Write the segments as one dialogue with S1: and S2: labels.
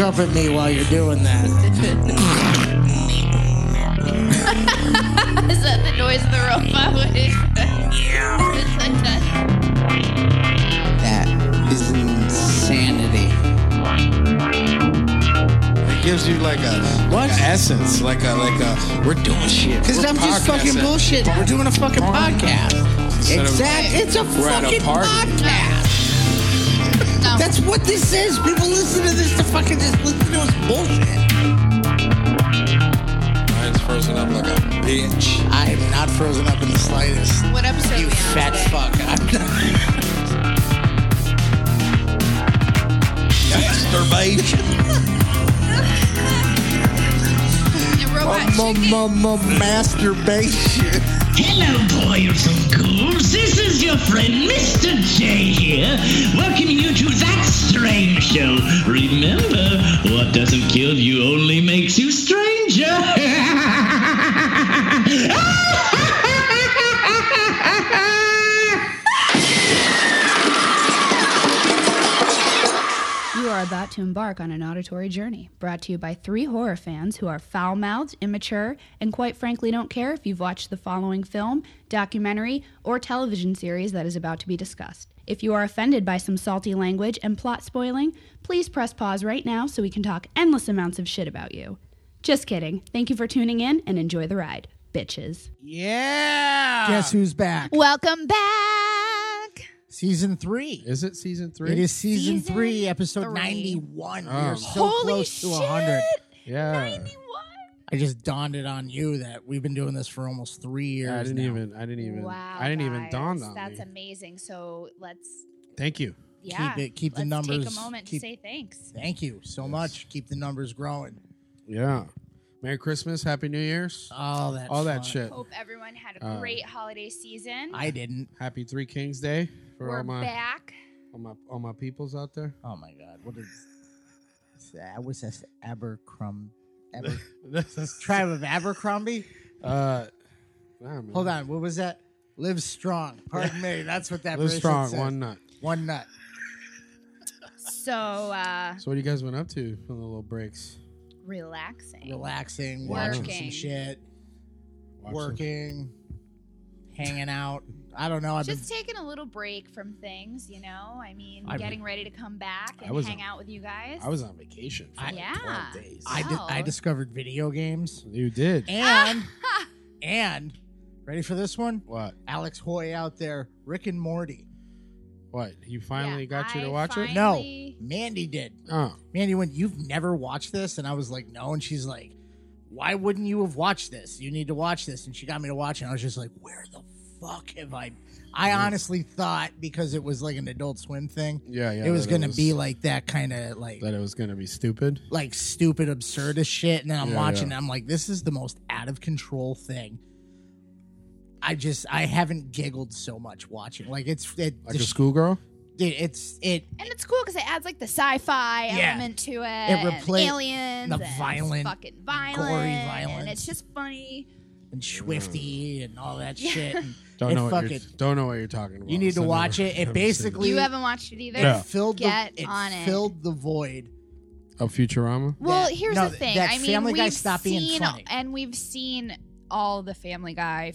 S1: up at me while you're doing that.
S2: Is that the noise of the robot? What is that? It's like that.
S3: That is insanity.
S4: It gives you like a like a essence, like a like a we're doing shit.
S3: Because
S4: We're
S3: I'm just fucking
S4: podcasting.
S3: bullshit. We're doing a fucking podcast.
S4: Instead of-
S3: Exactly. It's a
S4: We're at a
S3: fucking
S4: party.
S3: podcast.
S2: No.
S3: That's what this is. People listen to this to fucking just listen to us bullshit.
S4: Mine's frozen up like a bitch.
S3: I am not frozen up in the slightest.
S2: What episode
S3: You
S2: we on
S3: fat
S2: today?
S3: fuck. I'm not.
S4: Masturbation.
S2: The robot
S1: Oh,
S2: chicken.
S3: Masturbation.
S5: Hello, boys and ghouls. This is your friend Mr. J here, welcoming you to that strange show. Remember, what doesn't kill you only makes you stranger.
S6: You are about to embark on an auditory journey brought to you by three horror fans who are foul mouthed, immature, and quite frankly don't care if you've watched the following film, documentary, or television series that is about to be discussed. If you are offended by some salty language and plot spoiling, please press pause right now so we can talk endless amounts of shit about you. Just kidding. Thank you for tuning in and enjoy the ride, bitches.
S3: Yeah.
S1: Guess who's back?
S2: Welcome back.
S1: Season three.
S4: Is it season three?
S1: It is season,
S2: Season
S1: three, episode
S2: three.
S1: 91. We are so
S2: Holy
S1: close
S2: shit.
S1: to 100.
S4: Yeah.
S1: I just dawned it on you that we've been doing this for almost three years.
S4: I didn't
S1: now.
S4: even. I didn't even. I didn't even dawn on
S6: That's
S4: me.
S6: amazing. So let's,
S4: Thank you.
S6: yeah.
S1: it- keep the
S6: let's
S1: numbers-
S6: Take a moment
S1: keep-
S6: to say thanks.
S1: Thank you so much. Keep the numbers growing.
S4: Yeah. Merry Christmas. Happy New Year's.
S1: All that.
S4: All that
S1: fun.
S4: shit.
S6: Hope everyone had a
S4: Uh,
S6: great holiday season.
S1: I didn't.
S4: Happy Three Kings Day for
S6: We're
S4: all my
S6: back.
S4: all my all my peoples out there.
S1: Oh my god. What is? I was this Abercrom. Aber,
S4: This is
S1: tribe of Abercrombie.
S4: Uh, nah, man.
S1: Hold on. What was that? Live strong. Pardon me. That's what that.
S4: Live
S1: verse
S4: strong.
S1: says.
S4: One nut.
S1: One nut.
S6: So uh
S4: So what you guys went up to on the little breaks?
S6: relaxing.
S1: Relaxing. Watching some
S6: Working.
S1: shit.
S4: Watch
S1: Working. Hanging out. I don't know. I've been
S6: Just taking a little break from things, you know. I mean,
S4: I
S6: getting ready to come back
S4: I
S6: and
S4: was-
S6: hang out with you guys.
S4: I was on vacation for like
S6: Yeah.
S4: 12 days.
S1: I, di- I
S6: Wow.
S1: discovered video games
S4: you did.
S1: and and ready for this one?
S4: what?
S1: Alex Hoy out there, Rick and Morty.
S4: What? You finally got you to
S6: I
S4: watch it?
S6: No.
S1: No,
S6: Finally.
S1: Mandy did.
S4: Oh,
S1: Mandy went, You've never watched this? And I was like, No. And she's like, Why wouldn't you have watched this? You need to watch this. And she got me to watch it. And I was just like, Where the fuck have I? I honestly thought because it was like an adult swim thing,
S4: yeah, yeah.
S1: it was
S4: that
S1: going to be like that kind of like.
S4: that. It was gonna be stupid.
S1: like stupid absurdist shit and then i'm
S4: Yeah,
S1: watching
S4: yeah.
S1: and i'm like this is the most out of control thing i just i haven't giggled so much watching like it's it,
S4: Like a schoolgirl.
S1: it it's it
S2: And it's cool because it adds like the sci-fi
S1: Yeah.
S2: element to it. and
S1: replace
S2: aliens,
S1: the
S2: and it's
S1: violent,
S2: fucking violent,
S1: violence.
S2: and it's just funny.
S1: and swifty and all that shit and
S4: Don't
S1: it
S4: know what
S1: fucking-
S4: you're, don't know what you're talking about.
S1: you need
S4: so
S1: to
S4: no,
S1: watch
S4: I
S1: it it
S4: haven't seen
S1: basically
S6: You haven't watched it either.
S1: it
S4: Yeah.
S1: filled
S2: Get
S1: the it
S2: on it.
S1: filled the void
S4: of Oh, Futurama.
S2: Well,
S1: that-
S2: here's
S1: no,
S2: the thing.
S1: that
S2: I mean,
S1: Family Guy
S2: we've
S1: stopped being
S2: seen
S1: funny.
S2: and we've seen all the Family Guy,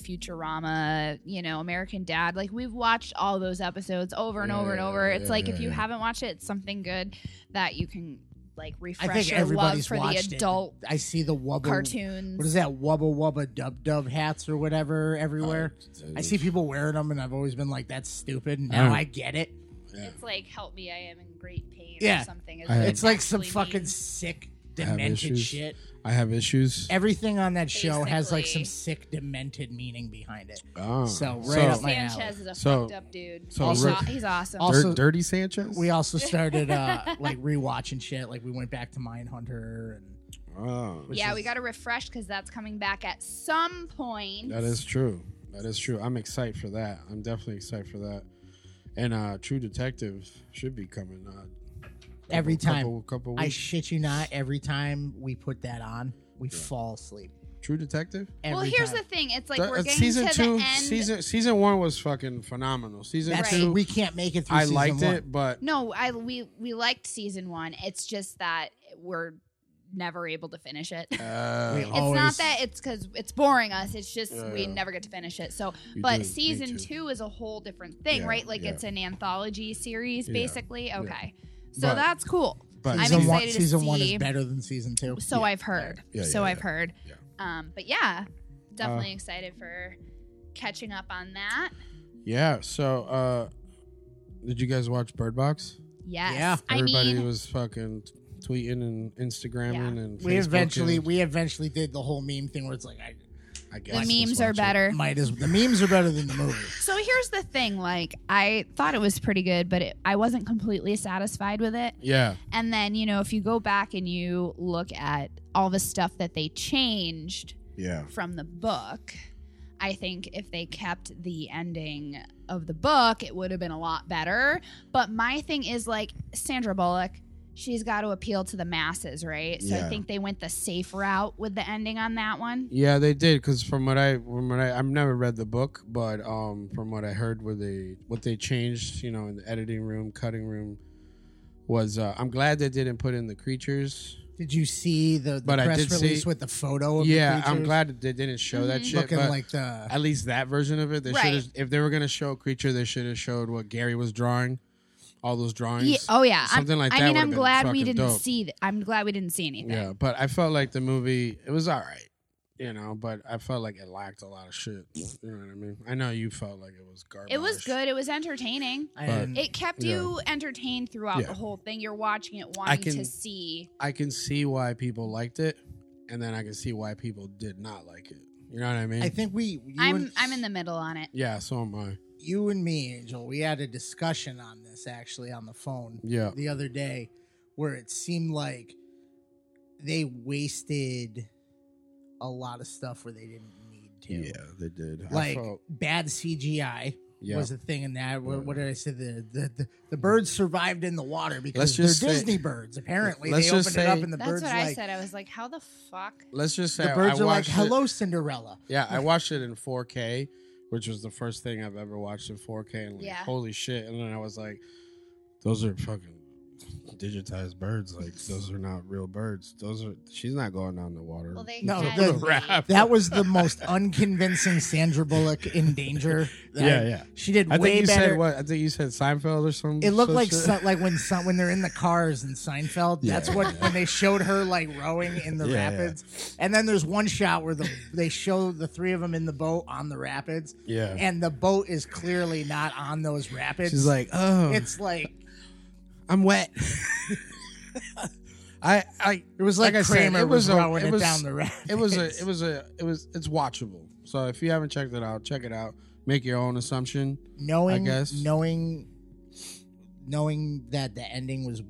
S2: Futurama, you know, American Dad. Like we've watched all those episodes over and
S4: Yeah,
S2: over and
S4: yeah,
S2: over.
S4: yeah,
S2: It's
S4: yeah,
S2: like
S4: yeah,
S2: if you
S4: yeah.
S2: haven't watched it, it's something good that you can like
S1: i
S2: refresh
S1: think
S2: your love
S1: everybody's
S2: for the
S1: watched
S2: adult
S1: it i see the wubble
S2: cartoons.
S1: what is that wubble wubba dub dub hats or whatever everywhere I see people wearing them, and I've always been like, "That's stupid." And now
S4: Oh.
S1: I get it.
S4: Yeah.
S6: It's like help me, I am in great pain
S1: Yeah.
S6: or something.
S4: I-
S6: what it
S1: It's like some
S6: actually
S1: fucking
S6: means.
S1: sick,
S4: have
S1: demented
S4: issues.
S1: shit.
S4: I have issues.
S1: Everything on that show has like some
S6: Basically.
S1: sick, demented meaning behind it.
S4: Oh.
S1: So, right
S4: so,
S1: up my alley.
S6: Sanchez is a
S4: So-
S6: fucked up dude.
S4: so
S6: he's,
S4: Rick-
S6: aw- he's awesome.
S1: All- also-
S4: Dirt- dirty Sanchez.
S1: We also started uh like rewatching shit. Like we went back to Mindhunter, and
S4: oh.
S6: yeah,
S1: is-
S6: we got to refresh because that's coming back at some point.
S4: That is true. That is true. I'm excited for that. I'm definitely excited for that. And uh True Detective should be coming. Uh,
S1: every
S4: couple-
S1: time,
S4: couple, couple
S1: I
S4: weeks.
S1: shit you not, every time we put that on, we fall asleep.
S4: True Detective.
S1: Every
S6: well, here's
S1: time.
S6: the thing. It's like
S4: That-
S6: we're
S4: uh,
S6: getting
S4: season
S6: to
S4: two.
S6: the end.
S4: Season season one was fucking phenomenal. Season
S1: That's
S4: two,
S1: we can't make it through.
S4: I
S1: season
S4: liked
S1: one.
S4: it, but
S6: No, I we we liked season one. It's just that
S2: we're never able to finish it.
S4: Uh,
S1: We
S2: It's not
S1: Always.
S2: that it's because it's boring us. It's just
S4: Yeah,
S2: we
S4: yeah.
S2: never get to finish it. So,
S4: You
S2: but
S4: do need
S2: season
S4: to.
S2: two is a whole different thing,
S4: Yeah,
S2: right? Like
S4: yeah.
S2: it's an anthology series,
S4: Yeah,
S2: basically. Okay, so
S4: But-
S2: that's cool.
S4: but
S2: I'm
S1: season one,
S2: excited to
S1: season one
S2: see-
S1: is better than season two.
S2: So I've heard.
S4: Yeah, yeah,
S2: so
S4: yeah, Uh,
S2: I've heard.
S4: yeah.
S2: Um, but yeah, definitely excited for catching up on that.
S4: yeah. So, uh, did you guys watch Bird Box?
S2: Yes.
S1: Yeah.
S2: I
S4: Everybody
S2: mean,
S4: was fucking tweeting and Instagramming
S2: Yeah.
S4: and
S1: We eventually
S4: Facebooking.
S1: we eventually did the whole meme thing where it's like I
S4: I guess let's
S2: the memes are
S4: watch it.
S2: better.
S1: might as the memes are better than the movie.
S2: So here's the thing. Like I thought it was pretty good, but it, I wasn't completely satisfied with it.
S4: Yeah,
S2: And then, you know, if you go back and you look at all the stuff that they changed
S4: yeah,
S2: from the book, I think if they kept the ending of the book, it would have been a lot better. But my thing is like Sandra Bullock, she's got to appeal to the masses, right? So I
S4: Yeah.
S2: think they went the safe route with the ending on that one.
S4: yeah. They did because from what I from what I I've never read the book, but um, from what I heard, where they what they changed, you know, in the editing room, cutting room, was uh, I'm glad they didn't put in the creatures.
S1: Did you see the, the
S4: But I
S1: press
S4: did
S1: release
S4: see-
S1: with the photo? Of
S4: yeah,
S1: the
S4: I'm
S1: creatures? Mm-hmm.
S4: glad that they didn't show that shit.
S1: looking
S4: but
S1: like the
S4: at least that version of it, they
S2: Right.
S4: should have. If they were gonna show a creature, they should have showed what Gary was drawing, all those drawings.
S2: Yeah, oh yeah, I'm-
S4: Something like
S2: I
S4: that
S2: mean,
S4: would've
S2: I'm
S4: been
S2: glad we
S4: fucking
S2: didn't
S4: dope.
S2: see. Th- I'm glad we didn't see anything.
S4: Yeah, but I felt like the movie it was all right, you know. But I felt like it lacked a lot of shit. You know what I mean? I know you felt like it was garbage.
S2: It was good. It was entertaining.
S1: and
S2: It kept
S4: Yeah.
S2: you entertained throughout
S4: Yeah.
S2: the whole thing. You're watching it wanting
S4: can-
S2: to see.
S4: I can see why people liked it, and then I can see why people did not like it. You know what I mean?
S1: I think we. You
S2: I'm
S1: and,
S2: I'm in the middle on it.
S4: yeah, so am I.
S1: you and me, Angel. We had a discussion on this actually on the phone
S4: Yeah,
S1: the other day, where it seemed like they wasted a lot of stuff where they didn't need to.
S4: they did.
S1: Like bad CGI.
S4: yeah,
S1: was the thing in that. What,
S4: Yeah.
S1: what did I say? The, the the the birds survived in the water because
S4: Let's just
S1: they're
S4: say-
S1: Disney birds. Apparently,
S4: Let's
S1: they opened
S4: just
S1: it up
S4: say-
S1: and the
S2: That's
S1: birds
S2: what
S1: like
S2: I said. I was like, how the fuck?
S4: let's just say
S1: the birds
S4: I
S1: are like,
S4: watched it-
S1: "Hello, Cinderella."
S4: Yeah, I watched it in 4K, which was the first thing I've ever watched in 4K. And like,
S2: Yeah.
S4: holy shit! And then I was like, those are fucking digitized birds. Like, those are not real birds. Those are. She's not going down the water.
S2: Well, they
S1: No,
S2: had
S1: the-
S2: to-
S4: Rap.
S1: That was the most unconvincing Sandra Bullock in danger. that
S4: yeah,
S1: I-
S4: yeah.
S1: She did
S4: I
S1: way
S4: think you
S1: better.
S4: said what? I think you said Seinfeld or something.
S1: It looked like so, like when some, when they're in the cars in Seinfeld.
S4: Yeah,
S1: that's what
S4: yeah.
S1: when they showed her like rowing in the
S4: Yeah, yeah.
S1: rapids. And then there's one shot where the they show the three of them in the boat on the rapids,
S4: yeah.
S1: and the boat is clearly not on those rapids.
S4: She's like, oh,
S1: it's like
S4: I'm wet. I, I,
S1: it was like,
S4: Like I said,
S1: Kramer
S4: it
S1: was,
S4: was a-
S1: throwing
S4: it
S1: it,
S4: was-
S1: down the rapids.
S4: it was a, it was a, it was, it's watchable. So if you haven't checked it out, check it out. Make your own assumption.
S1: knowing,
S4: I guess.
S1: knowing, knowing that the ending was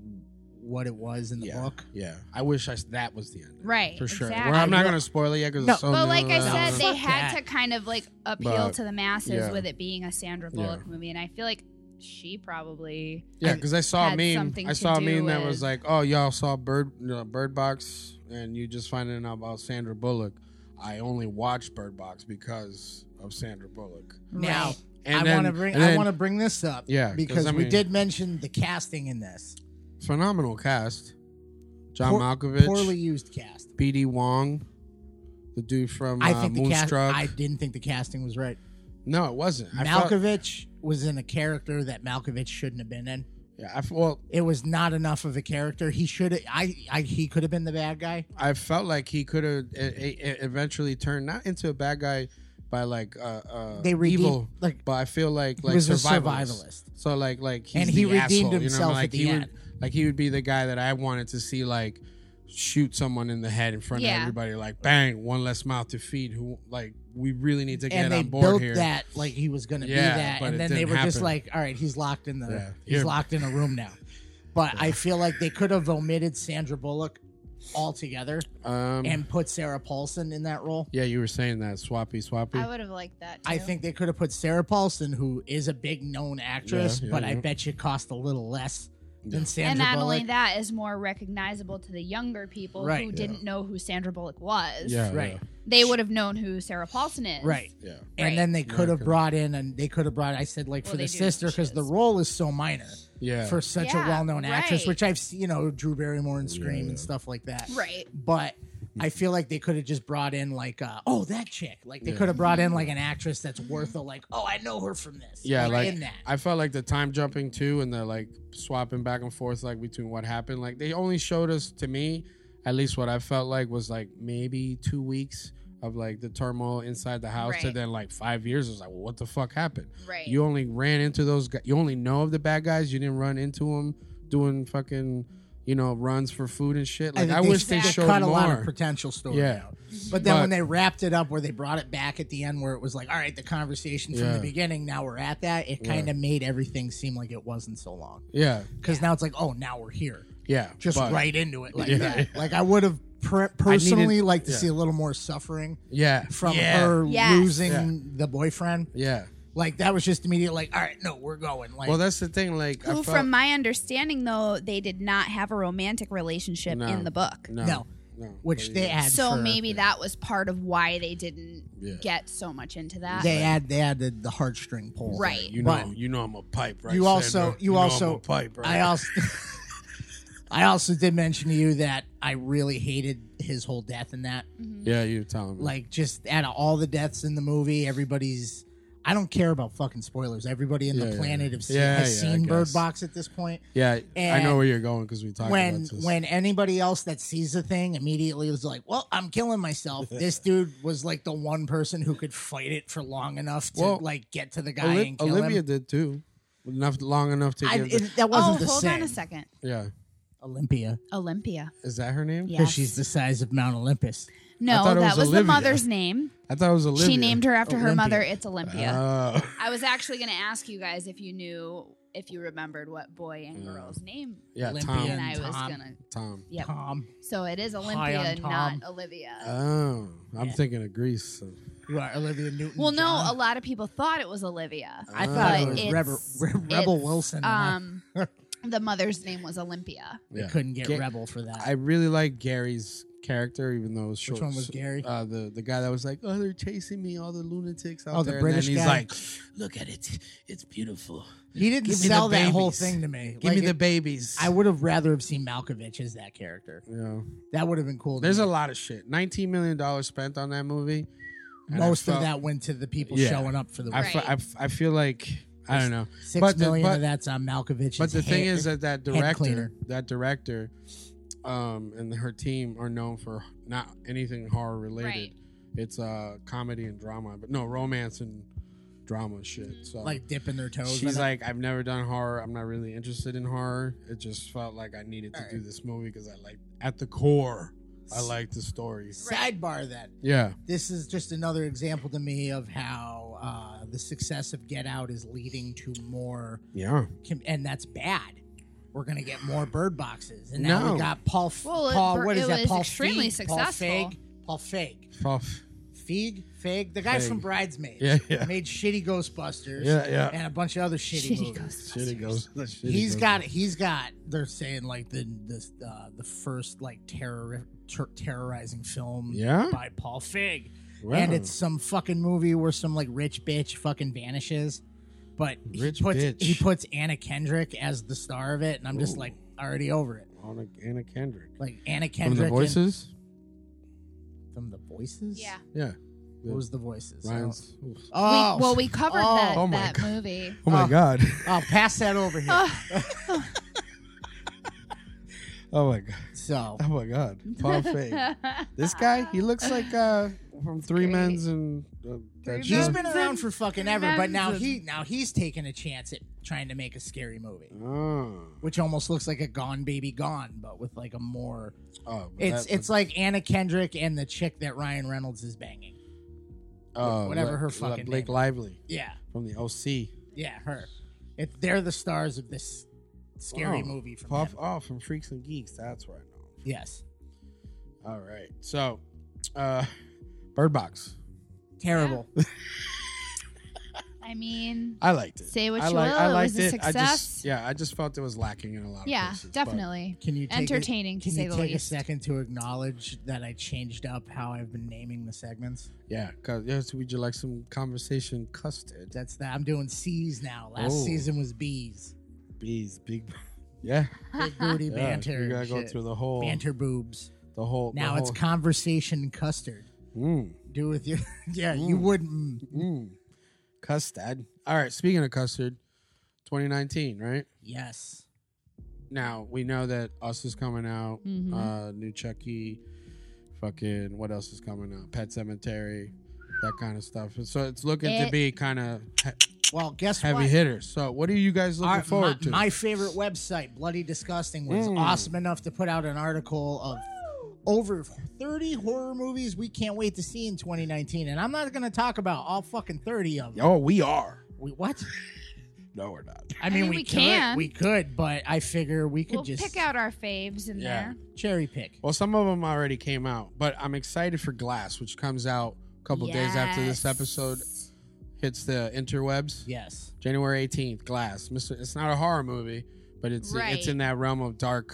S1: what it was in the
S4: yeah,
S1: book.
S4: Yeah, I wish I s- that was the end.
S2: Right,
S4: for sure.
S2: exactly.
S4: Well, I'm not gonna spoil it yet because
S1: No.
S4: it's so.
S2: But
S4: new
S2: like I
S4: and
S2: said,
S4: don't know.
S2: they
S1: Fuck
S2: had
S1: that.
S2: to kind of like appeal
S4: But-
S2: to the masses
S4: yeah.
S2: with it being a Sandra
S4: Yeah.
S2: Bullock movie, and I feel like she probably
S4: yeah, because I saw a
S2: had
S4: meme.
S2: something
S4: I
S2: to
S4: saw a
S2: do
S4: meme that
S2: with-
S4: was like, "Oh, y'all saw Bird uh, Bird Box, and you just finding out about Sandra Bullock." I only watched Bird Box because of Sandra Bullock.
S1: Now
S2: Right.
S4: And
S1: I
S4: then-
S1: want to bring
S4: and
S1: I
S4: then-
S1: want to bring this up,
S4: Yeah, 'cause,
S1: because
S4: I
S1: we
S4: mean-
S1: did mention the casting in this
S4: phenomenal cast. John
S1: Poor-
S4: Malkovich,
S1: poorly used cast.
S4: BD Wong, the dude from
S1: I
S4: uh,
S1: think the cast.
S4: Moonstruck.
S1: I didn't think the casting was right.
S4: no, it wasn't. I felt-
S1: Malkovich was in a character that Malkovich shouldn't have been in.
S4: yeah, I f- well,
S1: It was not enough of a character. He should. have I, I. He could have been the bad guy.
S4: I felt like he could have e, eventually turned not into a bad guy by like uh, uh
S1: They redeemed
S4: evil,
S1: like
S4: but I feel like
S1: He
S4: like
S1: was a
S4: survivalist.
S1: survivalist.
S4: So like like he's
S1: And he
S4: the
S1: redeemed
S4: asshole, you know,
S1: himself
S4: like
S1: at the
S4: he would
S1: end.
S4: like he would be the guy that I wanted to see like shoot someone in the head in front
S2: Yeah.
S4: of everybody like bang one less mouth to feed who like we really need to get
S1: and they
S4: on board
S1: built
S4: here.
S1: that like he was going to
S4: Yeah,
S1: be that,
S4: but
S1: and
S4: it
S1: then they
S4: didn't
S1: were just
S4: happen.
S1: like, "All right, he's locked in the
S4: Yeah.
S1: he's
S4: Yeah.
S1: locked in a room now." But I feel like they could have omitted Sandra Bullock altogether
S4: Um,
S1: and put Sarah Paulson in that role.
S4: yeah, you were saying that swappy swappy.
S2: I would have liked that. Too.
S1: I think they could have put Sarah Paulson, who is a big known actress,
S4: Yeah, yeah,
S1: but I
S4: yeah.
S1: bet you cost a little less than Sandra
S2: and not
S1: Bullock.
S2: only that is more recognizable to the younger people
S1: Right.
S2: who
S1: Yeah.
S2: didn't know who Sandra Bullock was.
S4: Oh, yeah,
S1: right,
S2: They would have known who Sarah Paulson is.
S1: right.
S4: Yeah. yeah.
S2: Right.
S1: And then they could have
S4: America.
S1: brought in, and they could have brought. I said like
S2: Well,
S1: for
S2: they
S1: the
S2: do,
S1: sister because
S2: she
S1: the
S2: is.
S1: role is so minor.
S4: Yeah.
S1: for such
S2: Yeah,
S1: a well-known actress,
S2: right.
S1: which I've seen, you know Drew Barrymore and Scream
S7: yeah.
S1: and stuff like that.
S2: Right.
S1: But I feel like they could have just brought in like, uh, oh, that chick. Like they could have brought in like an actress that's worth a like, oh, I know her from this.
S4: Yeah, like
S1: in that.
S4: I felt like the time jumping too, and the like swapping back and forth, like between what happened. Like they only showed us to me, at least what I felt like was like maybe two weeks of like the turmoil inside the house, to
S2: Right.
S4: then like five years. It was like, well, what the fuck happened?
S2: Right.
S4: You only ran into those. guys. You only know of the bad guys. You didn't run into them doing fucking, you know, runs for food and shit. Like I,
S1: think
S4: wish they,
S1: they
S4: showed
S1: cut
S4: more.
S1: a lot of potential story
S4: Yeah.
S1: out. But then
S4: But-
S1: when they wrapped it up, where they brought it back at the end, where it was like, all right, the conversation from
S4: Yeah.
S1: the beginning, now we're at that. It kind of made everything seem like it wasn't so long
S4: yeah,
S1: because now it's like, oh, now we're here,
S4: yeah.
S1: just
S4: but-
S1: right into it like
S4: Yeah.
S1: that. Like I would have per- personally liked to
S4: yeah.
S1: see a little more suffering
S4: Yeah,
S1: from
S4: yeah,
S1: her
S2: Yes.
S1: losing
S4: Yeah.
S1: the boyfriend.
S4: Yeah.
S1: Like that was just immediate. Like, all right, no, we're going. Like,
S4: Well, that's the thing. Like, I
S2: Who,
S4: felt,
S2: from my understanding, though, they did not have a romantic relationship
S4: No.
S2: in the book.
S4: no,
S1: No.
S4: no,
S1: which
S4: but
S1: they
S4: yeah.
S1: had.
S2: So
S1: for-
S2: maybe that was part of why they didn't
S4: Yeah.
S2: get so much into that.
S1: they had they added the heartstring pull.
S2: right.
S4: You know,
S1: But-
S4: you know, I'm a pipe, right?
S1: you also
S4: Sandra?
S1: you
S4: know I'm
S1: also
S4: a pipe, right?
S1: I also I also did mention to you that I really hated his whole death in that.
S2: Mm-hmm.
S4: yeah, you tell me.
S1: Like just out of all the deaths in the movie, everybody's I don't care about fucking spoilers. Everybody in
S4: Yeah,
S1: the
S4: yeah,
S1: planet
S4: yeah.
S1: have seen,
S4: Yeah,
S1: has
S4: yeah, I
S1: seen Bird
S4: guess.
S1: Box at this point.
S4: yeah, I know
S1: and
S4: where you're going because we talked
S1: When
S4: about this.
S1: when anybody else that sees the thing immediately was like, "Well, I'm killing myself." this dude was like the one person who could fight it for long enough to
S4: Well,
S1: like get to the guy
S4: Oli-
S1: and kill
S4: Olivia
S1: him.
S4: did too, enough long enough to
S1: I,
S4: give. the-
S1: it, that
S2: Oh,
S1: wasn't the
S2: hold
S1: same.
S2: on a second.
S4: yeah,
S1: Olympia.
S2: Olympia.
S4: is that her name?
S2: Yeah.
S1: because she's the size of Mount Olympus.
S2: No,
S4: thought it
S2: that
S4: was
S2: was,
S4: Olivia.
S2: the mother's name.
S4: I thought it was Olivia.
S2: She named her after her
S1: Olympia.
S2: mother. It's Olympia.
S4: Oh,
S2: I was actually going to ask you guys if you knew, if you remembered what boy and girl's name.
S4: yeah,
S1: Olympia.
S2: And
S4: Tom.
S2: I was
S1: Tom.
S2: going to.
S4: Tom.
S2: Yep.
S1: Tom,
S2: So it is
S1: Hi,
S2: Olympia,
S1: I'm Tom.
S2: not Olivia.
S4: Oh, I'm
S1: Yeah.
S4: thinking of Greece. so-
S1: you are Olivia Newton.
S2: well, no, a lot of people thought it was Olivia.
S1: I thought it
S2: but
S1: was
S2: it's-
S1: Rebel, Re- Rebel
S2: it's,
S1: Wilson. and I-
S2: Um, the mother's name was Olympia.
S1: we
S4: Yeah.
S1: couldn't get
S4: Ga-
S1: Rebel for that.
S4: I really like Gary's character, even though it was short.
S1: Which one was Gary?
S4: Uh, the the guy that was like, "Oh, they're chasing me, all the lunatics out
S1: Oh, the
S4: there."
S1: British
S4: and then he's
S1: guy?
S4: like,
S7: Look at it. It's beautiful.
S1: he didn't
S4: give me the
S1: sell that whole
S4: babies.
S1: thing to me.
S4: "Give
S1: Like,
S4: me the
S1: it-
S4: babies."
S1: I would have rather have seen Malkovich as that character.
S4: yeah.
S1: That would have been cool. to
S4: There's
S1: me.
S4: a lot of shit. Nineteen million dollars spent on that movie. And I
S1: most
S4: felt-
S1: of that went to the people
S4: Yeah.
S1: showing up for the
S4: I,
S1: week.
S4: fe- I f- I feel like I don't know.
S1: Six million
S4: but the- but-
S1: of that's on Malkovich.
S4: But the thing is that that director,
S1: cleaner.
S4: that director, um, and her team are known for not anything horror related.
S2: Right.
S4: It's uh comedy and drama, but no romance and drama shit. So
S1: like dipping their toes.
S4: she's
S1: in it.
S4: like, I've never done horror. I'm not really interested in horror. It just felt like I needed to
S1: Alright.
S4: do this movie because I like at the core, I like the story.
S1: sidebar then.
S4: Yeah,
S1: this is just another example to me of how uh, the success of Get Out is leading to more,
S4: yeah.
S1: com- and that's bad. We're gonna get more bird boxes, and now
S4: No.
S1: we got Paul. F-
S2: Well, it-
S1: Paul, what
S2: it
S1: is that?
S2: was
S1: Paul
S2: extremely
S1: Feig,
S2: successful.
S1: Paul Feig. Paul Feig.
S4: Puff.
S1: Feig. Feig. The guy
S4: Feig.
S1: from Bridesmaids.
S4: Yeah, yeah.
S1: Made shitty Ghostbusters.
S4: Yeah, yeah.
S1: And a bunch of other shitty,
S2: Shitty
S1: movies.
S2: Ghostbusters.
S4: goes.
S1: He's got it. He's got. They're saying like the the uh, the first like terror ter- terrorizing film.
S4: Yeah?
S1: By Paul Feig,
S4: Wow.
S1: and it's some fucking movie where some like rich bitch fucking vanishes, but he
S4: Rich
S1: puts
S4: bitch.
S1: he puts Anna Kendrick as the star of it, and I'm just like already over it.
S4: Anna, Anna Kendrick.
S1: Like Anna
S4: From
S1: Kendrick
S4: the
S1: and-
S4: voices.
S1: from the voices.
S2: Yeah.
S4: Yeah.
S1: what was the voices? I don't-
S4: Ryan's. oof.
S1: Oh,
S2: we, well, we covered
S1: oh,
S2: that,
S4: oh my
S2: that
S4: God.
S2: movie.
S4: Oh my
S1: Oh.
S4: god.
S1: I'll pass that over here.
S4: Oh my god.
S1: so
S4: Oh my god. Paul Feig. this guy, he looks like uh from Three
S2: Great.
S4: Men's and uh, that
S2: Three
S1: he's
S4: show.
S2: Men's.
S1: been around for fucking ever, but now
S2: Remember-
S1: he now he's taking a chance at trying to make a scary movie.
S4: Oh.
S1: which almost looks like a Gone Baby Gone, but with like a more.
S4: Oh,
S1: It's it's like Anna Kendrick and the chick that Ryan Reynolds is banging. whatever her fucking
S4: oh, Blake
S1: name is.
S4: Lively
S1: Yeah,
S4: from the OC.
S1: yeah, her. It, they're the stars of this scary
S4: Wow.
S1: movie from
S4: Paul,
S1: him.
S4: oh, from Freaks and Geeks. That's where I know. him
S1: Yes,
S4: from. All right. So, uh Bird Box.
S1: terrible.
S2: I mean,
S4: I liked it.
S2: Say what
S4: I
S2: you
S4: like,
S2: will,
S4: I
S2: it
S4: liked
S2: was a
S4: I just
S2: success.
S4: yeah, I just felt it was lacking in a lot of
S2: yeah,
S4: places, but-
S2: definitely.
S1: Can you take
S2: Entertaining,
S1: A,
S2: to
S1: can
S2: say
S1: you
S2: the
S1: take a
S2: least.
S1: second to acknowledge that I changed up how I've been naming the segments?
S4: Yeah, cause yes, would you like some conversation custard?
S1: That's that. I'm doing C's now. Last
S4: Oh.
S1: season was B's.
S8: bees, big
S4: Yeah,
S1: Big booty
S4: yeah,
S1: banter.
S4: You gotta
S1: and
S4: go
S1: shit.
S4: through the whole, Oh.
S1: banter boobs.
S4: the whole. the
S1: Now it's
S4: whole-
S1: conversation custard.
S4: Mm.
S1: Do with your yeah. You
S4: Mm.
S1: wouldn't. mm.
S4: Mm. Custard. All right. Speaking of custard, 2019, right?
S1: Yes.
S4: Now we know that Us is coming out.
S1: Mm-hmm.
S9: Mhm.
S4: Uh, new Chucky. Fucking what else is coming out? Pet Cemetery, that kind of stuff. So it's looking to
S1: Eh,
S2: It-
S4: be kind of
S1: Well, guess
S4: heavy
S1: what?
S4: hitters. So what are you guys looking
S1: Our-
S4: forward
S1: my,
S4: to?
S1: my favorite website, Bloody Disgusting, was
S4: Mm.
S1: awesome enough to put out an article of over 30 horror movies we can't wait to see in 2019. And I'm not going to talk about all fucking 30 of them.
S4: oh, we are.
S1: We, what?
S4: No, we're not.
S1: I mean,
S2: mean,
S1: we,
S2: we
S1: could,
S2: can.
S1: We could, but I figure we could
S2: We'll
S1: just
S2: pick out our faves in
S4: Yeah.
S2: there.
S1: cherry pick.
S4: Well, some of them already came out, but I'm excited for Glass, which comes out a couple days after
S2: Yes.
S4: this episode hits the interwebs.
S1: Yes.
S4: January 18th, Glass. Mr. It's not a horror movie, but it's it's
S2: Right.
S4: in that realm of dark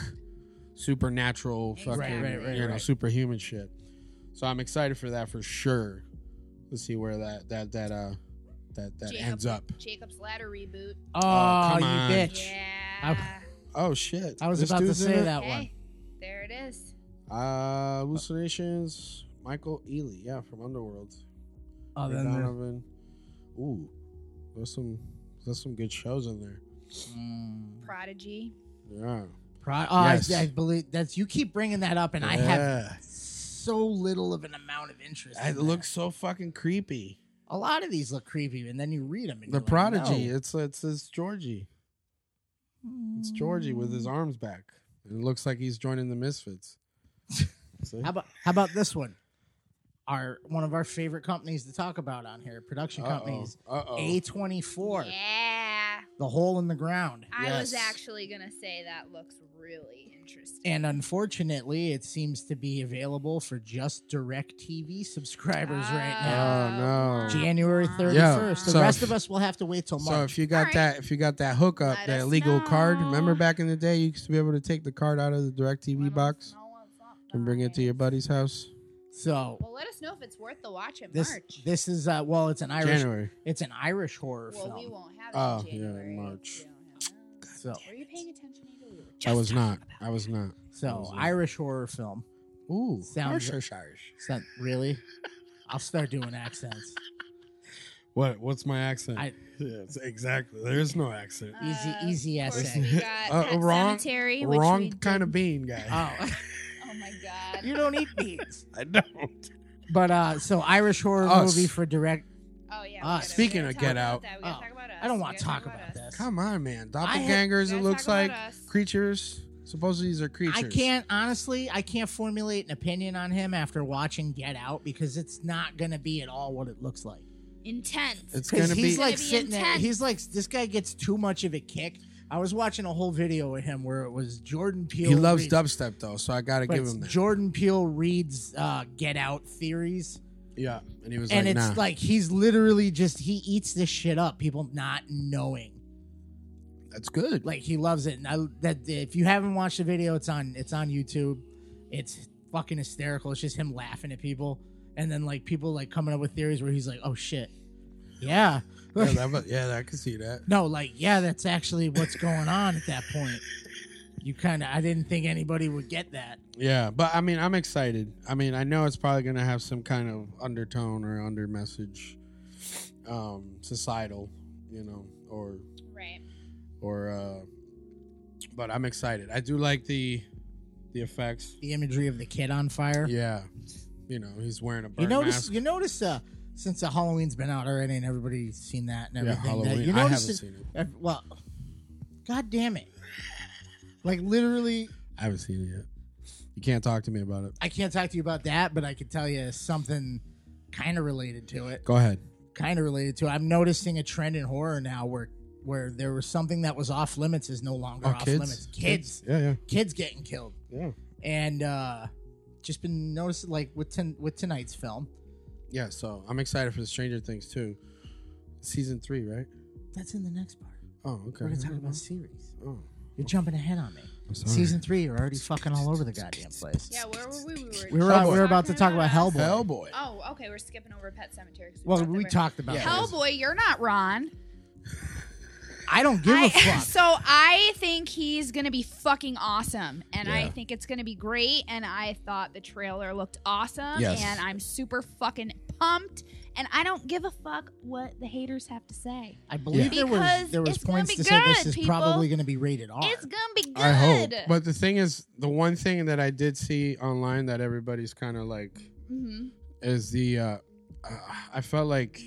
S4: supernatural fucking
S1: Right, right, right,
S4: you know,
S1: right.
S4: superhuman shit. So I'm excited for that for sure. Let's see where that that that uh that that
S2: Jacob.
S4: ends up.
S2: Jacob's Ladder reboot.
S1: Oh,
S4: come
S1: you
S4: on.
S1: bitch.
S2: Yeah.
S4: Oh shit.
S1: I was
S4: This
S1: about to
S4: dude's in
S1: say
S4: it?
S1: that one.
S2: Okay. Eh, There it is.
S4: Uh hallucinations Michael Ealy, yeah, from Underworld.
S1: Oh,
S4: Ray
S1: then there-
S4: Donovan. Ooh. There's some there's some good shows in there.
S1: Mm.
S2: Prodigy.
S4: Yeah.
S1: Pro- oh, I-
S4: Yes.
S1: I, believe that's you keep bringing that up, and I have
S4: Yeah.
S1: so little of an amount of interest. in
S4: it
S1: that.
S4: looks so fucking creepy.
S1: a lot of these look creepy, and then you read them. And
S4: The
S1: you're like,
S4: prodigy.
S1: no.
S4: It's it's it's Georgie. It's Georgie with his arms back. It looks like he's joining the Misfits. See?
S1: How about how about this one? Our one of our favorite companies to talk about on here, production companies,
S4: Uh oh.
S1: A twenty four,
S2: Yeah.
S1: the hole in the ground,
S2: I was
S4: Yes.
S2: actually going to Eh, say that looks really interesting.
S1: and unfortunately, it seems to be available for just Direct TV subscribers
S4: Oh,
S1: right now.
S4: now.
S2: Oh, no.
S1: January
S2: wow.
S1: thirty first. the
S4: so
S1: rest
S4: if-
S1: of us will have to wait till
S4: So
S1: March.
S4: if you got
S2: Alright.
S4: that, if you got that hookup,
S2: Let
S4: that
S2: us
S4: legal card.
S2: know.
S4: Remember back in the day, you used to be able to take the card out of the
S2: Let
S4: Directv
S2: us
S4: box
S2: know what's up,
S4: and bring it to
S2: guys.
S4: your buddy's house.
S1: So
S2: Well, let us know if it's worth the watch in
S1: this
S2: March.
S1: this is uh, well, it's an Irish
S4: January.
S1: it's an Irish horror
S2: well, we
S1: film.
S2: won't have it
S4: Oh, yeah,
S2: in January. We
S4: March.
S2: don't have that.
S1: So
S2: Were you paying attention, Ada? We were
S4: I
S2: just
S4: was not.
S2: talking
S4: I was not.
S1: so Irish horror film.
S4: Ooh.
S1: Sounds-
S4: Irish, Irish.
S1: It's not really. I'll start doing accents.
S4: What? What's my accent?
S1: I-
S4: yes, exactly. There is no accent.
S2: about
S1: Easy,
S2: it. Uh,
S1: easy
S2: Of course,
S1: essay.
S2: we got
S4: Uh,
S2: Pet
S4: wrong-
S2: Sematary, which we
S4: Wrong
S2: did-
S4: kind of bean guy.
S1: Oh,
S2: Oh my god.
S1: you don't eat beans.
S4: I don't.
S1: But uh, so Irish horror
S4: Us.
S1: movie for direct.
S2: Oh yeah. we
S1: Ah,
S2: gotta- we
S4: speaking
S2: gotta
S4: of
S2: talk
S4: Get
S2: about
S4: Out.
S2: that. We gotta
S1: Oh,
S2: talk about us.
S1: I don't
S2: We
S1: want to
S2: gotta
S1: talk about this.
S4: Come on, man.
S1: I had-
S4: Doppelgangers,
S2: We
S4: it
S2: gotta
S4: looks
S2: talk
S4: like.
S2: about us.
S4: Creatures. Supposedly these are creatures.
S1: I can't honestly. I can't formulate an opinion on him after watching Get Out because it's not gonna be at all what it looks like.
S9: Intense.
S4: It's
S1: Because
S4: gonna
S1: he's
S4: be.
S1: like
S9: It's gonna be
S1: sitting there.
S9: intense.
S1: He's like this guy gets too much of a kick. I was watching a whole video of him where it was Jordan Peele.
S4: he loves
S1: reads-
S4: dubstep though, so I gotta
S1: but
S4: give
S1: it's
S4: him that.
S1: Jordan Peele reads uh, Get Out theories.
S4: yeah, and he was
S1: and
S4: like,
S1: it's
S4: "Nah."
S1: like he's literally just he eats this shit up people not knowing
S4: That's good.
S1: like he loves it and I, that if you haven't watched the video it's on it's on youtube it's fucking hysterical it's just him laughing at people and then like people like coming up with theories where he's like oh shit yeah
S4: yeah, that, but- yeah, I can see that.
S1: no like yeah that's actually what's going on at that point you kind of i didn't think anybody would get that
S4: Yeah, but I mean, I'm excited. I mean, I know it's probably gonna have some kind of undertone or under message, um, societal, you know, or
S2: Right.
S4: or. uh But I'm excited. I do like the the effects.
S1: the imagery of the kid on fire
S4: Yeah, you know, he's wearing a burn
S1: you notice
S4: mask.
S1: you notice uh since the halloween's been out already and everybody's seen that and
S4: yeah,
S1: everything that-
S4: Halloween.
S1: you
S4: I
S1: notice
S4: haven't
S1: it-
S4: seen it.
S1: Ev- Well, god damn it. Like literally,
S4: I haven't seen it yet. You can't talk to me about it.
S1: I can't talk to you about that, but I can tell you something kind of related to it.
S4: Go ahead.
S1: Kind of related to it. I'm noticing a trend in horror now where where there was something that was off limits is no longer
S4: Oh,
S1: off
S4: kids?
S1: limits. Kids,
S4: Yeah, yeah,
S1: kids getting killed.
S4: yeah.
S1: And uh just been noticing like with ton- with tonight's film.
S4: Yeah, so I'm excited for the Stranger Things too. Season three, right?
S1: That's in the next part.
S4: Oh, okay.
S1: We're going to talk about series.
S4: Oh,
S1: You're jumping ahead on me.
S4: I'm sorry.
S1: Season 3, you're already fucking all over the goddamn place.
S2: Yeah, where were we? We were,
S1: We were,
S2: just
S1: we were about to
S2: talking
S1: talk about
S2: us.
S1: Hellboy.
S4: Hellboy.
S2: Oh, okay. We're skipping over Pet Cemetery. 'cause
S1: Well,
S2: talked
S1: we
S2: over-
S1: talked about
S4: Yeah.
S1: it.
S2: Hellboy, you're not Ron.
S1: I don't give a
S2: I-
S1: fuck.
S2: So I think he's gonna be fucking awesome, and I
S4: Yeah.
S2: think it's gonna be great. And I thought the trailer looked awesome,
S4: Yes.
S2: and I'm super fucking pumped. And I don't give a fuck what the haters have to say.
S1: I believe there was
S2: Because
S1: there was
S2: it's gonna
S1: points
S2: be
S1: to say this
S2: good,
S1: is
S2: people.
S1: probably going to be rated R.
S2: It's gonna be good.
S4: I hope. But the thing is, the one thing that I did see online that everybody's kind of like
S2: hmm
S4: is the uh, uh, I felt like,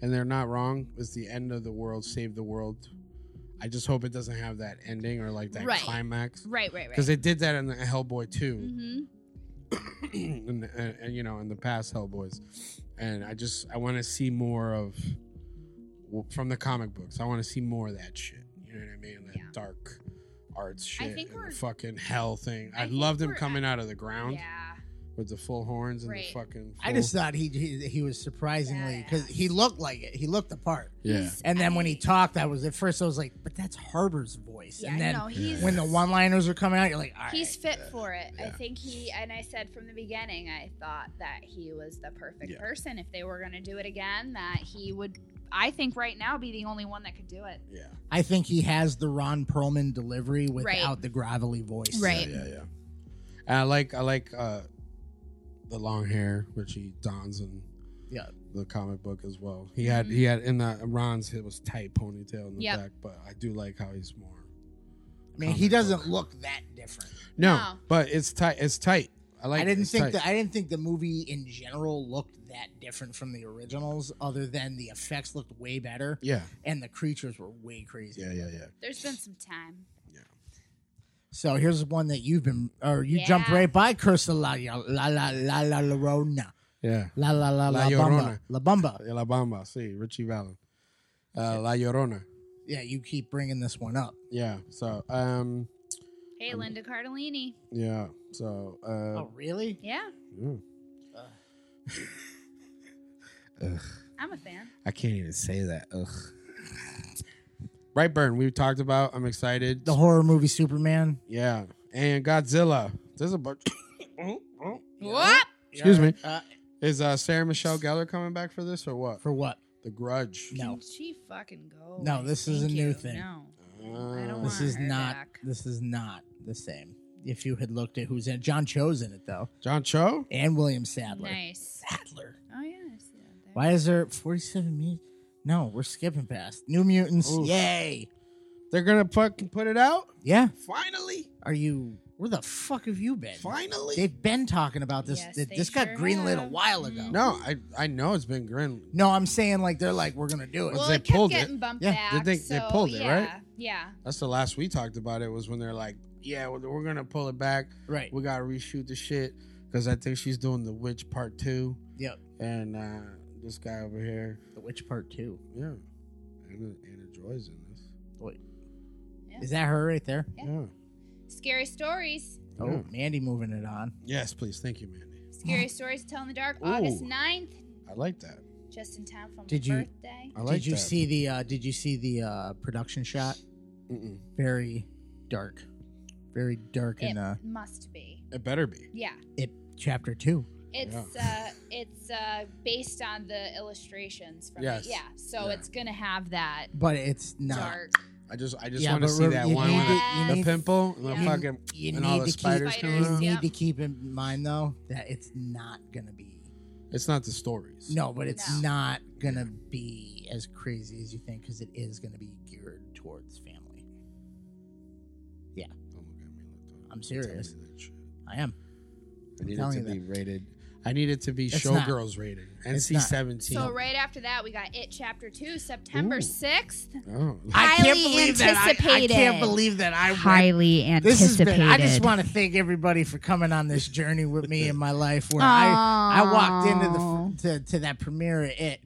S4: and they're not wrong, is the end of the world, save the world. I just hope it doesn't have that ending or like that
S2: Right.
S4: climax
S2: Right, right, right.
S4: because they did that in the Hellboy 2
S2: hmm Mm-hmm.
S4: and, and, and, you know, in the past Hellboys, and I just I want to see more of w- from the comic books. I want to see more of that shit. You know what I mean? That
S2: Yeah.
S4: dark arts shit.
S2: think
S4: and the
S2: we're-
S4: fucking hell thing.
S2: I
S4: I,
S2: think
S4: loved him
S2: we're
S4: coming out of the ground
S2: Yeah.
S4: with the full horns and
S2: Right.
S4: the fucking.
S1: I
S4: full-
S1: just thought he he, he was surprisingly because
S2: Badass.
S1: he looked like it. He looked the part.
S4: yeah.
S2: He's-
S1: And then when he
S2: I-
S1: talked, I was at first I was like, but that's Harbor's voice.
S2: yeah,
S1: and then
S2: no, he's
S1: when the one-liners are coming out, you're like, all right.
S2: He's fit for it. I
S4: Yeah.
S2: think he and I said from the beginning I thought that he was the perfect
S4: Yeah.
S2: person if they were going to do it again that he would I think right now be the only one that could do it.
S4: Yeah.
S1: I think he has the Ron Perlman delivery without the gravelly voice.
S2: Right.
S4: Yeah, yeah. And I like I like uh the long hair which he dons in
S1: Yeah. Mm-hmm.
S4: the comic book as well. He had he had in the Ron's it was tight ponytail in the
S2: Yep.
S4: back, but I do like how he's more.
S1: I mean, he
S4: Comic
S1: doesn't
S4: book.
S1: look that different.
S4: No,
S2: No.
S4: but it's tight. It's tight. I like.
S1: I didn't
S4: it's
S1: think
S4: tight.
S1: that I didn't think the movie in general looked that different from the originals, other than the effects looked way better
S4: Yeah,
S1: and the creatures were way crazy.
S4: yeah, yeah, yeah.
S2: There's been some time.
S1: So here's one that you've been or you jumped
S2: Yeah.
S1: right by Curse of La Ya- La La La La Llorona.
S4: Yeah,
S1: La La La La,
S4: La
S1: Bamba.
S4: Llorona.
S1: La Bamba.
S4: La Bamba. See, Richie Vallen, uh, La Llorona.
S1: Yeah, you keep bringing this one up.
S4: Yeah. So, um,
S2: Hey Linda Cardellini.
S4: yeah. So, uh,
S1: oh, really?
S2: Yeah,
S4: yeah.
S2: I'm a fan.
S4: I can't even say that. Ugh. Brightburn, we talked about. I'm excited.
S1: The horror movie Superman.
S4: yeah, and Godzilla. There's a bunch.
S2: What?
S4: Excuse me.
S1: Uh,
S4: Is uh, Sarah Michelle Gellar coming back for this or what?
S1: for what?
S4: The Grudge.
S1: No.
S2: She fucking go.
S1: No, this is a
S2: Thank
S1: new
S2: you.
S1: thing.
S2: No.
S4: Uh,
S2: don't
S1: This
S2: want
S1: is
S2: her
S1: not
S2: back.
S1: this is not the same. If you had looked at who's in it. John Cho's in it though.
S4: John Cho.
S1: And William Sadler.
S2: Nice.
S1: Sadler.
S2: Oh yeah. I see that there.
S1: Why is there 47 minutes? No, we're skipping past. New Mutants.
S4: Oof.
S1: Yay.
S4: They're gonna fucking put it out.
S1: Yeah.
S4: Finally.
S1: Are you where the fuck have you been?
S4: Finally.
S1: They've been talking about this.
S2: Yes,
S1: that
S2: they
S1: this got
S2: sure
S1: greenlit a
S2: have.
S1: while ago.
S4: no, I I know it's been grim.
S1: No, I'm saying like they're like we're gonna do it.
S2: Well,
S4: they
S2: it kept
S4: pulled it.
S2: getting bumped
S1: Yeah,
S2: back.
S4: did they-
S2: so,
S4: they pulled it,
S2: yeah,
S4: right?
S2: Yeah.
S4: That's the last we talked about it was when they're like, yeah, we're, we're gonna pull it back.
S1: right.
S4: We gotta reshoot the shit because I think she's doing the Witch Part Two.
S1: Yep.
S4: and uh, this guy over here.
S1: The Witch Part Two.
S4: Yeah, Anna, Anna Joy's in this.
S1: Is that her right there?
S2: Yeah.
S4: Yeah.
S2: Scary stories.
S1: Oh,
S4: Yeah.
S1: Mandy moving it on.
S4: Yes, please. Thank you, Mandy.
S2: Scary stories to tell in the dark.
S4: Ooh.
S2: August 9th.
S4: I like that.
S2: Just in time for my
S1: Did you-
S2: birthday.
S4: I like.
S1: did you
S4: that.
S1: see the uh did you see the uh production shot?
S4: Mm-mm.
S1: Very dark. Very dark in
S2: It
S1: uh
S2: must be.
S4: It better be.
S2: Yeah.
S1: it chapter two.
S2: It's uh it's uh based on the illustrations from
S4: Yes.
S2: it. Yeah. So
S4: Yeah.
S2: it's gonna have that
S1: But it's not
S2: dark
S4: I just, I just
S1: Yeah,
S4: want to
S1: but
S4: see
S1: re-
S4: that
S1: you
S4: one
S1: need
S4: with
S2: to- you
S4: the,
S1: need-
S4: the pimple and the
S2: Yeah.
S4: fucking
S1: you
S4: and all
S1: need
S4: the
S1: to keep-
S4: spiders coming
S2: Spiders,
S4: out.
S1: you
S2: yeah.
S1: need to keep in mind though that it's not gonna be
S4: It's not the stories.
S1: no, but it's
S2: No.
S1: not gonna be as crazy as you think because it is gonna be geared towards family.
S4: Don't look at me like that.
S1: I'm
S4: Don't tell me
S1: serious.
S4: that shit.
S1: I am.
S4: I need
S1: telling
S4: it to
S1: you that.
S4: be rated. I need it to be
S1: It's not.
S4: showgirls rated.
S1: It's
S4: NC seventeen.
S2: So right after that we got it chapter two, September
S4: Ooh.
S2: sixth.
S4: oh,
S1: I can't
S2: Highly
S1: believe that I, I
S2: anticipated.
S1: can't believe that I went
S2: Highly
S1: This has been. I just want to thank everybody for coming on this journey with me in my life, where I I walked into the to, to that premiere of it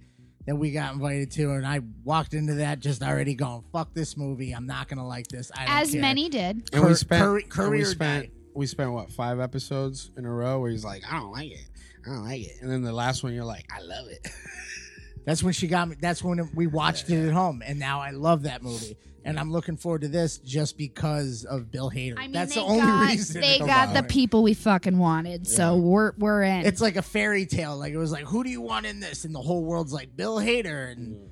S1: that we got invited to, and I walked into that just already going, "Fuck this movie! I'm not gonna like this." I don't
S2: as
S1: care."
S2: many did.
S4: and
S1: Cur-
S4: we spent,
S1: Curry-
S4: and
S1: Currier
S4: we spent,
S1: died.
S4: we spent what five episodes in a row where he's like, I don't like it, I don't like it, and then the last one you're like, I love it.
S1: That's when she got me. That's when we watched it at home, and now I love that movie, and I'm looking forward to this just because of Bill Hader.
S2: I mean
S1: that's
S2: they
S1: the only
S2: got,
S1: reason.
S2: they
S4: Come
S2: got
S4: on.
S2: the people we fucking wanted. So we're we're in.
S1: it's like a fairy tale. Like it was like, who do you want in this? And the whole world's like Bill Hader, and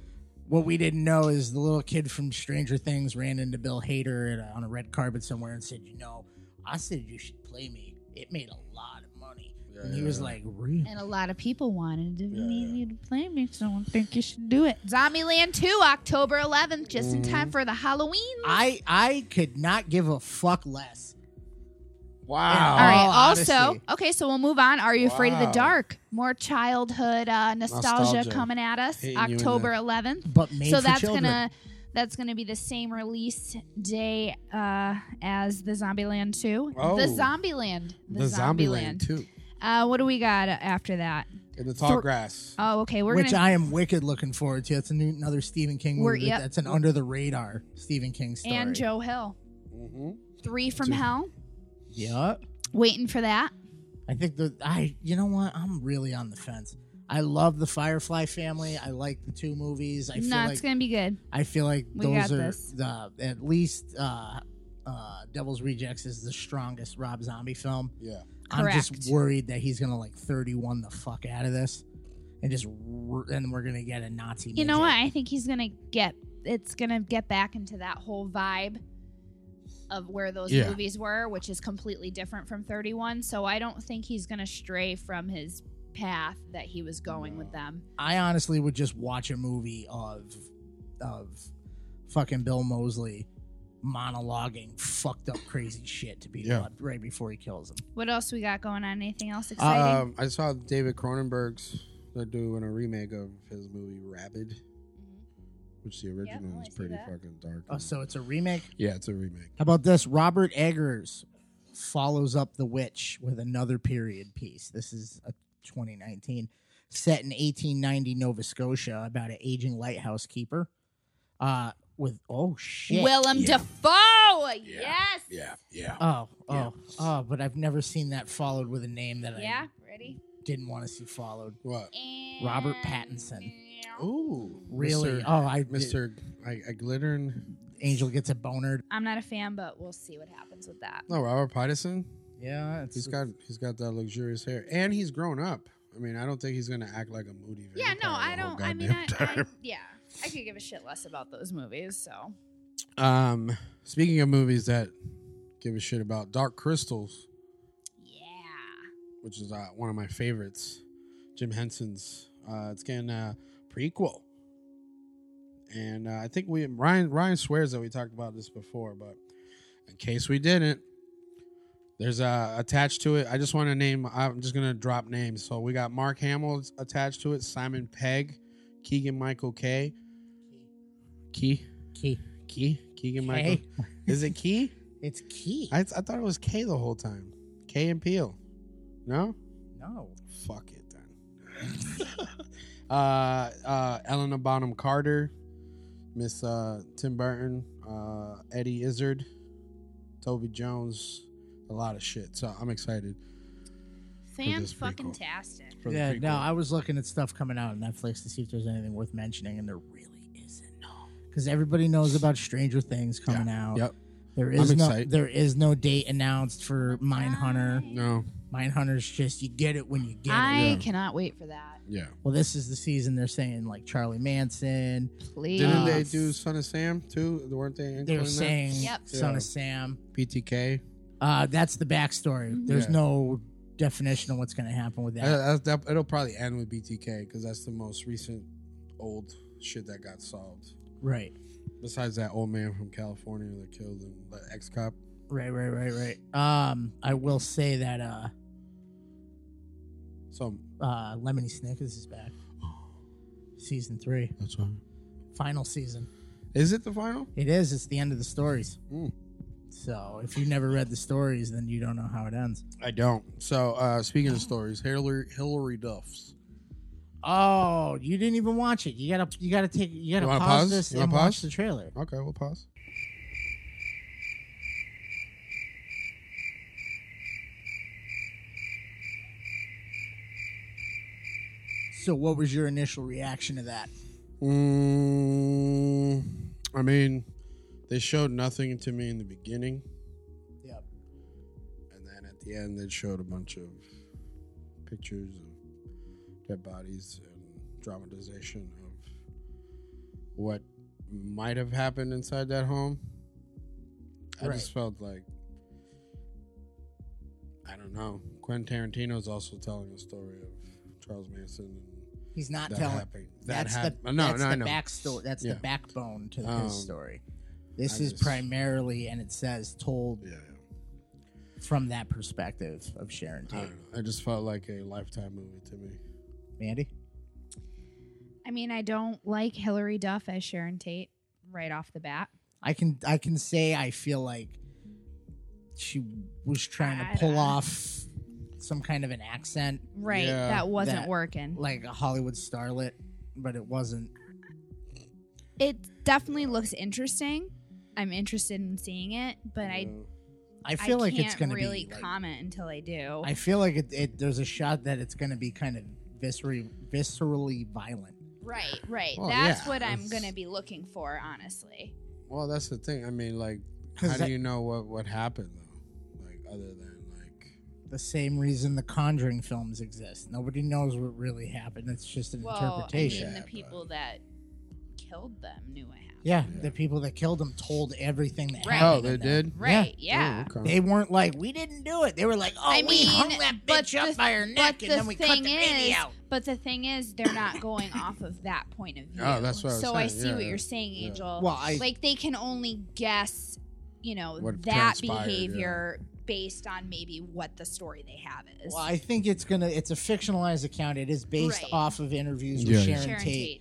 S1: what we didn't know is the little kid from Stranger Things ran into Bill Hader at, on a red carpet somewhere and said, "You know, I said you should play me. It made a lot of money." and he was like, "Really?"
S2: And a lot of people wanted to need you to play me, so I think you should do it. Zombieland 2, October 11th, just
S1: Mm-hmm.
S2: in time for the Halloween.
S1: I I could not give a fuck less.
S4: Wow.
S2: All right.
S1: Oh,
S2: Also,
S1: honesty.
S2: okay, so we'll move on. Are you afraid of the
S4: Wow.
S2: dark? More childhood uh, nostalgia,
S4: Nostalgia.
S2: coming at us.
S4: Hitting you in the-
S2: October 11th.
S1: But made
S2: so
S1: for
S2: that's
S1: children.
S2: gonna that's gonna be the same release day uh, as the Zombieland 2.
S4: Oh.
S2: The Zombieland.
S4: The, Zombieland too.
S2: Uh, what do we got after that?
S4: In the tall
S2: Thor-
S4: grass.
S2: Oh, okay. We're
S1: which
S2: gonna.
S1: I am wicked looking forward to. It's a new, another Stephen King
S2: We're-
S1: movie.
S2: yep.
S1: That's an under the radar Stephen King story.
S2: and Joe Hill.
S4: Mm-hmm.
S2: Three from
S4: Two.
S2: Hell.
S1: Yeah.
S2: Waiting for that.
S1: I think the I you know what I'm really on the fence. I love the Firefly family. I like the two movies. I feel
S2: no,
S1: like
S2: it's gonna be good.
S1: I feel like
S2: We got
S1: those are
S2: this.
S1: the at least uh, uh, Devil's Rejects is the strongest Rob Zombie film.
S4: Yeah.
S1: I'm
S2: Correct.
S1: just worried that he's gonna like 31 the fuck out of this, and just r- and we're gonna get a Nazi.
S2: You know
S1: midget.
S2: what? I think he's gonna get. It's gonna get back into that whole vibe of where those
S4: Yeah.
S2: movies were, which is completely different from Thirty One. So I don't think he's gonna stray from his path that he was going with them.
S1: I honestly would just watch a movie of of fucking Bill Mosley monologuing fucked up crazy shit to be
S4: Yeah.
S1: right before he kills him.
S2: What else we got going on? Anything else exciting?
S4: Um, I saw David Cronenberg's. They're doing a remake of his movie Rabid,
S1: Mm-hmm.
S4: which the original
S2: I
S4: is
S2: see
S4: pretty
S2: that.
S4: fucking dark.
S1: Oh, so it's a remake.
S4: yeah, it's a remake.
S1: How about this? Robert Eggers follows up The Witch with another period piece. This is a 2019, set in 1890 Nova Scotia, about an aging lighthouse keeper. Uh, with oh shit,
S2: Willem
S7: Yeah.
S2: Dafoe. Yes.
S4: Yeah, yeah.
S1: oh oh oh, but I've never seen that followed with a name that
S2: Yeah. Ready.
S1: I didn't want to see followed.
S4: What?
S1: Robert
S2: And-
S1: Pattinson.
S4: Ooh,
S1: Really?
S4: Mr.
S1: Oh, I
S4: Mr. I, I glittering.
S1: Angel gets a boner.
S2: I'm not a fan, but we'll see what happens with that.
S4: No, Robert Pattinson.
S1: Yeah, it's,
S4: He's got he's got that luxurious hair, and he's grown up. I mean, I don't think he's gonna act like a moody.
S2: Yeah, no,
S4: vampire
S2: I
S4: the whole
S2: don't. I mean, I,
S4: goddamn
S2: I
S4: time.
S2: yeah, I could give a shit less about those movies. So
S4: Um, speaking of movies that give a shit about, Dark Crystals,
S2: yeah,
S4: which is uh, one of my favorites, Jim Henson's. Uh, it's getting a prequel, and uh, I think we Ryan Ryan swears that we talked about this before, but in case we didn't, there's uh, attached to it. I just want to name. I'm just gonna drop names. So we got Mark Hamill attached to it, Simon Pegg, Keegan Michael K. Key,
S1: key.
S4: Key, Keegan Michael.
S1: Hey,
S4: Is it Key?
S1: it's key.
S4: I, I thought it was K the whole time. K and Peel. No?
S1: no,
S4: Fuck it then. uh, uh, Elena Bonham Carter, Miss uh, Tim Burton, uh, Eddie Izzard, Toby Jones, a lot of shit. So I'm excited
S2: fan
S4: this prequel.
S2: fucking tastic.
S4: for the
S1: yeah,
S4: prequel.
S1: no. I was looking at stuff coming out on Netflix to see if there's anything worth mentioning, and there really isn't. No, because everybody knows about Stranger Things coming out.
S4: Yep.
S1: There is
S4: I'm
S1: no
S4: excited.
S1: there is no date announced for Mindhunter.
S4: No.
S1: Mindhunter's just you get it when you get it.
S2: I
S4: yeah.
S2: cannot wait for that.
S4: Yeah.
S1: Well, this is the season they're saying like Charlie Manson.
S2: Please.
S4: Didn't they do Son of Sam too? Weren't they?
S1: They were
S4: including that?
S1: saying
S2: Yep.
S1: Son
S4: Yeah.
S1: of Sam.
S4: PTK.
S1: Uh, that's the backstory. There's
S4: Mm-hmm. Yeah.
S1: no definition of what's going to happen with that.
S4: Uh, that, that- it'll probably end with BTK because that's the most recent old shit that got solved.
S1: right,
S4: Besides that old man from California that killed him, the ex cop.
S1: right, right, right, right. Um, I will say that uh,
S4: So
S1: uh, Lemony Snickers is back. Season three,
S4: that's right.
S1: final season.
S4: Is it the final?
S1: It is. It's the end of the stories.
S4: Mm.
S1: So if you never read the stories, then you don't know how it ends.
S4: I don't. So uh, speaking of stories, Hillary Hillary Duff's.
S1: Oh, you didn't even watch it. You gotta, you gotta take, you gotta
S4: You
S1: pause,
S4: wanna pause?
S1: this
S4: You wanna
S1: and watch
S4: pause?
S1: the trailer.
S4: Okay, we'll pause.
S1: So, what was your initial reaction to that?
S4: Mm, I mean, they showed nothing to me in the beginning,
S1: Yep.
S4: and then at the end they showed a bunch of pictures of dead bodies and dramatization of what might have happened inside that home. I
S1: Right.
S4: just felt like I don't know. Quentin Tarantino's also telling a story of Charles Manson and
S1: He's not
S4: that
S1: telling.
S4: happened. That
S1: That's the
S4: happened. no,
S1: that's
S4: no,
S1: the
S4: I know.
S1: backstory. That's
S4: Yeah.
S1: the backbone to
S4: Um,
S1: his story. This
S4: I
S1: is
S4: just-
S1: primarily, and it says told
S4: Yeah,
S1: from that perspective of Sharon
S4: yeah. I
S1: Tate.
S4: don't know. It just felt like a lifetime movie to me.
S1: Mandy,
S2: I mean, I don't like Hillary Duff as Sharon Tate right off the bat.
S1: I can I can say I feel like she was trying
S2: I
S1: to pull
S2: don't-
S1: off some kind of an accent,
S2: Right.
S4: Yeah,
S2: that wasn't
S1: that-
S2: working.
S1: like a Hollywood starlet, but it wasn't.
S2: It definitely looks interesting. I'm interested in seeing it, but I
S4: You know?
S1: I feel like
S2: can't
S1: it's going to
S2: really
S1: be. like-
S2: comment until I do.
S1: I feel like it, it. There's a shot that it's going to be kind of viscerally, viscerally violent.
S2: right, right.
S4: Well,
S2: That's
S4: yeah,
S2: what I'm
S4: it's-
S2: going to be looking for, honestly.
S4: Well, that's the thing. I mean, like,
S1: 'Cause
S4: how
S1: that-
S4: do you know what what happened though? Like, other than like,
S1: The same reason the Conjuring films exist. Nobody knows what really happened. It's just an
S2: Well, I
S1: interpretation.
S2: mean, the
S4: but-
S2: people that killed them knew what happened.
S1: yeah,
S4: Yeah.
S1: the people that killed him told everything that
S2: Right.
S4: oh,
S1: happened.
S4: they
S1: to them.
S4: did.
S2: Right, yeah.
S4: Oh, okay.
S1: They weren't like we didn't do it. They were like, oh,
S2: I
S1: we hung
S2: mean,
S1: that
S2: but
S1: bitch up
S2: the-
S1: by her neck and
S2: the
S1: then we cut the
S2: thing
S1: baby
S2: is-
S1: out.
S2: But the thing is, they're not going off of that point of view.
S4: Oh, that's what I was
S2: so I
S4: saying.
S2: see
S4: Yeah,
S2: what
S4: yeah.
S2: you're saying,
S4: Yeah.
S2: Angel.
S1: Well, I
S2: like they can only guess, you know,
S4: What
S2: that
S4: transpired,
S2: behavior based on maybe what the story they have is.
S1: well, I think it's gonna. It's a fictionalized account. It is based
S2: Right.
S1: off of interviews with
S4: Yeah, yeah.
S1: Sharon,
S2: Sharon
S1: Tate.
S2: Tate.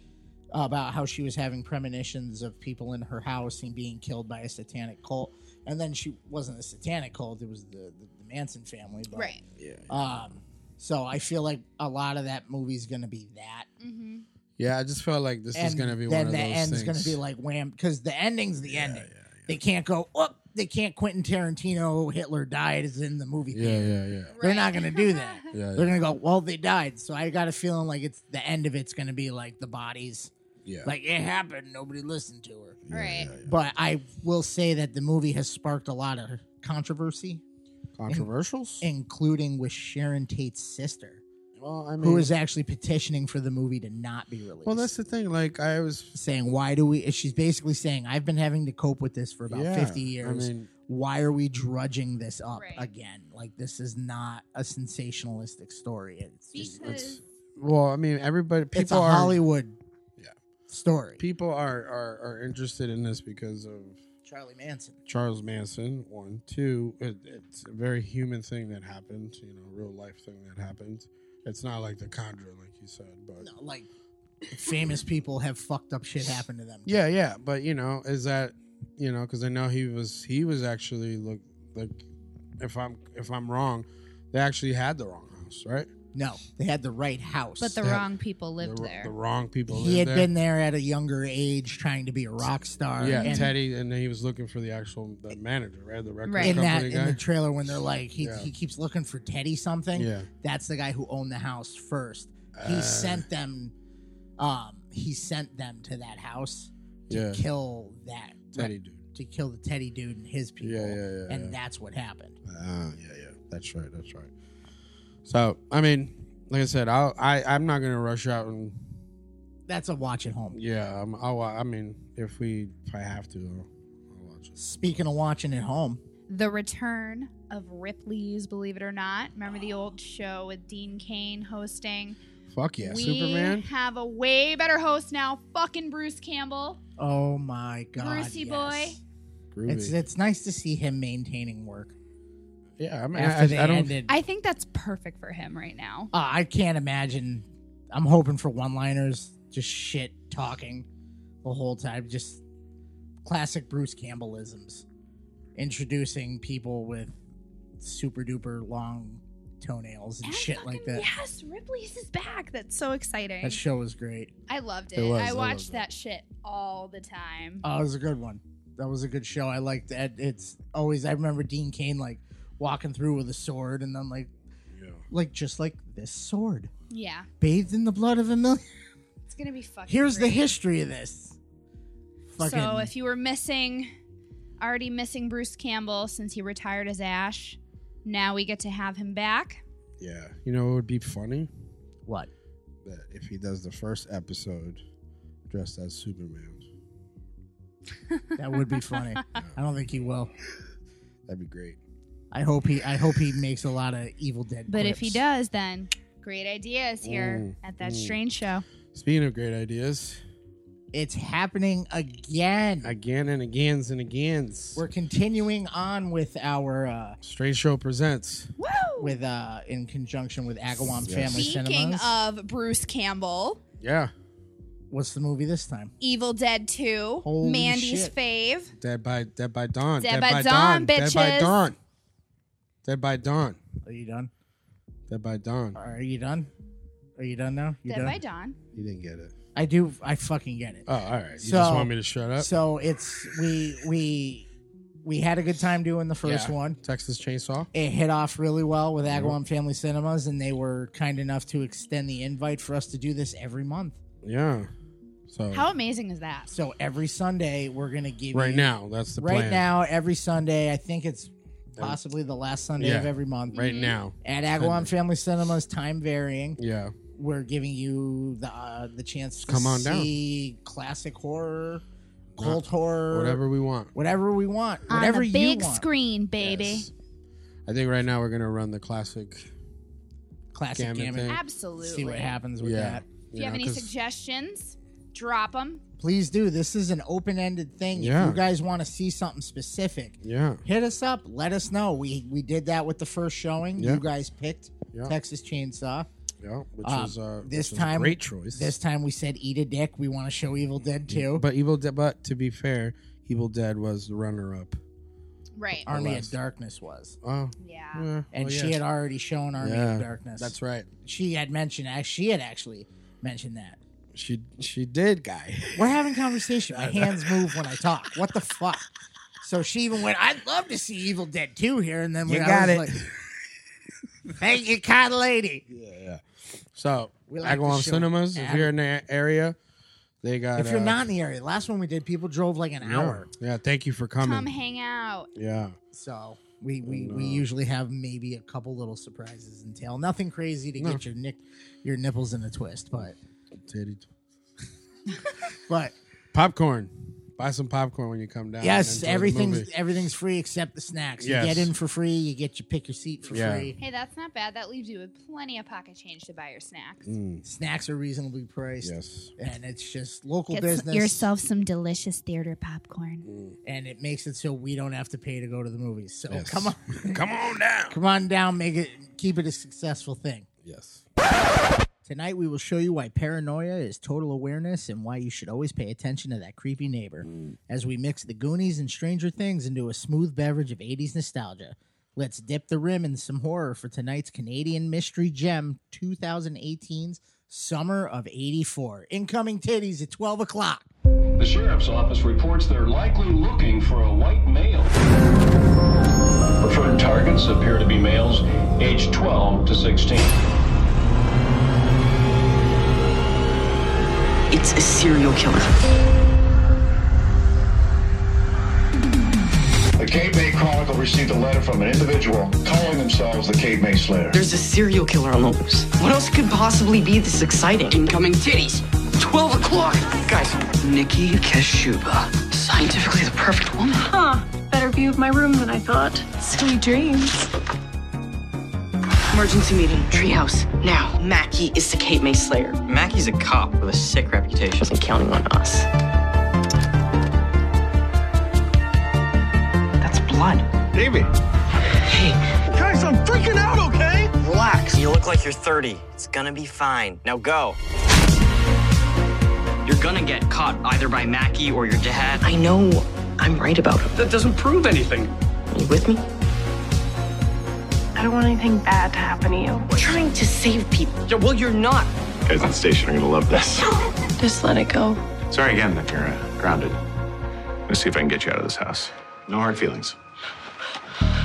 S1: about how she was having premonitions of people in her house and being killed by a satanic cult. And then she wasn't a satanic cult; it was the the, the Manson family. But,
S2: Right.
S1: Um. So I feel like a lot of that movie's going to be that.
S2: Mm-hmm.
S4: Yeah, I just felt like this
S1: and
S4: is gonna be
S1: then
S4: one of
S1: the
S4: those
S1: end's
S4: things.
S1: going to be like wham because the ending's the
S4: yeah, yeah,
S1: ending. They can't go up. They can't Quentin Tarantino Hitler died is in the movie.
S4: yeah,
S1: theater.
S4: yeah, yeah,
S1: They're not going to do that.
S4: yeah, yeah,
S1: They're going to go. Well, they died. So I got a feeling like it's the end of it's going to be like the bodies.
S4: yeah.
S1: Like it happened. Nobody listened to her.
S4: yeah,
S2: Right.
S4: yeah, yeah.
S1: But I will say that the movie has sparked a lot of controversy,
S4: Controversials.
S1: including with Sharon Tate's sister,
S4: well, I mean,
S1: who is actually petitioning for the movie to not be released.
S4: well, that's the thing. Like, I was
S1: saying, why do we? She's basically saying, I've been having to cope with this for about
S4: yeah,
S1: 50 years.
S4: I mean,
S1: why are we drudging this up
S2: Right.
S1: again? Like, this is not a sensationalistic story. It's just, it's,
S2: Because
S4: well, I mean, everybody, people
S1: it's a
S4: are
S1: Hollywood
S4: Yeah.
S1: story.
S4: people are, are are interested in this because of
S1: Charlie Manson.
S4: Charles Manson. One, two. It, it's a very human thing that happened. You know, real life thing that happened. It's not like the Conjuring, like you said, but
S1: No, like, famous people have fucked up shit happen to them. too.
S4: Yeah, yeah, but you know, is that you know? Because I know he was he was actually look like if I'm if I'm wrong, they actually had the wrong house, right?
S1: No, they had the right house.
S2: but the
S4: Yeah.
S2: wrong people lived
S4: the, wr-
S2: there.
S4: the wrong people.
S1: he had
S4: lived there. Uh,
S1: been there at a younger age trying to be a rock star.
S4: yeah,
S1: and
S4: Teddy, and he was looking for the actual the manager, right? The record
S2: Right.
S1: In
S4: company
S1: that
S4: guy.
S1: in the trailer when they're like he,
S4: Yeah.
S1: he keeps looking for Teddy something.
S4: yeah,
S1: That's the guy who owned the house first. He
S4: Uh.
S1: sent them um he sent them to that house to
S4: yeah,
S1: kill that
S4: Teddy dude.
S1: to kill the Teddy dude and his people.
S4: Yeah, yeah, yeah,
S1: and
S4: yeah.
S1: that's what happened.
S4: Ah, yeah, yeah. That's right. That's right. So I mean, like I said, I'll, I I'm not gonna rush out and
S1: That's a watch at home.
S4: yeah. I'm, I'll, wa- I mean, if we if I have to, I'll, I'll watch it.
S1: Speaking of watching at home,
S2: the return of Ripley's, believe it or not. Remember the old show with Dean Kane hosting?
S4: Fuck yeah,
S2: we
S4: Superman.
S2: have a way better host now. Fucking Bruce Campbell.
S1: oh my god.
S2: Brucey
S1: yes.
S4: Groovy.
S1: It's it's nice to see him maintaining work.
S4: yeah, I mean,
S1: after they
S4: I, I don't.
S1: ended
S2: I think that's perfect for him right now.
S1: Uh, I can't imagine. I'm hoping for one-liners, just shit talking the whole time, just classic Bruce Campbellisms, introducing people with super duper long toenails and,
S2: And
S1: shit like
S2: fucking
S1: that.
S2: Yes, Ripley's is back. That's so exciting.
S1: That show was great.
S2: I loved it.
S4: It was, I
S2: I
S4: loved
S2: watched
S4: it.
S2: that shit all the time.
S1: Oh, it was a good one. That was a good show. I liked that. It's always I remember Dean Kane like walking through with a sword, and then like
S4: Yeah.
S1: like just like this sword
S2: yeah.
S1: bathed in the blood of a million.
S2: It's going to be fucking
S1: Here's the
S2: great.
S1: history of this. Fucking
S2: So if you were missing, already missing Bruce Campbell since he retired as Ash, now we get to have him back.
S4: yeah. You know, it would be funny
S1: what?
S4: that if he does the first episode dressed as Superman.
S1: That would be funny. I don't think he will.
S8: That'd be great.
S1: I hope he. I hope he makes a lot of Evil Dead.
S2: But if he
S1: clips.
S2: does, then great ideas here
S4: Mm,
S2: at that
S4: mm.
S2: strange show.
S4: Speaking of great ideas,
S1: it's happening again.
S4: again and agains and agains.
S1: We're continuing on with our uh,
S4: Strange Show presents.
S2: Woo!
S1: with uh, in conjunction with Agawam
S8: Yes.
S1: Family
S9: Speaking
S1: Cinemas.
S9: of Bruce Campbell,
S4: Yeah,
S1: What's the movie this time?
S9: Evil Dead 2,
S1: Holy
S9: Mandy's
S1: shit.
S9: fave.
S4: Dead by Dead by Dawn.
S9: Dead by Dawn,
S4: Dead by
S9: bitches.
S4: Dawn. Dead by Dawn.
S1: Are you done?
S4: Dead by Dawn.
S1: Are you done? Are you done now? You
S2: Dead
S1: done?
S2: by Dawn.
S4: You didn't get it.
S1: I do. I fucking get it.
S4: Oh, all right. You
S1: So-
S4: just want me to shut up?
S1: So it's we we we had a good time doing the first
S4: Yeah.
S1: one.
S4: Texas Chainsaw.
S1: It hit off really well with Agawam Family Cinemas, and they were kind enough to extend the invite for us to do this every month.
S4: Yeah. So
S2: How amazing is that?
S1: So every Sunday we're gonna give
S4: right
S1: you-
S4: now, that's the
S1: right
S4: plan.
S1: now every Sunday. I think it's possibly the last Sunday of
S4: Yeah.
S1: every month.
S4: Right now.
S1: At Agawam Family Cinemas, time varying,
S4: Yeah.
S1: we're giving you the uh, the chance to
S4: come on down.
S1: see classic horror, cult horror,
S4: Whatever we want.
S1: whatever we want, whatever
S2: On the big
S1: you want.
S2: screen, baby.
S4: Yes. I think right now we're gonna run the classic.
S1: Classic
S4: Gamut
S1: gamut.
S4: thing.
S2: Absolutely.
S1: See what happens with
S4: yeah.
S1: that.
S2: If you, have
S4: know,
S2: any
S4: 'cause-
S2: suggestions, drop them.
S1: Please do. This is an open ended thing.
S4: Yeah.
S1: If you guys want to see something specific,
S4: Yeah.
S1: hit us up. Let us know. We we did that with the first showing.
S4: Yeah.
S1: You guys picked
S4: Yeah.
S1: Texas Chainsaw.
S4: Yeah. Which
S1: Um,
S4: is uh,
S1: this
S4: which is a
S1: time-
S4: great choice.
S1: This time we said eat a dick. We want to show Evil Dead 2.
S4: But Evil Dead. But to be fair, Evil Dead was the runner-up.
S2: Right.
S1: Army of
S4: last-
S1: Darkness was.
S4: Oh,
S2: Yeah.
S4: yeah. Well,
S1: Ah. And
S4: yeah.
S1: she had already shown Army
S4: Yeah,
S1: of Darkness.
S4: That's right.
S1: She had mentioned, act- she had actually mentioned that.
S4: She she did, guy.
S1: We're having conversation. My hands move when I talk. What the fuck? So she even went, I'd love to see Evil Dead 2 here. And then we
S4: You
S1: I
S4: got
S1: was like, thank you, kind lady.
S4: So
S1: We like
S4: Agawam
S1: the show.
S4: Cinemas. If
S1: Yeah.
S4: you're in the area, they got.
S1: If you're
S4: uh,
S1: not in the area, the last one we did, people drove like an
S4: yeah.
S1: hour.
S4: Yeah. Thank you for coming.
S2: Come hang out.
S4: yeah.
S1: So we we,
S4: And,
S1: we
S4: uh,
S1: usually have maybe a couple little surprises and tail. Nothing crazy to get your nick your nipples in a twist, but
S4: Titty.
S1: but
S4: Popcorn. Buy some popcorn when you come down. and
S1: yes,
S4: enjoy the
S1: everything's
S4: movie.
S1: everything's free except the snacks.
S4: Yes.
S1: You get in for free, you get your pick your seat for
S4: Yeah.
S1: free.
S2: Hey, that's not bad. That leaves you with plenty of pocket change to buy your snacks.
S4: Mm,
S1: Snacks are reasonably priced.
S4: yes.
S1: And it's just local
S2: Get s-
S1: business
S2: yourself some delicious theater popcorn.
S1: Mm, and it makes it so we don't have to pay to go to the movies. So
S4: Yes.
S1: come on
S8: Come on down.
S1: come on down, make it keep it a successful thing.
S4: Yes.
S1: Tonight, we will show you why paranoia is total awareness and why you should always pay attention to that creepy neighbor.
S4: Mm.
S1: As we mix the Goonies and Stranger Things into a smooth beverage of 80s nostalgia, let's dip the rim in some horror for tonight's Canadian Mystery Gem 2018's Summer of 84. Incoming titties at 12 o'clock.
S10: The sheriff's office reports they're likely looking for a white male. Preferred targets appear to be males aged 12 to 16.
S11: It's a serial killer.
S10: The Cape May Chronicle received a letter from an individual calling themselves the Cape May Slayer.
S11: There's a serial killer on the loose. What else could possibly be this exciting? Incoming titties. 12 o'clock. Guys, Nikki Keshuba. Scientifically the perfect woman.
S12: Better view of my room than I thought. Sweet dreams.
S11: Emergency meeting. Treehouse. Now. Mackie is the Kate May Slayer.
S7: Mackie's a cop with a sick reputation.
S11: Wasn't counting on us. That's blood.
S3: Guys, I'm freaking out, okay?
S7: Relax. You look like you're 30. It's gonna be fine. Now go. You're gonna get caught either by Mackie or your dad.
S11: I know I'm right about him.
S10: That doesn't prove anything.
S11: Are you with me?
S12: I don't want anything bad to happen to you.
S11: We're trying to save people.
S7: Yeah, well, you're not.
S10: Guys on station are gonna love this.
S12: Just let it go.
S10: Sorry again if you're uh, grounded. Let's see if I can get you out of this house. No hard feelings.
S11: You were wrong.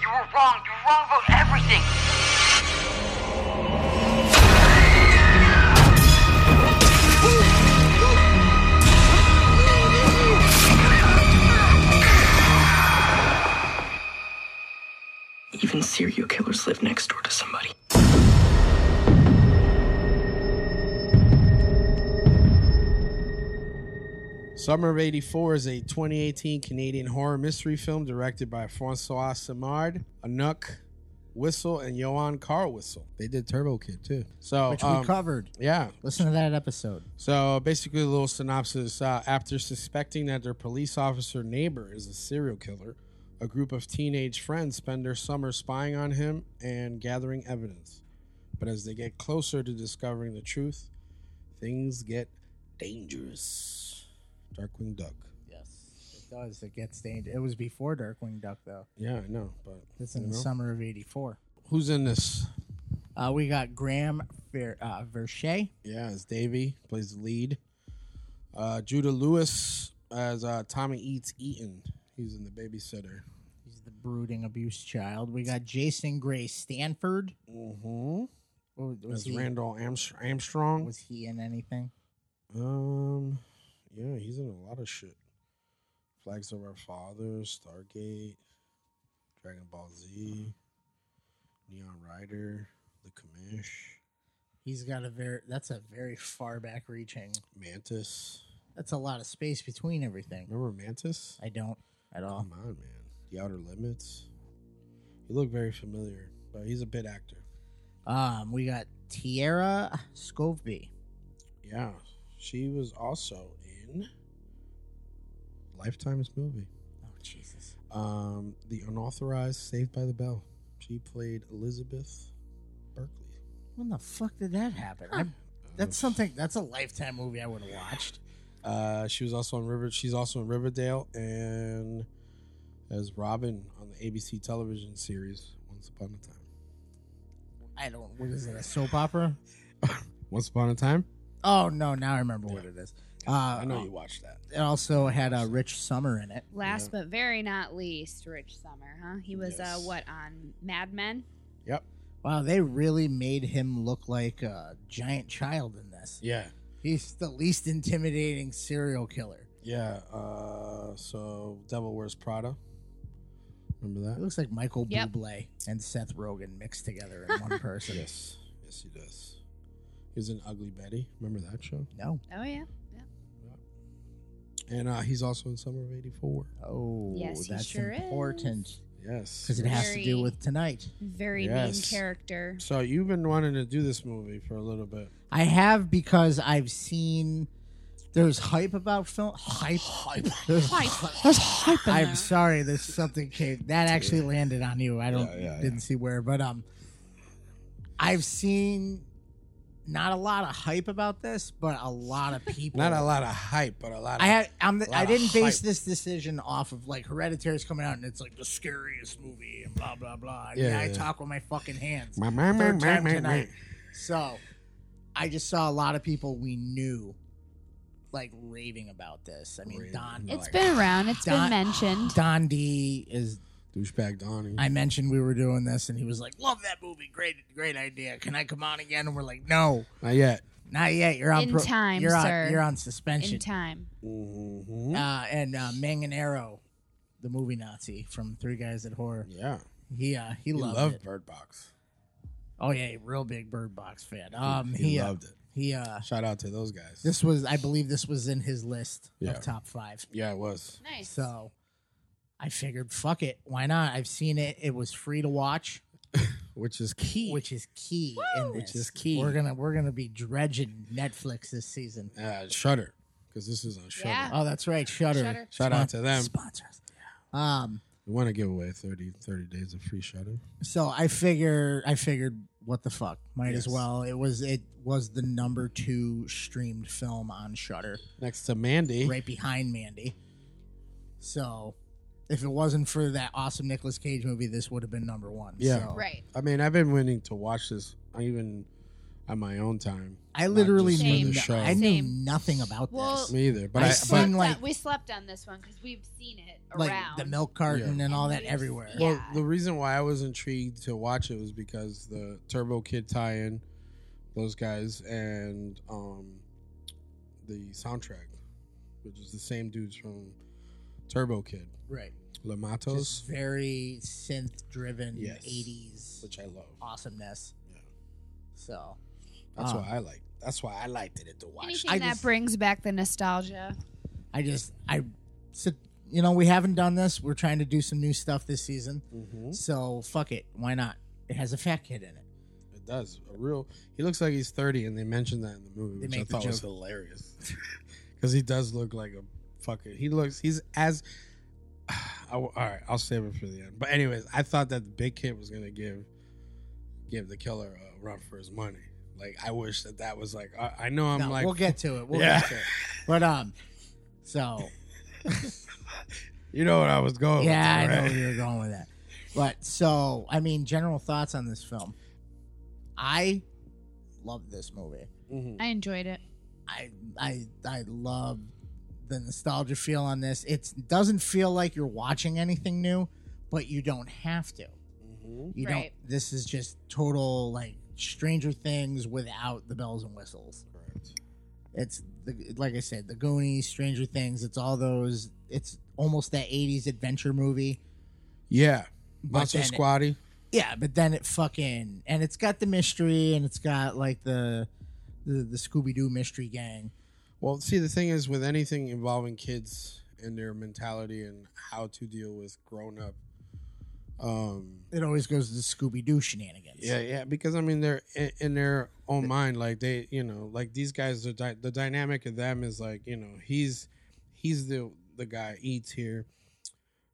S11: You were wrong about everything. Even serial killers live next door to somebody.
S4: Summer of 84 is a 2018 Canadian horror mystery film directed by Francois Simard, Anuk Whistle, and Johan Carl Whistle. They did Turbo Kid too. So
S1: Which we
S4: um,
S1: covered.
S4: Yeah.
S1: Listen to that episode.
S4: So basically, a little synopsis. Uh, after suspecting that their police officer neighbor is a serial killer, a group of teenage friends spend their summer spying on him and gathering evidence. But as they get closer to discovering the truth, things get dangerous. Darkwing Duck.
S1: Yes, it does. It gets stained. It was before Darkwing Duck, though.
S4: Yeah, I know, but
S1: It's in
S4: you
S1: the
S4: know.
S1: summer of '84.
S4: Who's in this?
S1: Uh, we got Graham Ver- uh, Verche.
S4: Yeah, it's Davey plays the lead. Uh, Judah Lewis as uh, Tommy Eats Eaton. He's in the babysitter.
S1: He's the brooding abuse child. We got Jason Gray Stanford.
S4: Mm-hmm.
S1: Was,
S4: That's
S1: he,
S4: Randall Amst- Armstrong.
S1: was he in anything?
S4: Um, yeah, he's in a lot of shit. Flags of Our Fathers, Stargate, Dragon Ball Z, Neon Rider, The Commish,
S1: He's got a very. That's a very far back reaching.
S4: Mantis.
S1: That's a lot of space between everything.
S4: Remember Mantis?
S1: I don't at all.
S4: Come on, man. The Outer Limits. You look very familiar, but he's a bit actor.
S1: Um, we got Tierra Scoveby.
S4: Yeah, she was also in Lifetime's movie.
S1: Oh Jesus!
S4: Um, the unauthorized Saved by the Bell. She played Elizabeth Berkley.
S1: When the fuck did that happen? I, that's something. That's a lifetime movie I would have watched.
S4: Uh, she was also in River. She's also in Riverdale and as Robin on the ABC television series Once Upon a Time.
S1: I don't. What is it? A soap opera?
S4: Once Upon a Time.
S1: Oh no! Now I remember what it is. Uh,
S4: I know you watched that.
S1: It also had a Rich Summer in it.
S2: Last but very not least, Rich Summer, huh? He was uh,
S1: Yes.
S2: what on Mad Men?
S4: Yep.
S1: Wow, they really made him look like a giant child in this.
S4: Yeah.
S1: He's the least intimidating serial killer.
S4: Yeah. Uh, so Devil Wears Prada. Remember
S1: He
S4: that?
S1: looks like Michael
S4: Yep.
S1: Bublé and Seth Rogen mixed together in one person.
S4: Yes. Yes, he does. He was in Ugly Betty. Remember that show?
S1: No.
S2: Oh yeah.
S4: And uh, he's also in Summer of '84.
S1: Oh,
S2: Yes, he
S1: that's
S2: sure is.
S1: important.
S4: Yes,
S1: Because it has to do
S2: Very-
S1: with tonight.
S2: Very mean
S4: Yes.
S2: character.
S4: So you've been wanting to do this movie for a little bit.
S1: I have because I've seen there's hype about film. Hype, hype, there's
S2: hype.
S1: There's hype. I'm sorry, there's something came that actually landed on you. I don't didn't see where, but um, I've seen not a lot of hype about this, but a lot of people.
S4: Not a lot of hype, but a lot. Of,
S1: I had I'm the,
S4: lot
S1: I
S4: of
S1: didn't base
S4: hype.
S1: this decision off of like Hereditary's coming out and it's like the scariest movie and blah blah blah. And
S4: Yeah,
S1: yeah,
S4: yeah.
S1: I talk with my fucking hands.
S4: Ma, ma, ma,
S1: Third
S4: ma,
S1: time
S4: ma, ma.
S1: tonight. So I just saw a lot of people we knew like raving about this. I mean Don
S2: It's
S1: like,
S2: been around. It's
S1: Don-
S2: been mentioned.
S1: Oh Don D is
S4: douchebag Donnie.
S1: I mentioned we were doing this and he was like, Love that movie, great great idea. Can I come on again? And we're like, No,
S4: Not yet.
S1: not yet. You're on
S2: In
S1: pro-
S2: time,
S1: you're
S2: sir.
S1: on you're on suspension.
S2: In time.
S4: Mm-hmm.
S1: uh, and uh, Manganero, the movie Nazi from Three Guys at Horror.
S4: yeah,
S1: He uh, he, loved, it.
S4: Bird Box.
S1: Oh yeah, real big Bird Box fan. Um,
S4: he,
S1: he, uh,
S4: loved it.
S1: He uh,
S4: Shout out to those guys.
S1: this was I believe this was in his list
S4: Yeah.
S1: of top five.
S4: yeah, it was.
S2: Nice.
S1: So I figured, fuck it, why not? I've seen it. It was free to watch,
S4: Which is key.
S1: which is key. In this.
S4: Which is key.
S1: We're gonna we're gonna be dredging Netflix this season.
S4: uh, Shutter, because this is on Shutter.
S2: Yeah.
S1: Oh, that's right, Shutter.
S2: Shudder.
S4: Shout out to them.
S1: Sponsors. Um.
S4: We want to give away 30, 30 days of free Shutter.
S1: So I figure I figured what the fuck might
S4: Yes.
S1: as well. It was it was the number 2 streamed film on Shutter
S4: Next to Mandy.
S1: right behind Mandy. So if it wasn't for that awesome Nicolas Cage movie this would have been number 1.
S4: Yeah.
S1: So
S2: Right.
S4: I mean, I've been wanting to watch this I even on my own time.
S1: I
S4: not
S1: literally
S4: just for
S2: Same.
S1: knew,
S4: the show.
S1: I knew
S2: Same.
S1: nothing about
S2: Well,
S1: this.
S4: Me either, but
S1: I
S4: I,
S1: saw-
S4: but
S1: Been like-
S2: we slept on this one because we've seen it
S1: Like
S2: around.
S1: the milk carton
S4: Yeah.
S1: and all
S2: And
S1: that
S2: we-
S1: everywhere.
S2: yeah.
S4: Well, the reason why I was intrigued to watch it was because the Turbo Kid tie-in, those guys, and um, the soundtrack, which is the same dudes from Turbo Kid,
S1: Right.
S4: Lamatos,
S1: Just very synth driven
S4: Yes.
S1: 80s
S4: which I love.
S1: awesomeness.
S4: Yeah.
S1: So
S4: That's
S1: Ah.
S4: why I like. That's why I liked it to watch.
S2: Anything
S1: I
S2: that
S1: just-
S2: brings back the nostalgia.
S1: I I just I said, you know, we haven't done this. We're trying to do some new stuff this season. So fuck it, why not? It has a fat kid in it.
S4: It does. A real. He looks like he's thirty, and they mentioned that in the movie,
S1: They
S4: which I
S1: make the
S4: thought was
S1: joke.
S4: hilarious. Because he does look like a fucking. He looks. He's as. I, all right, I'll save it for the end. But anyways, I thought that the big kid was gonna give, give the killer a run for his money. Like I wish that that was like. I, I know I'm
S1: No,
S4: like.
S1: we'll get to it. We'll
S4: Yeah.
S1: get to it. But um, so
S4: You know what I was going.
S1: yeah,
S4: with,
S1: I know
S4: right?
S1: where you were going with that. But so, I mean, general thoughts on this film. I love this movie.
S2: I enjoyed it.
S1: I I I love the nostalgia feel on this. It doesn't feel like you're watching anything new, but you don't have to. You
S2: Right.
S1: don't. This is just total like Stranger Things without the bells and whistles. It's the, like I said, the Goonies, Stranger Things. It's all those. It's almost that '80s adventure movie.
S4: Yeah,
S1: But
S4: muscle
S1: then it-
S4: squatty.
S1: Yeah, but then it fucking and it's got the mystery and it's got like the the, the Scooby Doo mystery gang.
S4: Well, see, the thing is, with anything involving kids and their mentality and how to deal with grown up, um,
S1: It always goes to the Scooby Doo shenanigans.
S4: yeah, yeah, because I mean, they're in, in their own mind, like they, you know, like these guys are di- the dynamic of them is like, you know, he's he's the the guy eats here,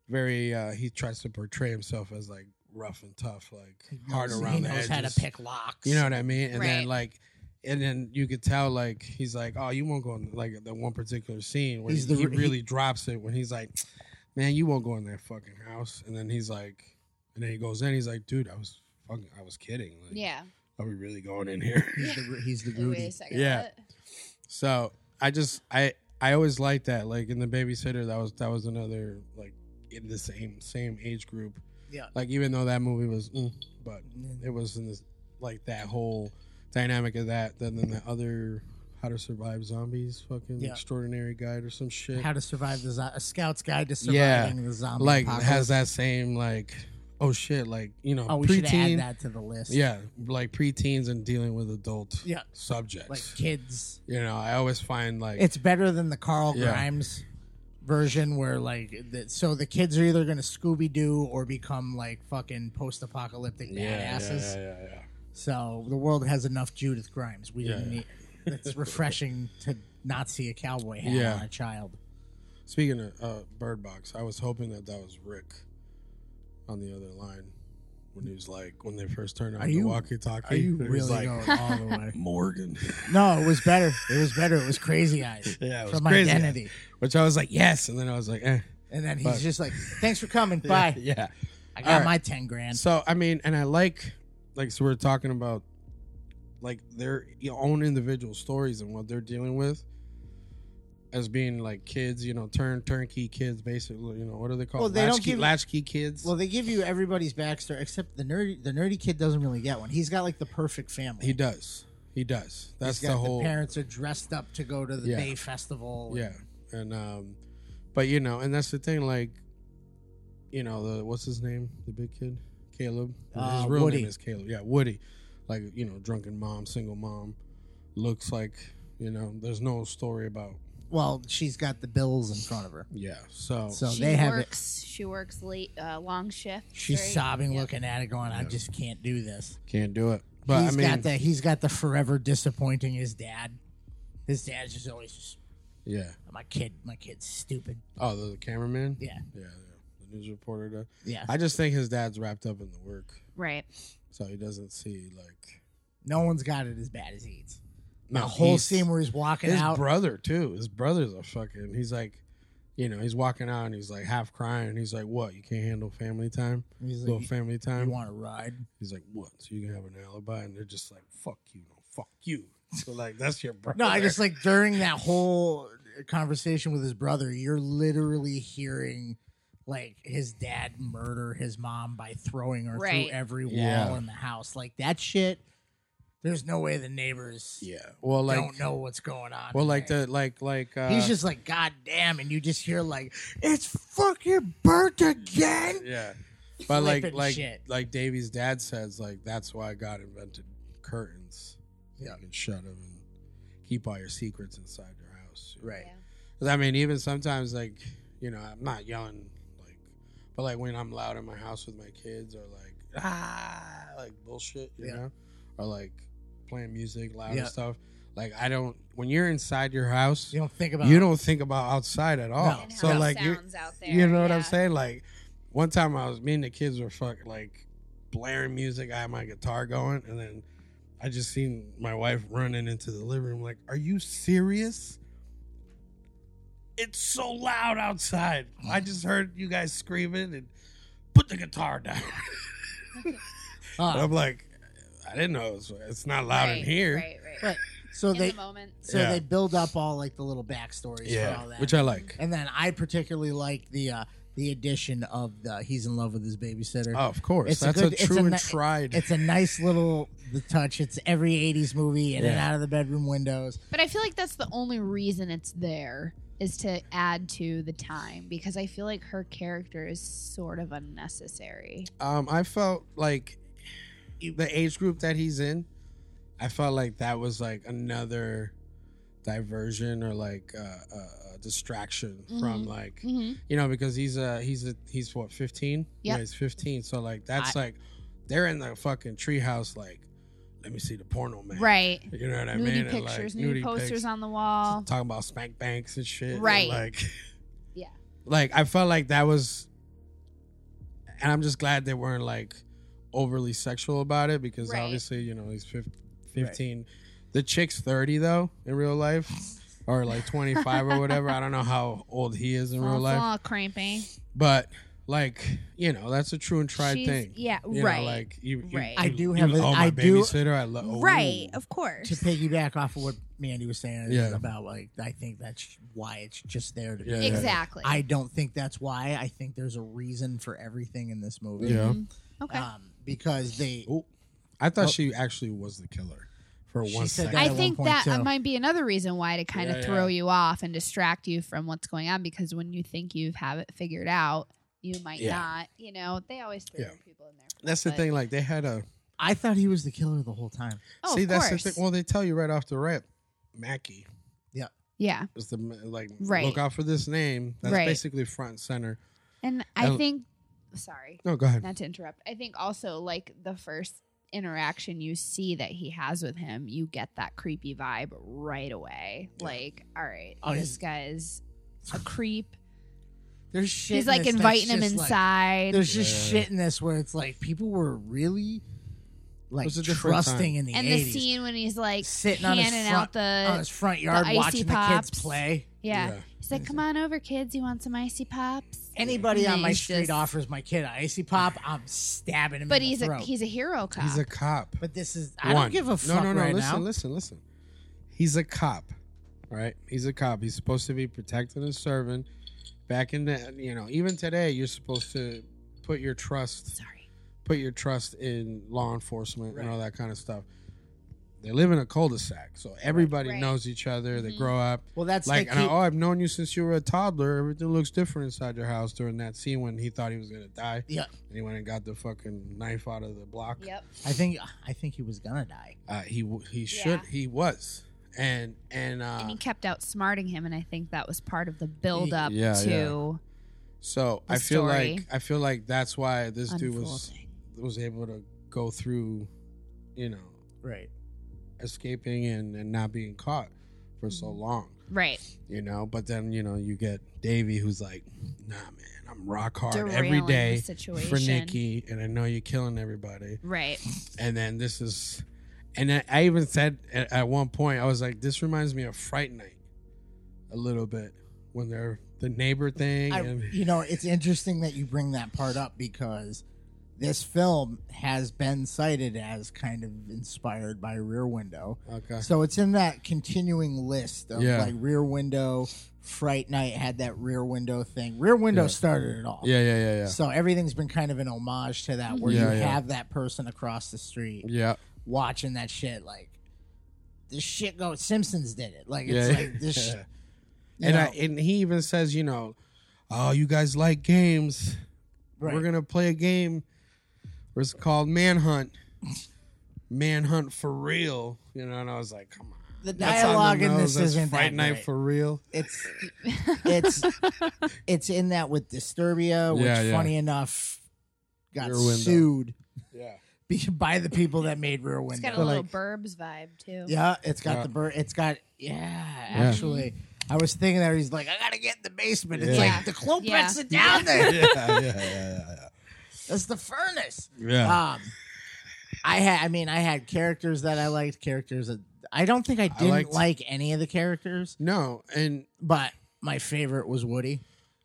S4: very uh, he tries to portray himself as like rough and tough, like hard
S1: knows-
S4: around
S1: he
S4: the
S1: knows
S4: edges.
S1: how to pick locks.
S4: You know what I mean? And then
S1: Right.
S4: like. And then you could tell, like he's like, "Oh, you won't go in." Like the one particular scene where
S1: He's the
S4: he
S1: re-
S4: really drops it when he's like, "Man, you won't go in that fucking house." And then he's like, and then he goes in. He's like, "Dude, I was fucking, I was kidding." Like,
S2: Yeah.
S4: are we really going in here?
S1: He's the, he's the
S2: Wait a second.
S4: Yeah. So I just I I always liked that. Like in the babysitter, that was that was another like in the same same age group.
S1: Yeah. Mm-hmm.
S4: Like even though that movie was, mm, but it was in this like that whole dynamic of that. Then then the other How to Survive Zombies, fucking
S1: Yeah.
S4: extraordinary guide or some shit.
S1: How to survive the zo- a scout's guide to surviving the zombie
S4: like
S1: apocalypse.
S4: has that same like oh shit like you know
S1: Oh, we should add
S4: preteen-
S1: that to the list.
S4: yeah like preteens and dealing with adult
S1: Yeah.
S4: subjects
S1: Like kids.
S4: you know I always find like
S1: it's better than the Carl
S4: Yeah.
S1: Grimes version where like the, so the kids are either going to Scooby Doo or become like fucking post apocalyptic
S4: Yeah,
S1: badasses.
S4: yeah, yeah, yeah, yeah.
S1: So the world has enough Judith Grimes. We
S4: Yeah,
S1: didn't
S4: yeah.
S1: need. It's refreshing to not see a cowboy hat
S4: Yeah.
S1: on a child.
S4: speaking of uh, Bird Box I was hoping that that was Rick on the other line when he was like when they first turned on
S1: Are
S4: the
S1: you-
S4: walkie-talkie
S1: are you
S4: it was
S1: really
S4: like,
S1: going all the way?
S4: Morgan
S1: No, it was better. It was better. It was Crazy Eyes.
S4: yeah it was
S1: from
S4: crazy.
S1: Identity.
S4: which I was like yes and then I was like eh
S1: And then he's
S4: But-
S1: just like, "Thanks for coming.
S4: Yeah,
S1: Bye."
S4: yeah.
S1: I
S4: All
S1: got
S4: right.
S1: my ten grand.
S4: So I mean, and I like, like, so we're talking about like their own individual stories and what they're dealing with as being like kids, you know, turn turnkey kids, basically. You know, what are they called?
S1: Well, they don't
S4: Latchkey-
S1: give-
S4: latchkey kids.
S1: Well, they give you everybody's backstory except the nerdy. The nerdy kid doesn't really get one. He's got like the perfect family.
S4: He does. He does. That's
S1: He's
S4: the
S1: got
S4: whole.
S1: parents are dressed up to go to the
S4: Yeah.
S1: Bay Festival.
S4: Yeah, and um, but you know, and that's the thing, like, you know, the what's his name, the big kid, Caleb.
S1: Uh,
S4: his real
S1: Woody.
S4: name is Caleb. Yeah, Woody. Like you know, drunken mom, single mom, looks like you know. There's no story about
S1: Well, she's got the bills in front of her.
S4: yeah. So
S1: So
S2: she
S1: they have it.
S2: works. She works late, uh, long shift.
S1: She's
S2: right?
S1: sobbing, looking at it, going, "I just can't do this."
S4: can't do it.
S1: He's
S4: But I mean,
S1: got the he's got the forever disappointing his dad. His dad's just always just
S4: yeah.
S1: my kid. My kid's stupid.
S4: Oh, the cameraman.
S1: Yeah.
S4: yeah, yeah. The news reporter. Does.
S1: Yeah.
S4: I just think his dad's wrapped up in the work,
S2: Right.
S4: so he doesn't see like
S1: No one's got it as bad as he eats.
S4: No,
S1: the whole
S4: he's-
S1: scene where he's walking
S4: his
S1: out.
S4: brother too. His brother's a fucking. He's like, you know, he's walking out and he's like half crying. And he's like, "What? You can't handle family time?
S1: He's like,
S4: Little
S1: "You-
S4: family time?
S1: you want a ride?"
S4: He's like, "What? So you can have an alibi?" And they're just like, "Fuck you, no, fuck you." So like, that's your brother.
S1: No, I just like during that whole conversation with his brother, you're literally hearing like his dad murder his mom by throwing her
S2: Right.
S1: through every wall
S4: Yeah.
S1: in the house. Like that shit. There's no way the neighbors
S4: yeah. Well, like,
S1: don't know what's going on.
S4: well,
S1: in
S4: like
S1: there.
S4: the like like uh,
S1: he's just like God damn, and you just hear like it's fucking burnt again.
S4: yeah. But like
S1: Flippin'
S4: like
S1: shit.
S4: like Davy's dad says like that's why God invented curtains. Yeah, you can shut them and keep all your secrets inside your house.
S1: Right.
S4: It's 'Cause, I mean, even sometimes, like, you know, I'm not yelling, like, but like when I'm loud in my house with my kids or like, ah, like bullshit, you
S8: Yeah.
S4: know, or like playing music loud
S8: Yeah.
S4: and stuff. Like, I don't, when you're inside your house, you
S1: don't think about-
S4: you don't think about outside at all.
S1: No. And
S4: So,
S1: how it
S4: like, you,
S1: sounds out
S4: you
S1: there,
S4: know what I'm
S1: yeah.
S4: saying? Like, one time I was, me and the kids were fuck, like, blaring music. I had my guitar going and then, I just seen my wife running into the living room, like, are you serious? It's so loud outside. I just heard you guys screaming and put the guitar down.
S1: Uh,
S4: And I'm like, I didn't know it was, it's not loud in here.
S1: Right. So
S2: In
S1: they
S2: the moment.
S1: so
S4: Yeah.
S1: they build up all like the little backstories
S4: Yeah,
S1: for all that,
S4: which I like.
S1: And then I particularly like the uh the addition of the he's in love with his babysitter.
S4: Oh, of course. That's a true and tried.
S1: It's a nice little touch. It's every '80s movie, in and
S4: Yeah.
S1: out of the bedroom windows.
S2: But I feel like that's the only reason it's there is to add to the time because I feel like her character is sort of unnecessary.
S4: Um, I felt like the age group that he's in, I felt like that was like another diversion or like uh, uh, a distraction from
S2: Mm-hmm.
S8: Mhm.
S4: like
S1: Mm-hmm.
S8: Mhm.
S4: you know because he's a he's a he's what 15
S8: Yep.
S4: he's 15 so like that's
S8: I-
S4: like they're in the fucking treehouse like let me see the porno man
S2: Right.
S4: you know what i
S2: nudie
S4: mean And, like,
S2: pictures, nudie, posters
S4: pics,
S2: on the wall.
S4: talking about spank banks and shit and,
S2: Right.
S4: like
S2: Yeah.
S4: like I felt like that was, and I'm just glad they weren't like overly sexual about it because
S8: Right.
S4: obviously you know he's fif- 15. The chick's 30 though in real life, or like 25 or whatever. I don't know how old he is in real
S2: It's all
S4: life,
S2: cramping.
S4: but like you know that's a true and tried
S2: She's-
S4: thing.
S2: yeah,
S4: You know,
S2: right,
S4: like you, you-
S2: right.
S4: you-
S1: I do
S4: you
S1: have a-
S4: owe my
S1: I do-
S4: babysitter. I love
S9: right,
S4: Oh,
S9: of course.
S1: To piggyback off of what Mandy was saying
S4: Yeah.
S1: about like, I think that's why it's just there to be
S4: Yeah,
S1: there.
S4: yeah. Exactly.
S1: I don't think that's why. I think there's a reason for everything in this movie.
S4: Yeah. Mhm.
S2: Okay.
S1: Um, because they,
S4: I thought
S1: Oh.
S4: she actually was the killer for
S1: She
S4: one
S1: said
S4: second.
S1: that
S2: I think that uh, might be another reason why to kind
S4: Yeah,
S2: of
S4: yeah.
S2: throw you off and distract you from what's going on because when you think you have it figured out, you might
S4: Yeah.
S2: not. You know, they always throw
S4: Yeah.
S2: people in there.
S4: That's the
S2: But-
S4: thing. Like they had a.
S1: I thought he was the killer the whole time.
S2: Oh,
S4: See,
S2: of
S4: that's the
S2: course.
S4: thing. Well, they tell you right off the rip, Mackie.
S1: Yeah.
S2: Yeah.
S4: It's the like
S2: Right.
S4: look out for this name. That's
S2: Right.
S4: basically front and center.
S2: And I
S4: And-
S2: think, sorry.
S4: No, go ahead.
S2: Not to interrupt. I think also like the first interaction you see that he has with him, you get that creepy vibe right away. Like, all right,
S1: Oh,
S2: this
S1: he's-
S2: guy's a creep.
S1: There's shit.
S2: He's
S1: in
S2: like
S1: this that's
S2: inviting him
S1: just, like-
S2: inside.
S1: there's just
S2: Yeah.
S1: shit in this where it's like people were really like
S4: was a different time.
S1: trusting in the
S2: and
S1: 80s.
S2: the scene when he's like
S1: Sitting on
S2: handing
S1: his front-
S2: out the
S1: on his front
S2: the
S1: yard
S2: icy
S1: watching the kids
S2: pops.
S1: play.
S2: Yeah.
S1: Yeah.
S2: he's like, "Come on over, kids. You want some icy pops?"
S1: Anybody
S2: And
S1: on
S2: then
S1: my
S2: he's
S1: street
S2: just-
S1: offers my kid an icy pop, I'm stabbing him.
S2: But
S1: in
S2: he's
S1: the
S2: a
S1: throat.
S2: he's a hero cop.
S4: He's a cop.
S1: But this is I don't give a fuck
S4: No, no, no.
S1: right
S4: listen,
S1: now.
S4: listen, listen. He's a cop. All right. He's a cop. He's supposed to be protecting and serving. Back in the you know, even today you're supposed to put your trust
S2: sorry.
S4: Put your trust in law enforcement and all that kind of stuff. They live in a cul-de-sac, so everybody
S8: Right.
S4: knows each other. They
S8: Mhm.
S4: grow up.
S1: Well, Mm-hmm. that's
S4: like,
S1: the
S4: and I-
S1: key-
S4: oh, I've known you since you were a toddler. Everything looks different inside your house during that scene when he thought he was gonna die.
S1: Yeah.
S4: and he went and got the fucking knife out of the block.
S2: Yep.
S1: I think I think he was gonna die.
S4: Uh, he w- he should he was, and and uh,
S1: Ah.
S2: and he kept outsmarting him, and I think that was part of the build up
S4: Yeah,
S2: to.
S4: yeah. So
S2: the
S4: I feel
S2: story
S4: like I feel like that's why this dude was
S2: unfolding.
S4: was able to go through, you know,
S1: right,
S4: escaping and and not being caught for so
S2: Mm-hmm.
S4: long,
S2: Right.
S4: you know. But then you know you get Davey who's like, nah, man, I'm rock hard every
S2: Derailing the
S4: day for
S2: situation.
S4: Nikki, and I know you're killing everybody,
S2: Right.
S4: And then this is, and I- I even said at, at one point I was like, this reminds me of Fright Night, a little bit when they're the neighbor thing
S1: I-
S4: and.
S1: you know, it's interesting that you bring that part up because this film has been cited as kind of inspired by Rear Window.
S4: Okay.
S1: So it's in that continuing list of
S4: Yeah.
S1: like Rear Window, Fright Night had that Rear Window thing. Rear Window
S4: Yeah.
S1: started it all.
S4: Yeah, yeah, yeah, yeah.
S1: So everything's been kind of an homage to that, where
S4: Yeah,
S1: you
S4: yeah.
S1: have that person across the street,
S4: Yeah.
S1: watching that shit. Like this shit goes. Simpsons did it. Like it's
S4: Yeah.
S1: like this.
S4: Yeah. and
S1: you
S4: I,
S1: know.
S4: and he even says, you know, oh, you guys like games. We're gonna play a game. where It's called Manhunt. Manhunt for real, you know. And I was like, come on.
S13: the
S1: That
S13: dialogue.
S1: song
S4: Dialogue in
S1: knows
S4: this
S1: that's
S4: isn't that
S1: Fright Night
S4: great.
S1: for real. It's it's it's in that with Disturbia, which
S4: Yeah, yeah.
S1: funny enough got
S4: Rear Window.
S1: sued.
S4: Yeah.
S1: be- By the people that made Rear Window.
S2: It's got a little burbs vibe too.
S1: Yeah, it's got
S4: Yeah.
S1: the bird. It's got yeah. Actually, I was thinking that he's like, I gotta get in the basement. It's
S13: Yeah.
S1: like the Klopeks
S13: Yeah.
S1: are down there.
S13: Yeah, yeah, yeah, yeah, yeah.
S1: That's the furnace.
S13: Yeah.
S1: Um, I had. I mean, I had characters that I liked. Characters that I don't think I didn't
S4: liked-
S1: like any of the characters.
S4: No, and
S1: but my favorite was Woody.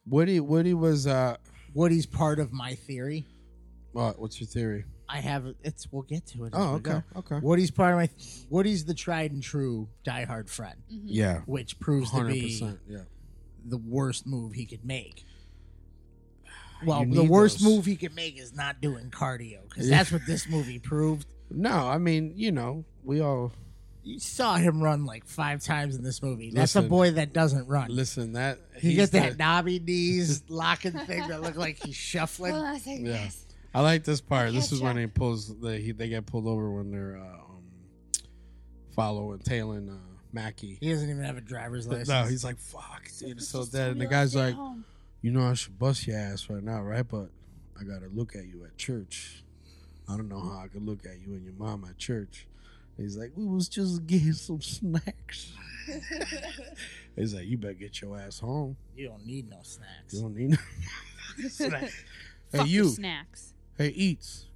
S4: Woody Woody was uh
S1: Woody's part of my theory.
S4: What? What's your theory?
S1: I have it's. We'll get to it. as
S4: Oh,
S1: we
S4: okay,
S1: go.
S4: okay.
S1: Woody's part of my. Woody's the tried and true diehard friend.
S4: Yeah.
S1: which proves to be
S4: 100%, yeah.
S1: the worst move he could make. Well,
S4: You
S1: the
S4: need
S1: worst
S4: those.
S1: move he could make is not doing cardio because
S4: Yeah.
S1: that's what this movie proved.
S4: No, I mean, you know, we all
S1: You saw him run like five times in this movie. That's a
S4: Listen.
S1: boy that doesn't run.
S4: listen that
S1: He
S4: he's
S1: gets
S4: the-
S1: that knobby knees locking thing that look like he's shuffling.
S2: Hold on a second,
S4: Yeah.
S2: guys.
S4: I like this part. This is when he pulls the he, they get pulled over when they're uh, um, following tailing uh, Mackie.
S1: He doesn't even have a driver's license.
S4: No, he's like fuck, dude, it's so dead. And the guy's like, you know, I should bust your ass right now, right? But I gotta look at you at church. I don't know how I could look at you and your mom at church. He's like, we was just getting some snacks. He's like, you better get your ass home.
S1: You don't need no snacks.
S4: You don't need no
S1: Snack.
S4: Hey,
S1: Fuck
S4: you.
S1: the snacks.
S4: Hey, eats.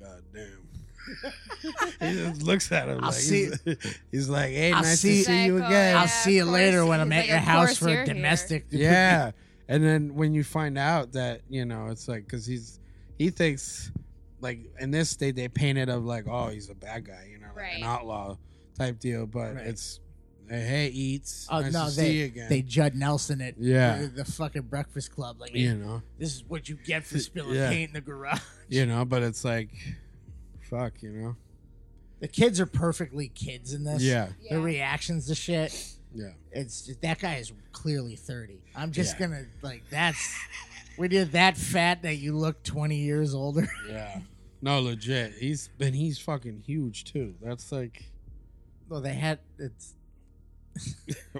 S4: God damn. he just looks at him
S1: I'll
S4: like
S1: see-
S4: he's, he's like, "Hey,
S1: I'll
S4: nice
S1: see-
S4: to see you
S1: Psycho,
S4: again.
S1: I'll yeah, see you of course. later when I'm He's at like, your "Of house course for a you're here." domestic-
S4: Yeah, and then when you find out that you know, it's like because he's he thinks like in this state they paint it of like, oh, he's a bad guy, you know, like
S1: Right.
S4: an outlaw type deal, but it's hey, eats.
S1: Oh
S4: nice
S1: no,
S4: to
S1: they
S4: see you again.
S1: they Judd Nelson it.
S4: Yeah.
S1: the, the fucking Breakfast Club. Like
S4: You know.
S1: this is what you get for spilling
S4: Yeah.
S1: paint in the garage.
S4: you know, but it's like, fuck, you know.
S1: The kids are perfectly kids in this.
S4: Yeah.
S1: their reactions to shit.
S4: Yeah.
S1: it's just, that guy is clearly thirty. I'm just
S4: Yeah.
S1: gonna like that's when you're that fat that you look twenty years older.
S4: Yeah. No, legit. He's and he's fucking huge too. That's like
S1: well, they had it's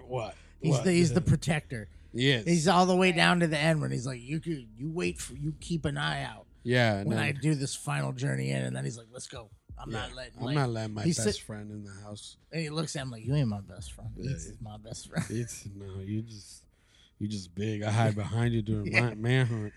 S4: what?
S1: he's
S4: What?
S1: the he's the protector.
S4: Yes.
S1: he's all the way down to the end when he's like, you could you wait for you keep an eye out.
S4: Yeah,
S1: when
S4: no.
S1: I do this final journey in, and then he's like, let's go. I'm not
S4: Yeah.
S1: letting.
S4: I'm
S1: like-
S4: not letting my
S1: he's
S4: best
S1: sit-
S4: friend in the house.
S1: And he looks at him like, you ain't my best friend.
S4: Yeah.
S1: This is my best friend.
S4: It's no, you just you just big. I hide behind you during my manhunt.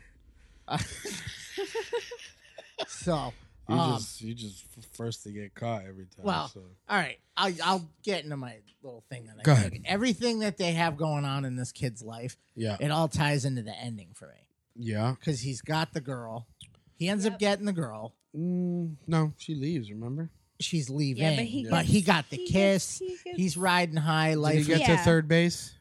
S1: So,
S4: You
S1: um,
S4: just you just f- first to get caught every time.
S1: well,
S4: so.
S1: all right. I'll, I'll get into my little thing that I
S4: Go
S1: took.
S4: ahead.
S1: Everything that they have going on in this kid's life,
S4: Yeah.
S1: it all ties into the ending for me
S4: yeah.
S1: because he's got the girl. He ends up getting the girl.
S4: Mm, no, she leaves. Remember,
S1: she's leaving.
S4: Yeah,
S1: but
S4: but
S1: he,
S4: he gets-
S1: got the
S9: he
S1: kiss.
S9: gets- he gets-
S1: he's riding high.
S4: Did he
S1: Life.
S4: get
S9: Yeah.
S4: to third base?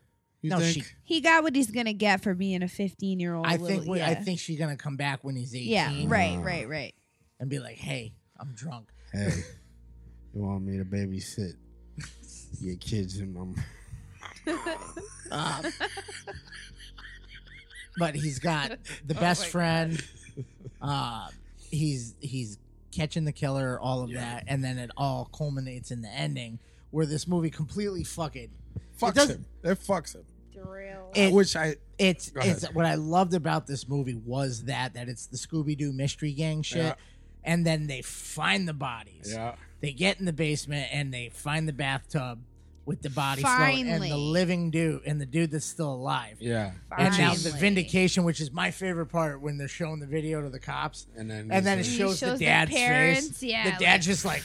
S4: You
S1: No,
S4: think?
S1: she-
S9: He got what he's gonna get for being a 15 year old.
S1: I think. we- I
S9: yeah.
S1: think she's gonna come back when he's eighteen.
S9: Yeah. Right. Right. Right.
S1: And be like, hey, I'm drunk.
S4: Hey, you want me to babysit your kids and mom?
S1: Um, but he's got the
S4: Oh
S1: best friend. Uh, he's he's catching the killer, all of that, and then it all culminates in the ending where this movie completely fucking it
S4: Fucks
S1: doesn't-
S4: him. That fucks him.
S1: It,
S4: Which I
S1: it's
S4: Go ahead.
S1: it's what I loved about this movie was that that it's the Scooby Doo mystery gang shit,
S4: Yeah.
S1: and then they find the bodies.
S4: Yeah.
S1: They get in the basement and they find the bathtub with the body float and
S9: Finally.
S1: the living dude and the dude that's still alive.
S4: Yeah.
S1: And now the
S9: Finally.
S1: vindication, which is my favorite part, when they're showing the video to the cops,
S4: And then
S1: and then it
S4: he's like-
S1: shows, the
S9: shows the
S1: dad's
S9: parents,
S1: face.
S9: yeah,
S1: the
S9: like,
S1: dad's just like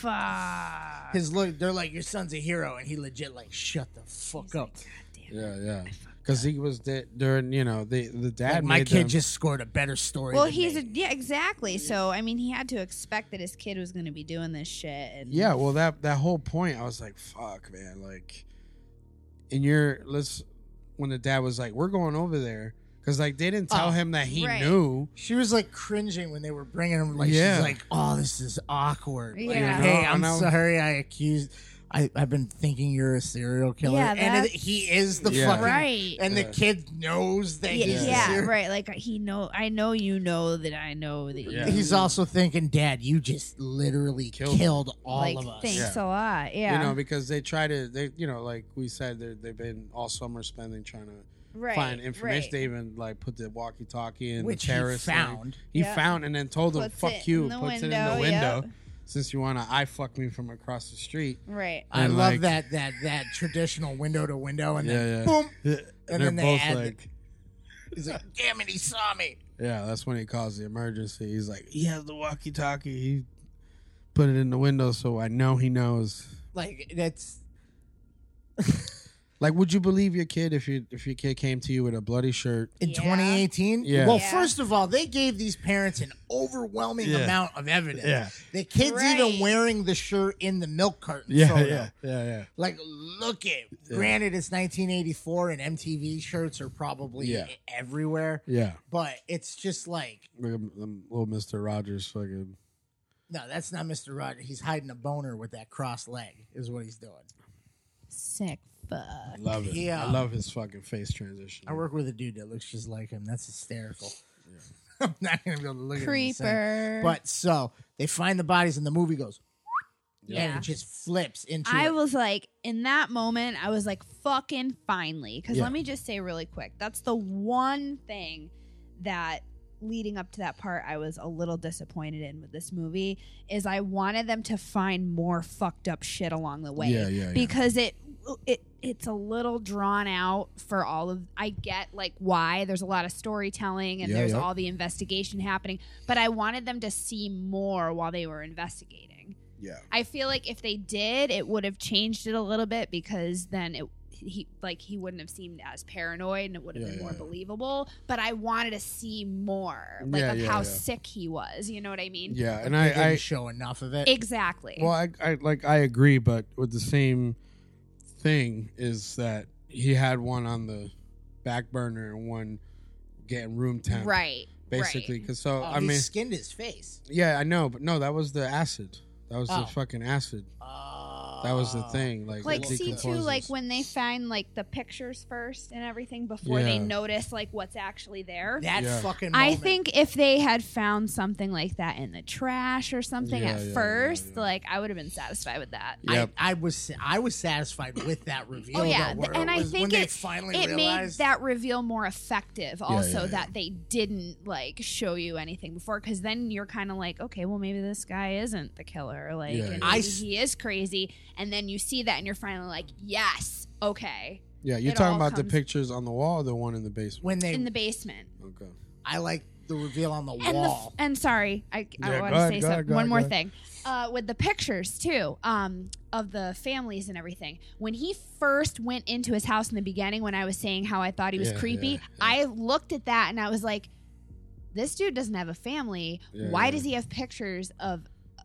S1: his look. They're like, "Your son's a hero," and he legit like, "Shut the fuck up."
S4: Yeah, yeah. Because he was there during, you know, the the dad.
S1: Like, my
S4: made
S1: kid
S4: them-
S1: just scored a better story.
S9: Well,
S1: than
S9: he's a yeah, exactly. So I mean, he had to expect that his kid was gonna be doing this shit. And
S4: Yeah, well, that that whole point, I was like, fuck, man. Like, in your let's when the dad was like, we're going over there because like they didn't tell
S1: Oh,
S4: him that he
S1: right.
S4: knew.
S1: She was like cringing when they were bringing him. Like
S4: Yeah.
S1: she's like, "Oh, this is awkward." Like,
S4: Yeah.
S1: Hey,
S4: Yeah.
S1: I'm
S4: And I was-
S1: sorry. I accused. I, I've been thinking you're a serial killer,
S2: Yeah,
S1: and it,
S2: that's-
S1: he is the
S2: Yeah.
S1: fucking
S2: Right.
S1: And
S2: Yeah.
S1: the kid knows that
S2: Yeah,
S1: he's the
S2: yeah,
S1: serial-
S2: right. Like he know, I know you know that I know that. You,
S1: He's also thinking, Dad, you just literally killed, all
S2: like,
S1: of us.
S2: Thanks a lot. Yeah.
S4: You know, because they try to, they, you know, like we said, they're- they've been all summer spending trying to
S2: Right,
S4: find information.
S2: right.
S4: They even like put the walkie-talkie in
S1: Which
S4: the
S1: he
S4: terrace. thing.
S1: found.
S4: He
S1: Yep.
S4: found and then told him,
S2: Puts
S4: "Fuck
S2: it
S4: you."
S2: in the
S4: puts it in
S2: window,
S4: the window.
S2: yep.
S4: Since you want to eye fuck me from across the street.
S2: Right.
S1: I
S4: And,
S1: love
S4: like,
S1: that that that traditional window to window, and
S4: Yeah,
S1: then
S4: yeah.
S1: boom,
S4: Yeah,
S1: and
S4: they're
S1: then they
S4: both
S1: add.
S4: like-
S1: he's like, damn it, he saw me.
S4: Yeah, that's when he calls the emergency. He's like, he has the walkie-talkie. He put it in the window, so I know he knows.
S1: Like that's
S4: Like, would you believe your kid if you if your kid came to you with a bloody shirt?
S1: in 2018.
S4: Yeah.
S1: Well, first of all, they gave these parents an overwhelming
S4: Yeah.
S1: amount of evidence.
S4: Yeah.
S1: The kid's even wearing the shirt in the milk carton
S4: Yeah,
S1: photo.
S4: yeah, yeah, yeah.
S1: Like, look at.
S4: Yeah.
S1: Granted, it's 1984, and MTV shirts are probably
S4: Yeah.
S1: everywhere.
S4: Yeah.
S1: But it's just like,
S4: Look at them little Mister Rogers fucking.
S1: no, that's not Mr. Rogers. He's hiding a boner with that cross leg, is what he's doing.
S2: Sick fuck.
S4: Love it.
S1: Yeah.
S4: I love his fucking face transition.
S1: I work with a dude that looks just like him. That's hysterical. I'm not gonna be able to look at him. and say
S2: Creeper.
S1: it. But so they find the bodies, and the movie goes. And
S2: Yeah.
S1: it just flips into.
S2: I
S1: it.
S2: was like, in that moment, I was like, fucking finally. Because
S1: Yeah.
S2: let me just say really quick that's the one thing that leading up to that part I was a little disappointed in with this movie is I wanted them to find more fucked up shit along the way.
S8: Yeah, yeah, yeah.
S2: Because it it it's a little drawn out for all of I get like why there's a lot of storytelling and
S8: Yeah,
S2: there's
S8: yeah.
S2: all the investigation happening, but I wanted them to see more while they were investigating.
S8: Yeah.
S2: I feel like if they did, it would have changed it a little bit because then it he like he wouldn't have seemed as paranoid and it would have
S8: Yeah,
S2: been
S8: yeah,
S2: more
S8: yeah.
S2: believable. But I wanted to see more, like
S4: Yeah,
S2: of
S4: yeah,
S2: how
S4: yeah.
S2: sick he was. You know what I mean?
S4: Yeah, and
S1: They
S4: I,
S1: didn't
S4: I
S1: show enough of it.
S2: exactly.
S4: Well, I, I like I agree, but with the same thing is that he had one on the back burner and one getting room temp,
S1: Right,
S4: Basically,
S1: right.
S4: because so
S1: Oh,
S4: I
S1: he
S4: mean,
S1: skinned his face.
S4: Yeah, I know, but no, that was the acid. That was
S2: Oh.
S4: the fucking acid. that was
S1: Oh.
S4: the thing. Like,
S2: like
S4: it
S2: see too,
S4: decomposes.
S2: like when they find like the pictures first and everything before they
S4: Yeah.
S2: notice like what's actually there.
S1: That Yeah. fucking
S2: I
S1: moment.
S2: think if they had found something like that in the trash or something
S1: Yeah,
S2: at
S1: yeah, yeah,
S2: first, like I would have been satisfied with that.
S1: I, I was I was satisfied with that reveal.
S2: Oh yeah,
S1: though,
S2: th-
S1: where
S2: and
S1: it
S2: I
S1: was-
S2: think
S1: when they
S2: it
S1: finally
S2: it
S1: realized
S2: made that reveal more effective. Also,
S1: yeah,
S2: that they didn't like show you anything before, because then you're kind of like, okay, well maybe this guy isn't the killer, like,
S4: Yeah,
S2: and
S4: yeah.
S2: maybe
S4: I s-
S2: he is crazy, and then you see that, and you're finally like, yes, okay.
S4: yeah, you're
S2: It
S4: talking
S2: all
S4: about the
S2: comes
S4: pictures on the wall, or the one in the basement.
S1: when they
S2: in the basement.
S4: okay,
S1: I like the reveal on the
S2: and the
S1: wall.
S2: f- and sorry, I, I
S1: Yeah,
S2: want
S1: go
S2: to
S1: ahead,
S2: say
S1: go
S2: some-
S1: ahead, go
S2: one
S1: ahead,
S2: more
S1: go
S2: thing
S1: ahead.
S2: uh, with the pictures too um, of the families and everything. When he first went into his house in the beginning, when I was saying how I thought he was
S8: Yeah,
S2: creepy,
S8: yeah, yeah.
S2: I looked at that and I was like, "This dude doesn't have a family.
S8: Yeah,
S2: Why
S8: yeah.
S2: does he have pictures of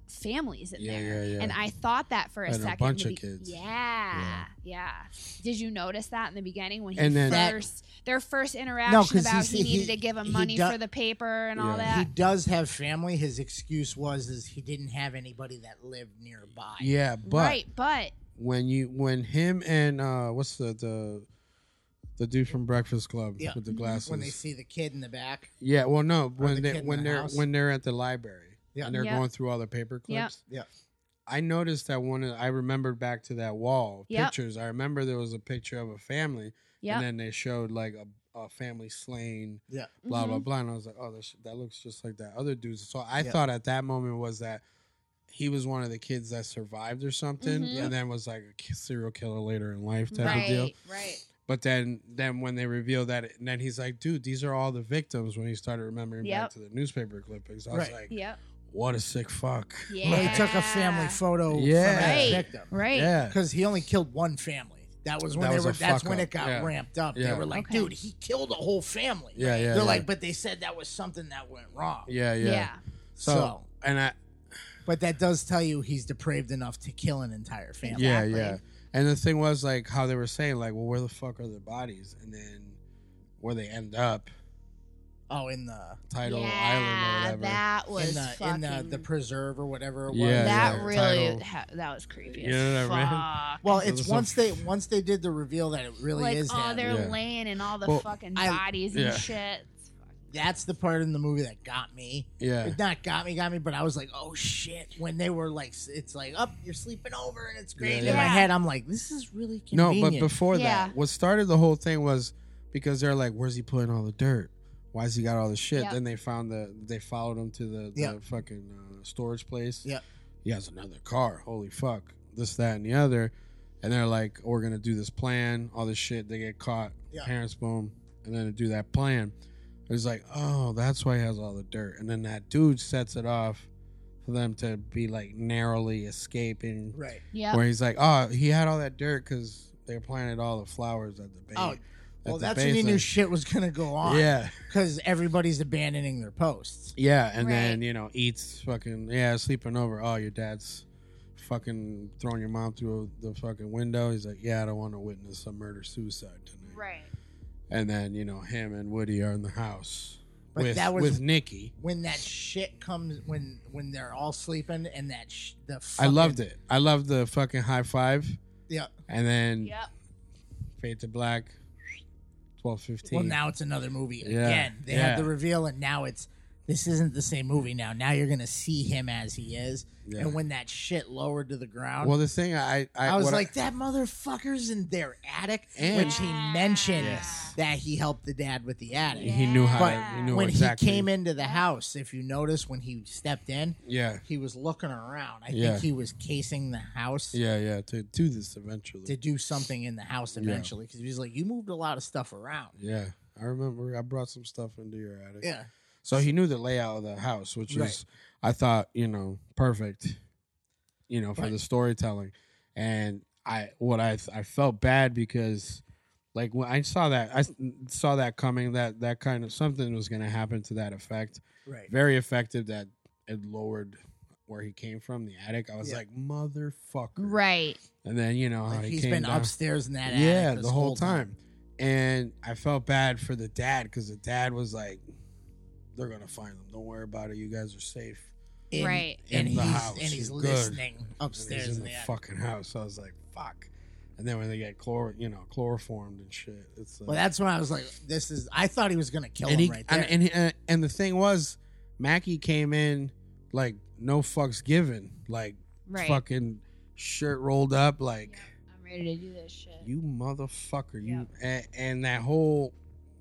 S2: families in
S4: Yeah,
S2: there?"
S4: yeah, yeah.
S2: And I thought that for a
S4: And a
S2: second.
S4: bunch
S2: in the
S4: of kids.
S2: Yeah, yeah, Did you notice that in the beginning when he
S4: And then- That-
S2: first their first interaction
S1: 'cause
S2: about
S1: he's-
S2: he needed
S1: he-
S2: to give him
S1: he
S2: money
S1: do-
S2: for the paper and all that?
S1: He does have family. His excuse was is he didn't have anybody that lived nearby.
S4: yeah, but
S2: right, but
S4: when you when him and uh what's the the the dude from Breakfast Club
S1: Yeah. Mm-hmm.
S4: with the glasses
S1: When they see the kid in the back.
S4: Yeah, well, no,
S1: the
S4: when
S1: kid
S4: they
S1: in
S4: when
S1: the
S4: they're
S1: house.
S4: when they're at the library
S1: Yeah.
S4: and they're
S1: Yeah.
S4: going through all the paper
S1: Yeah.
S4: clips. I noticed that one. I remembered back to that wall of
S1: Yep.
S4: pictures. I remember there was a picture of a family,
S1: Yep.
S4: and then they showed like a, a family slain.
S1: Yeah.
S4: blah blah
S1: Mhm.
S4: blah. And I was like, oh, that, sh- that looks just like that other dude's. So I
S1: Yeah.
S4: thought at that moment was that he was one of the kids that survived or something,
S1: Mhm. Yeah.
S4: and then was like a ki- serial killer later in life type
S1: Right,
S4: of deal.
S2: Mm-hmm. Right.
S4: But then, then when they reveal that, and then he's like, "Dude, these are all the victims." When he started remembering
S1: Yep.
S4: back to the newspaper clippings, I was like,
S2: yep.
S4: "What a sick fuck!"
S1: Well, he took a family photo.
S4: Yeah.
S1: from
S4: Right,
S1: his victim.
S4: right. Yeah.
S1: Because he only killed one family. That was when
S4: That
S1: they
S4: was a
S1: were. That's
S4: fuck
S1: when
S4: up.
S1: it got
S4: Yeah.
S1: ramped up.
S4: Yeah.
S1: They were like,
S4: Okay.
S1: "Dude, he killed a whole family."
S4: Yeah, yeah,
S1: They're
S4: yeah.
S1: like, "But they said that was something that went wrong."
S4: Yeah, yeah.
S1: Yeah.
S4: So,
S1: So-
S4: and I
S1: But that does tell you he's depraved enough to kill an entire family.
S4: yeah, yeah. And the thing was like how they were saying like, well, where the fuck are their bodies? And then where they end up
S1: Oh, in the
S4: title
S2: Yeah,
S4: island or whatever.
S2: that was
S1: in the in the,
S2: fucking-
S1: the preserve or whatever. It was.
S4: Yeah,
S2: that
S4: yeah,
S2: really
S4: title.
S2: ha- that was creepy.
S4: You
S2: as
S4: know what I
S2: fuck.
S4: mean?
S1: Well,
S4: It
S1: it's
S4: was
S1: once
S4: some-
S1: they once they did the reveal that it really
S2: like
S1: is.
S2: oh,
S1: him.
S2: they're
S4: Yeah.
S2: laying in all the
S4: Well,
S2: fucking
S1: I-
S2: bodies and
S4: yeah.
S2: shit.
S1: That's the part in the movie that got me.
S4: Yeah.
S1: It not got me, got me, but I was like, oh shit. When they were like, s- it's like, up, you're sleeping over and it's great.
S4: Yeah,
S1: And
S4: yeah.
S1: In my head, I'm like, this is really
S4: No,
S1: convenient.
S4: but before
S1: Yeah.
S4: that, what started the whole thing was because they're like, "Where's he putting all the dirt? Why's he got all the shit?"
S1: Yep.
S4: Then they found the they followed him to the, the
S1: Yep.
S4: fucking uh, storage place.
S1: Yep.
S4: he has another car. Holy fuck! This, that, and the other, and they're like, "We're gonna do this plan. All this shit." They get caught.
S1: Yeah.
S4: Parents boom, and then they do that plan. It was like, "Oh, that's why he has all the dirt." And then that dude sets it off for them to be like narrowly escaping.
S1: Right.
S2: Yep.
S4: Where he's like, oh, he had all that dirt because they planted all the flowers at the base.
S1: Oh, well,
S4: at the
S1: that's when you
S4: basin.
S1: knew shit was going to go on.
S4: Yeah.
S1: Because everybody's abandoning their posts.
S4: Yeah, and
S1: Right.
S4: then you know eats fucking yeah sleeping over. Oh, your dad's fucking throwing your mom through the fucking window. He's like, yeah, I don't want to witness a murder suicide tonight.
S2: Right.
S4: And then you know him and Woody are in the house
S1: But
S4: with
S1: that was
S4: with Nikki.
S1: When that shit comes, when when they're all sleeping and that sh- the
S4: I
S1: fucking-
S4: loved it. I loved the fucking high five.
S1: Yeah.
S4: And then
S1: Yep.
S4: fade to black. Twelve fifteen.
S1: Well, now it's another movie
S4: Yeah,
S1: again. They
S4: yeah.
S1: had the reveal, and now it's this isn't the same movie now. Now you're gonna see him as he is,
S4: Yeah.
S1: and when that shit lowered to the ground.
S4: Well, the thing I I,
S1: I, was
S4: what
S1: like, that motherfucker's in their attic,
S4: And-
S1: which he mentioned that he helped the dad with the attic.
S4: He knew how
S1: But
S4: to- he knew
S1: when
S4: exactly.
S1: he came into the house, if you notice, when he stepped in,
S4: Yeah.
S1: he was looking around. I
S4: Yeah.
S1: think he was casing the house
S4: Yeah, yeah, to do this eventually.
S1: to do something in the house
S4: Yeah.
S1: eventually because he was like, you moved a lot of stuff around.
S4: Yeah, I remember. I brought some stuff into your attic.
S1: Yeah.
S4: So he knew the layout of the house, which
S1: Right.
S4: was, I thought, you know, perfect, you know, for
S1: Right.
S4: the storytelling. And I, what I, I felt bad because, like, when I saw that, I s- saw that coming. That that kind of something was going to happen to that effect.
S1: Right.
S4: Very effective. That it lowered where he came from, the attic. I was
S1: Yeah.
S4: like, motherfucker.
S2: Right.
S4: And then you know how
S1: Like,
S4: he
S1: he's
S4: came
S1: been
S4: down.
S1: upstairs in that attic
S4: yeah
S1: this
S4: the whole,
S1: whole
S4: time.
S1: time.
S4: and I felt bad for the dad because the dad was like, "They're gonna find them. Don't worry about it. You guys are safe."
S1: And- Right. and
S4: the
S1: he's-
S4: house.
S1: and he's
S4: You're good."
S1: listening
S4: And he's
S1: upstairs in
S4: in the,
S1: the attic.
S4: fucking house. I was like, "Fuck." And then when they get chlor, you know, chloroformed and shit, it's like,
S1: Well, that's when I was like, "This is." I thought he was gonna kill
S4: and
S1: him
S4: he,
S1: right there.
S4: and, and, and and the thing was, Mackie came in like no fucks given, like
S2: Right.
S4: fucking shirt rolled up, like
S2: I'm ready to do this shit.
S4: you motherfucker you and, and that whole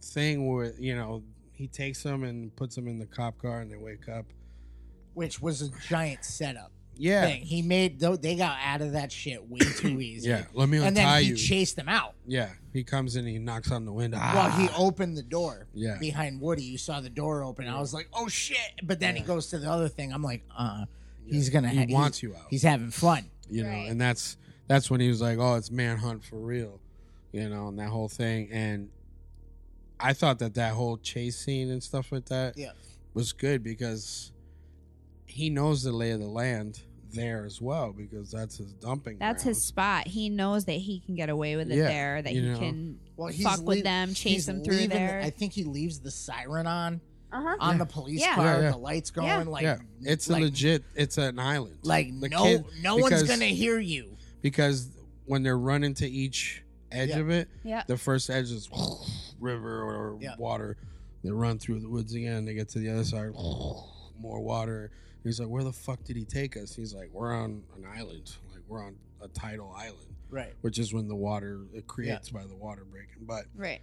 S4: thing where you know he takes them and puts them in the cop car and they wake up
S1: which was a giant setup.
S4: Yeah.
S1: thing. he made though they got out of that shit way too easy.
S4: Yeah, let me
S1: And then
S4: untie
S1: he
S4: you.
S1: chased them out.
S4: yeah he comes in and he knocks on the window
S1: Well, he
S4: Ah.
S1: opened the door.
S4: Yeah.
S1: behind Woody, you saw the door open. I was like, "Oh shit!" But then he goes to the other thing. I'm like, "Uh, he's gonna
S4: He
S1: ha- he's-
S4: wants you out.
S1: He's having fun."
S4: you know and that's that's when he was like oh it's manhunt for real you know and that whole thing and i thought that that whole chase scene and stuff like that
S1: Yeah.
S4: was good because he knows the lay of the land there as well because that's his dumping
S9: That's
S4: ground.
S9: his spot. He knows that he can get away with it
S4: Yeah,
S9: there. That
S4: you
S9: he
S4: know.
S9: can
S1: Well, he's
S9: fuck with
S1: leav-
S9: them, chase
S1: he's
S9: them through
S1: leaving the-
S9: there.
S1: I think he leaves the siren on
S9: Uh-huh.
S1: on
S9: Yeah.
S1: the police
S9: Yeah.
S1: car.
S4: Yeah, yeah.
S1: The lights going
S9: Yeah.
S1: like
S4: yeah, it's
S1: like,
S4: a legit. It's an island.
S1: Like
S4: The
S1: no,
S4: kid-
S1: no one's
S4: because-
S1: gonna hear you.
S4: because when they're running to each edge
S1: Yeah.
S4: of it,
S1: Yeah.
S4: the first edge is river or
S1: Yeah.
S4: water. They run through the woods again. They get to the other side, more water. He's like, "Where the fuck did he take us?" He's like, "We're on an island. Like we're on a tidal island,
S1: Right.
S4: Which is when the water it creates by the water breaking. But
S9: Right.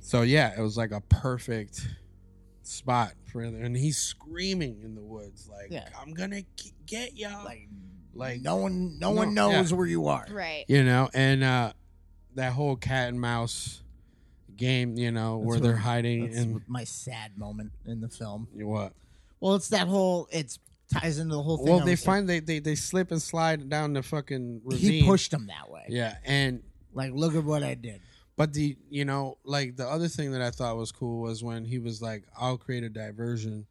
S4: so yeah, it was like a perfect spot for him. And he's screaming in the woods, like,
S1: Yeah.
S4: "I'm gonna k- get y'all!"
S1: Like,
S4: like
S1: no one, no, one knows where you are.
S9: Right.
S4: you know and uh that whole cat and mouse game you know where
S1: That's
S4: they're
S1: what-
S4: hiding
S1: that's
S4: and
S1: what my sad moment in the film.
S4: what
S1: Well, it's that whole. It's ties into the whole thing.
S4: well
S1: I
S4: they
S1: was saying.
S4: find they, they they slip and slide down the fucking ravine.
S1: he pushed him that way.
S4: yeah and
S1: like look at what i did
S4: but the you know like the other thing that i thought was cool was when he was like i'll create a diversion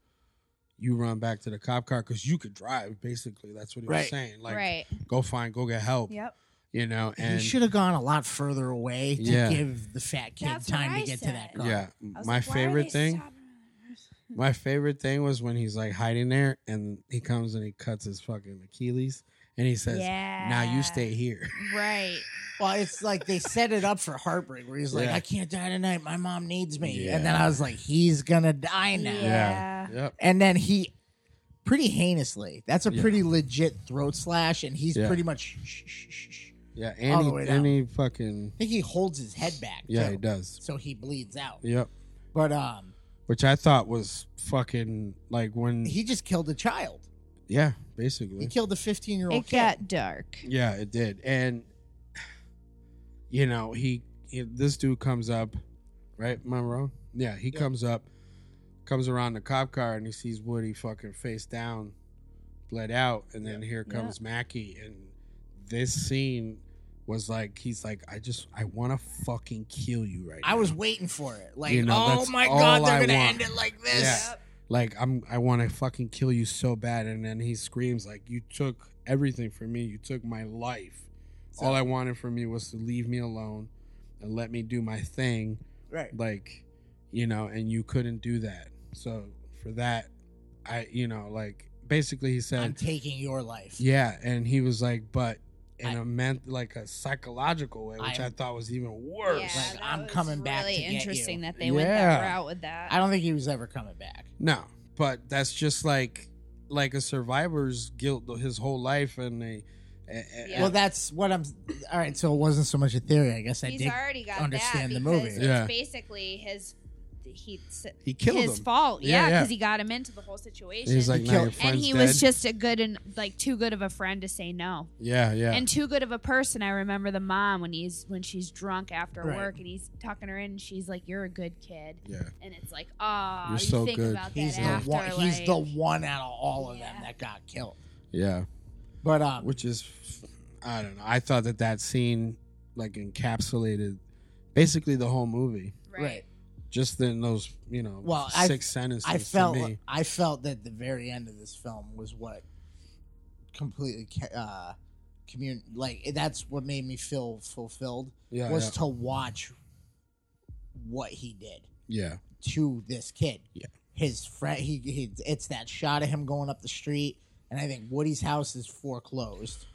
S4: you run back to the cop car because you could drive basically that's what he was
S1: Right.
S4: saying like
S1: Right.
S4: go find go get help
S9: Yep.
S4: you know and
S1: he should have gone a lot further away to
S4: Yeah.
S1: give the fat kid
S9: That's what
S1: time
S9: I
S1: to get to that car.
S4: yeah
S9: I was
S4: my
S9: like, why are
S4: favorite
S9: they
S4: thing
S9: stopping
S4: My favorite thing was when he's like hiding there and he comes and he cuts his fucking Achilles and he says, Now you stay here.
S2: Right.
S1: Well, it's like they set it up for heartbreak where he's like,
S4: Yeah.
S1: I can't die tonight. My mom needs me.
S4: Yeah.
S1: And then I was like, he's going to die now.
S4: Yeah. Yeah. Yep.
S1: And then he, pretty heinously, that's a
S4: Yeah.
S1: pretty legit throat slash. And he's
S4: Yeah.
S1: pretty much, sh- sh- sh- sh-
S4: Yeah,
S1: all
S4: and
S1: the
S4: he,
S1: way down.
S4: and he fucking
S1: I think he holds his head back.
S4: Yeah,
S1: too,
S4: he does.
S1: So he bleeds out.
S4: Yep.
S1: But um,
S4: Which I thought was fucking like when
S1: he just killed a child.
S4: Yeah,
S1: He
S4: basically.
S1: killed a 15 year old
S9: It
S1: kid.
S9: got dark.
S4: Yeah, it did. And you know, he, he this dude comes up, right? Am I wrong? Yeah, he
S8: Yeah.
S4: comes up, comes around the cop car, and he sees Woody fucking face down, bled out, and then here
S8: Yeah.
S4: comes Mackie, and this scene was like he's like, I just I want to fucking kill you right now.
S1: I was waiting for it. Like,
S4: You know,
S1: oh
S4: that's
S1: my
S4: all
S1: God, they're
S4: I
S1: going to
S4: want.
S1: end it like this.
S4: Yeah. Like I'm I want to fucking kill you so bad and then he screams like you took everything from me. You took my life.
S1: So-
S4: All I wanted from you was to leave me alone and let me do my thing.
S1: Right.
S4: Like, you know, and you couldn't do that. So for that I you know, like basically he said
S1: I'm taking your life.
S4: yeah, and he was like, but in a meant like a psychological way, which i
S1: I'm-
S4: thought was even worse.
S1: like, I'm coming back.
S9: really
S1: to get you.
S9: interesting that they went that
S4: Yeah.
S9: route with that.
S1: I don't think he was ever coming back.
S4: No, but that's just like like a survivor's guilt his whole life, and they.
S1: Well, that's what I'm. All right, so it wasn't so much a theory. I guess I
S2: He's
S1: did
S2: already got
S1: understand
S2: that
S1: the
S2: because
S1: movie.
S2: It's
S4: Yeah.
S2: basically his he s-
S4: He killed
S2: his
S4: him.
S2: fault.
S4: Yeah,
S2: Yeah,
S4: yeah.
S2: because he got him into the whole situation.
S4: He's like, He "Now your killed-
S2: and
S4: friend's
S2: he
S4: dead."
S2: was just a good and like too good of a friend to say no.
S4: Yeah, yeah.
S2: And too good of a person. I remember the mom when he's when she's drunk after
S1: Right.
S2: work and he's talking her in. and She's like, "You're a good kid."
S4: Yeah.
S2: And it's like, "Ah,
S4: You're
S2: you
S4: so
S2: think
S4: good."
S2: about that
S1: He's the
S2: after."
S1: one. He's the
S2: like-
S1: one out of all of them that got killed.
S4: yeah,
S1: but um,
S4: which is, I don't know. I thought that that scene like encapsulated basically the whole movie,
S1: Right. Right.
S4: Just in those, you know,
S1: Well, I-
S4: six sentences.
S1: I
S4: to
S1: felt.
S4: me.
S1: I felt that the very end of this film was what completely ca- uh, commun like that's what made me feel fulfilled.
S4: Yeah,
S1: was
S4: Oh, yeah.
S1: to watch what he did.
S4: yeah,
S1: to this kid. Yeah. His friend, he, he, it's that shot of him going up the street, and I think Woody's house is foreclosed.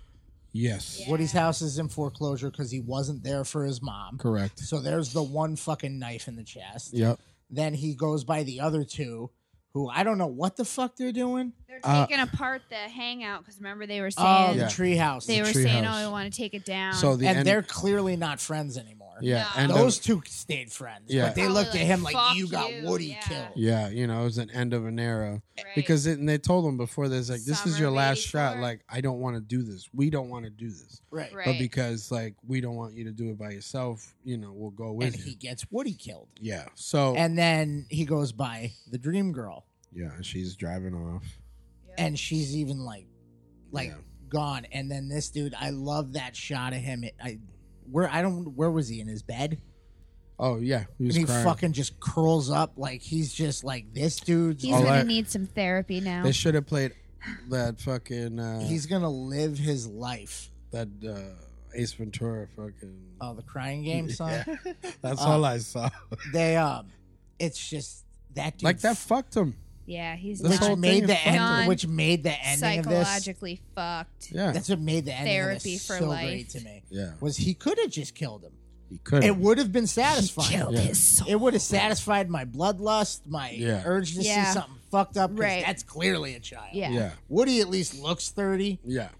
S4: yes,
S1: Woody's house is in foreclosure because he wasn't there for his mom.
S4: Correct.
S1: So there's the one fucking knife in the chest.
S4: yep.
S1: Then he goes by the other two, who I don't know what the fuck they're doing.
S2: They're
S4: Uh,
S2: taking apart the hangout because remember they were saying
S1: Oh, the
S4: Yeah.
S1: treehouse.
S2: they
S4: The
S2: were
S4: tree
S2: saying,
S4: house.
S2: "Oh, we want to take it down."
S4: So the
S1: and
S4: end-
S1: they're clearly not friends anymore.
S4: Yeah, No. end of-
S1: those two stayed friends.
S4: Yeah.
S1: but they
S2: Probably
S1: looked at him
S2: like,
S1: like
S2: "Fuck
S1: you got
S2: you,"
S1: Woody
S2: yeah.
S1: killed.
S4: Yeah, you know, it was an end of an era because it, and they told him before this, like, this is your last shot. Like, I don't want to do this. We don't want to do this.
S1: Right.
S4: But
S1: Right.
S4: because like we don't want you to do it by yourself, you know, we'll go with
S1: and
S4: you.
S1: he gets Woody killed.
S4: yeah. So
S1: and then he goes by the dream girl
S4: yeah, and she's driving off.
S1: and she's even like like gone and then this dude i love that shot of him it, i where i don't where was he in his bed
S4: Oh yeah, he was
S1: and he
S4: crying.
S1: fucking just curls up like he's just like this dude's
S2: he's
S4: All
S2: gonna
S4: right.
S2: need some therapy now.
S4: They should have played that fucking uh,
S1: he's gonna live his life
S4: that uh, Ace Ventura fucking.
S1: oh the crying game son
S4: Yeah. That's
S1: Uh,
S4: all I saw.
S1: they um it's just that dude
S4: like that fucked him.
S2: Yeah, he's
S4: This
S2: not
S4: whole
S1: which made
S4: thing
S1: the
S4: is
S1: end
S2: fucking-
S1: which made the ending of this
S2: psychologically fucked.
S4: Yeah.
S1: that's what made the ending
S2: Therapy
S1: of this
S2: for
S1: so
S2: life.
S1: great to me
S4: Yeah.
S1: was he could have just killed him
S4: He could.
S1: It would have been satisfying.
S4: killed Yeah. his
S1: It would have satisfied my bloodlust, my
S4: Yeah.
S1: urge to
S2: Yeah.
S1: see something fucked up. 'cause
S2: Right.
S1: That's clearly a child.
S2: Yeah.
S4: Yeah.
S1: Woody at least looks 30.
S4: Yeah.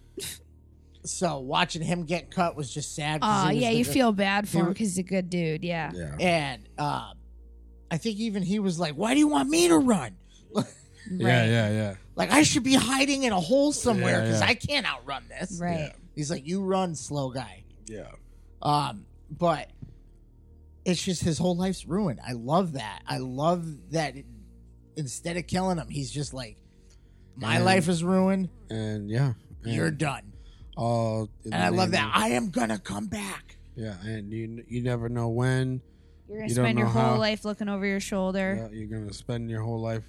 S1: So watching him get cut was just sad. 'cause
S2: Oh,
S1: he was
S2: yeah,
S1: the
S2: you
S1: good-
S2: feel bad
S1: he
S2: for him
S1: wa-
S2: because he's a good dude. Yeah.
S1: And uh, I think even he was like, Why do you want me to run?
S4: Yeah, yeah, yeah.
S1: Like, I should be hiding in a hole somewhere
S4: Yeah,
S1: because
S4: yeah.
S1: I can't outrun this.
S2: Right. Yeah.
S1: He's like, You run, slow guy.
S4: Yeah.
S1: Um, but it's just his whole life's ruined. I love that. I love that instead of killing him, he's just like, my
S4: And-
S1: life is ruined.
S4: And yeah. And
S1: You're done.
S4: All
S1: And
S4: in the
S1: I love
S4: name
S1: that. I am gonna come back.
S4: of- yeah, and you you never know when.
S2: You're going to
S4: You don't
S2: spend your
S4: know
S2: whole
S4: how.
S2: life looking over your shoulder.
S4: Yeah, you're gonna spend your whole life,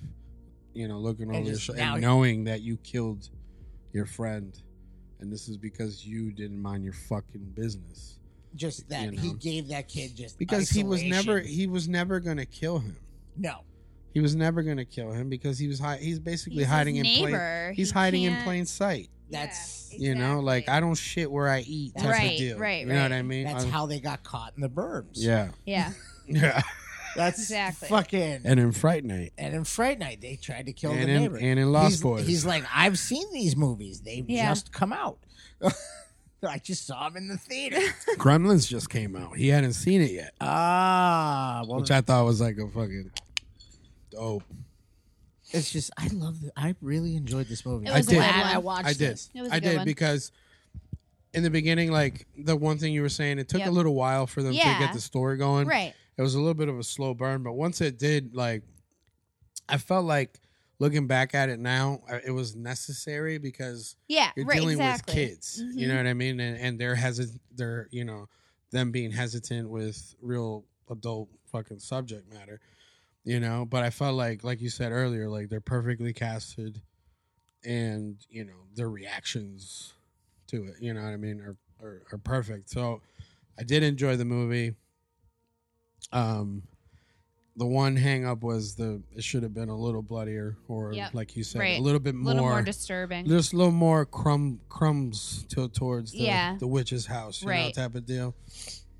S4: you know, looking over your
S1: just
S4: shoulder
S1: now-
S4: and knowing that you killed your friend, and this is because you didn't mind your fucking business.
S1: Just that
S4: You
S1: he
S4: know.
S1: gave that kid just
S4: Because he was
S1: isolation.
S4: never he was never gonna kill him.
S1: no.
S4: He was never going to kill him because he was hi- he's basically
S9: He's his
S4: hiding in plain
S9: neighbor.
S4: he's
S9: He
S4: hiding in
S9: can't-
S4: plain sight.
S1: That's
S4: You know, like I don't shit where I eat type of deal. You know what I mean?
S1: That's
S4: I-
S1: how they got caught in the burbs.
S4: Yeah.
S9: Yeah.
S4: Yeah.
S1: That's
S9: Exactly.
S1: fucking.
S4: and in Fright Night.
S1: And in Fright Night, they tried to kill
S4: And
S1: the
S4: in-
S1: neighbor.
S4: and in Lost
S1: he's,
S4: Boys.
S1: he's like, I've seen these movies. They've
S9: Yeah.
S1: just come out. I just saw him in the theater.
S4: Gremlins just came out. He hadn't seen it yet.
S1: Ah, well,
S4: which I thought was like a fucking dope.
S1: It's just I love. The, I really enjoyed this movie.
S4: I did.
S1: Glad I watched.
S4: I did.
S1: This.
S4: I did because in the beginning, like the one thing you were saying, it took
S9: Yep.
S4: a little while for them to
S9: Yeah.
S4: get the story going.
S9: Right.
S4: It was a little bit of a slow burn, but once it did, like I felt like looking back at it now, I- it was necessary because
S9: Yeah,
S4: you're
S9: right,
S4: dealing
S9: exactly.
S4: with kids. You know
S9: Mhm.
S4: what I mean? And and they're hesitant. They're you know them being hesitant with real adult fucking subject matter. You know, but I felt like, like you said earlier, like they're perfectly casted, and you know their reactions to it. You know what I mean? Are are, are perfect. So I did enjoy the movie. Um, the one hang up was the it should have been a little bloodier, or
S2: Yep.
S4: like you said,
S2: Right.
S4: a little bit more,
S2: Little more disturbing.
S4: just a little more crumb crumbs to, towards the,
S2: Yeah.
S4: the witch's house, you
S1: Right.
S4: know, type of deal.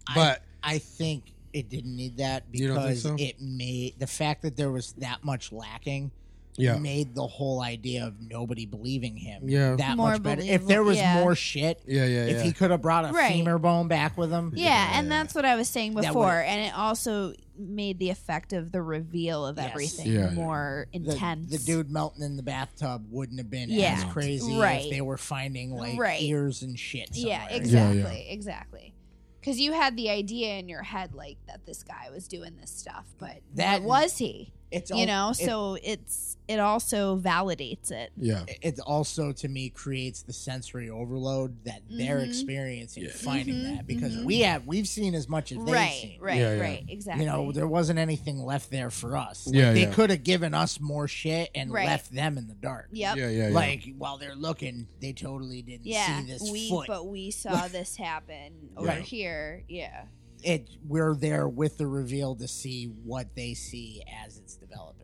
S1: I-
S4: But
S1: I think it didn't need that
S4: You don't think
S1: because
S4: so?
S1: it made the fact that there was that much lacking.
S4: Yeah.
S1: made the whole idea of nobody believing him
S4: Yeah.
S1: that
S4: More
S1: much better. If
S4: believable,
S1: there was
S4: yeah.
S1: more shit,
S4: Yeah, yeah,
S1: if
S4: yeah.
S1: he could have brought a
S9: Right.
S1: femur bone back with him,
S9: Yeah, and that's what I was saying
S1: That
S9: before,
S1: would've-
S9: and it also made the effect of the reveal of everything
S1: Yeah, yeah.
S9: more
S1: the,
S9: intense.
S1: the dude melting in the bathtub wouldn't have been
S9: Yeah.
S1: as crazy
S9: Right.
S1: if they were finding like
S9: Right.
S1: ears and shit.
S9: Yeah,
S1: somewhere.
S9: exactly, exactly. Because you had the idea in your head, like that this guy was doing this stuff, but
S1: That-
S9: that was he.
S1: it's
S9: you
S1: al-
S9: know,
S1: it-
S9: so it's it also validates it.
S4: Yeah.
S1: It- It also to me creates the sensory overload that they're
S9: Mhm.
S1: experiencing finding
S9: Mhm,
S1: that because
S9: mhm.
S1: we have we've seen as much as they've
S9: Right,
S1: seen.
S9: right, Yeah, yeah. right, exactly.
S1: You know, there wasn't anything left there for us. Like,
S4: Yeah,
S1: they
S4: yeah.
S1: could have given us more shit and
S9: Right.
S1: left them in the dark.
S9: Yep. Yeah,
S4: yeah, yeah.
S1: Like while they're looking, they totally didn't
S9: Yeah,
S1: see this
S9: we
S1: foot.
S9: but we saw this happen over
S1: Right.
S9: here. Yeah,
S1: it we're there with the reveal to see what they see as it's developing.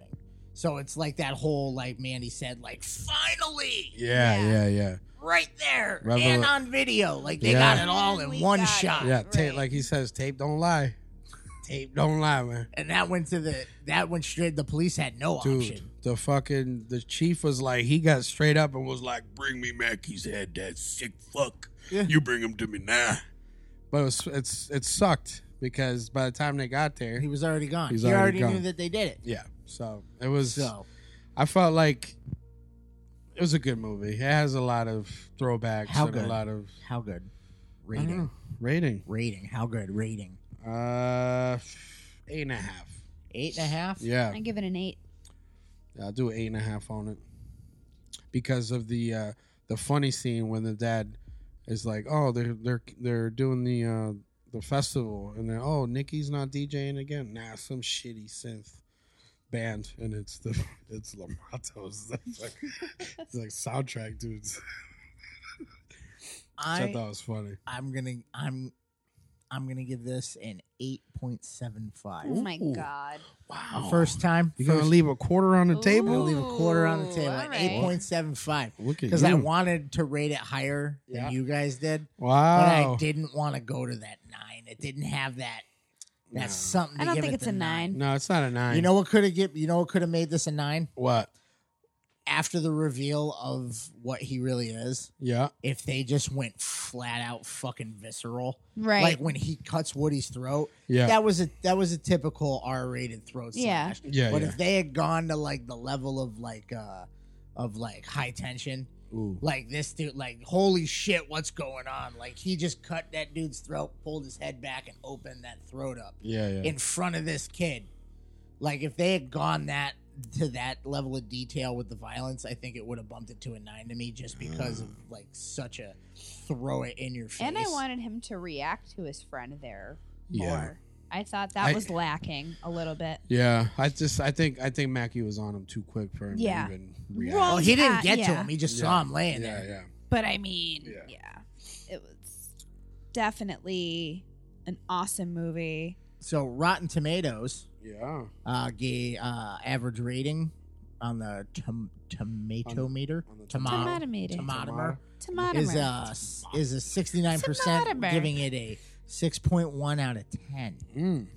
S1: So it's like that whole like Mandy said, like finally,
S4: yeah, yeah, yeah.
S1: right there
S4: Revel-
S1: and on video. Like they
S4: Yeah.
S1: got it all in one shot.
S4: Yeah, tape like he says, tape don't lie. Tape don't lie, man.
S1: And that went to the that went straight. The police had no
S4: Dude,
S1: option.
S4: the fucking the chief was like, he got straight up and was like,
S8: Bring me Mackey's head, that sick fuck. You bring him to me now.
S4: but it was, it's it sucked because by the time they got there,
S1: He was already gone.
S4: He's
S1: he
S4: already
S1: already,
S4: gone.
S1: knew that they did it.
S4: Yeah. So it was.
S1: So.
S4: I felt like it was a good movie. It has a lot of throwbacks
S1: How
S4: and
S1: good?
S4: a lot of
S1: How good?
S4: I don't
S1: Rating.
S4: know. Mm, rating.
S1: Rating. How good? Rating.
S4: Uh, eight and a half.
S1: Eight and a half.
S4: Yeah.
S9: I give it an eight.
S4: I'll do an eight and a half on it because of the uh, the funny scene when the dad is like, "Oh, they're they're they're doing the uh, the festival," and then, "Oh, Nikki's not DJing again. Nah, some shitty synth band, and it's the it's Lamato's. It's like, it's like soundtrack dudes." Which I,
S1: I-
S4: thought was funny.
S1: I'm gonna I'm I'm gonna give this an eight point seven five.
S9: Oh my god!
S1: The First time.
S4: You're going
S1: first-
S4: to leave a quarter on the
S1: I'm
S4: table?
S1: gonna leave a quarter on the table
S9: all
S1: at
S9: right.
S1: eight point seven five.
S4: Look at
S1: Because I
S4: you.
S1: wanted to rate it higher
S4: Yeah. Oh.
S1: than you guys did. But I
S4: Wow.
S1: didn't want to go to that nine. It didn't have that.
S4: No.
S1: That's something. To
S9: I don't
S1: give
S9: think
S1: it
S9: it's
S1: the
S9: a nine.
S4: No, it's not a nine.
S1: You know what could have get? You know what could have made this a nine?
S4: what?
S1: After the reveal of what he really is,
S4: Yeah.
S1: if they just went flat out fucking visceral,
S9: Right.
S1: Like when he cuts Woody's throat,
S4: Yeah.
S1: that was a that was a typical R-rated throat
S9: Yeah.
S1: slash.
S4: Yeah,
S1: but
S4: yeah.
S1: if they had gone to like the level of like uh of like high tension,
S4: Ooh.
S1: like this dude, like holy shit, what's going on? Like he just cut that dude's throat, pulled his head back, and opened that throat up
S4: Yeah, yeah.
S1: in front of this kid. Like if they had gone that to that level of detail with the violence, I think it would have bumped it to a nine to me just because of like such a throw it in your face.
S9: And I wanted him to react to his friend there
S4: Yeah.
S9: more. I thought that
S4: I-
S9: was lacking a little bit.
S4: Yeah, I just I think I think Mackey was on him too quick for him
S9: Yeah.
S4: to even react.
S9: Well,
S1: Well, Oh, he didn't
S9: uh,
S1: get to
S9: yeah.
S1: him. He just
S4: Yeah.
S1: saw him laying
S4: yeah,
S1: there.
S4: yeah.
S9: But I mean,
S4: Yeah.
S9: yeah. It was definitely an awesome movie.
S1: So Rotten Tomatoes,
S4: yeah,
S1: uh, gave uh, average rating on the tom- tomato meter, tomato
S9: Tomatometer.
S1: tomatometer,
S9: Tomatometer.
S1: is uh s- is a sixty nine percent,
S9: Tomatometer.
S1: giving it a six point one out of ten.
S4: Mm.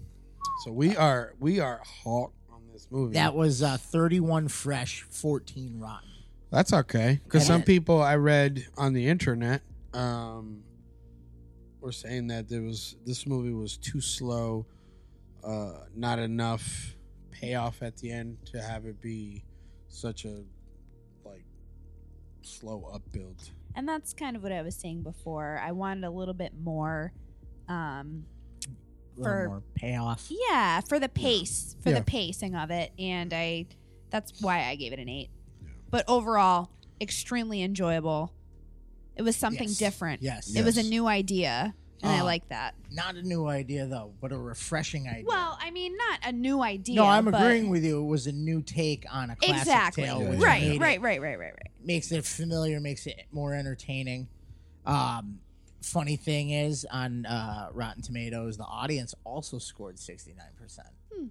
S4: So we are we are hot on this movie.
S1: That was uh, thirty one fresh, fourteen rotten.
S4: That's okay. Because
S1: And
S4: some
S1: it-
S4: people I read on the internet um, were saying that there was this movie was too slow, uh, not enough payoff at the end to have it be such a like slow upbuild.
S9: And that's kind of what I was saying before. I wanted a little bit more um
S1: A little
S9: for
S1: more payoff.
S9: yeah, for the pace, for
S1: Yeah.
S9: the pacing of it and I that's why I gave it an 8. But overall, extremely enjoyable. It was something
S1: Yes.
S9: different.
S1: Yes.
S9: It was a
S1: Yes.
S9: new idea and I
S1: Uh,
S9: like that.
S1: Not a new idea though, but a refreshing idea.
S9: Well, I mean, not a new idea.
S1: no, I'm
S9: but-
S1: agreeing with you. It was a new take on a classic
S9: Exactly.
S1: tale,
S9: Right,
S1: which made
S9: right,
S1: it-
S9: right, right, right, right.
S1: makes it familiar, makes it more entertaining. Um, funny thing is, on uh, Rotten Tomatoes, the audience also scored 69%
S9: Hmm.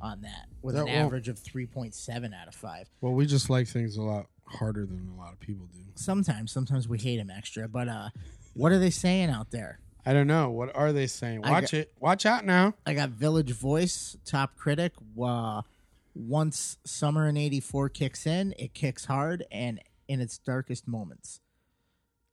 S1: on that, with
S4: That
S1: an
S4: won't-
S1: average of 3.7 out of 5.
S4: Well, we just like things a lot harder than a lot of people do.
S1: Sometimes, sometimes we hate them extra, but uh, what are they saying out there?
S4: I don't know. What are they saying?
S1: I
S4: Watch
S1: got-
S4: it. Watch out now.
S1: I got Village Voice, top critic. Uh, once summer in '84 kicks in, it kicks hard and in its darkest moments.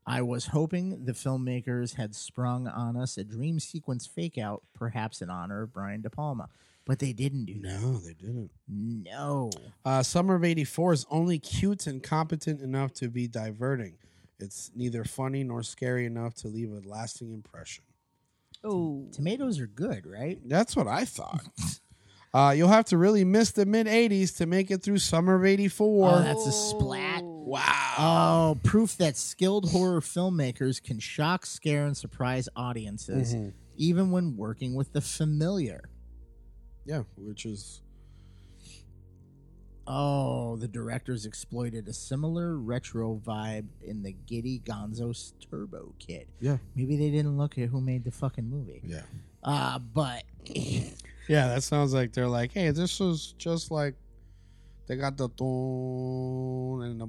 S1: I was hoping the filmmakers had sprung on us a dream sequence fake out, perhaps in honor of Brian De Palma, but they didn't do that.
S4: No, they didn't.
S1: No.
S4: Uh, Summer of 84 is only cute and competent enough to be diverting. It's neither funny nor scary enough to leave a lasting impression.
S9: Oh,
S1: tomatoes are good, right?
S4: That's what I thought. uh, you'll have to really miss the mid 80s to make it through Summer of 84.
S1: Oh, that's a splat.
S4: Wow.
S1: Oh, proof that skilled horror filmmakers can shock, scare, and surprise audiences,
S4: Mhm.
S1: even when working with the familiar.
S4: Yeah, which is
S1: Oh, the directors exploited a similar retro vibe in the Giddy Gonzo's Turbo Kid.
S4: Yeah.
S1: Maybe they didn't look at who made the fucking movie.
S4: Yeah.
S1: Uh, but
S4: Yeah, that sounds like they're like, hey, this was just like they got the tone and the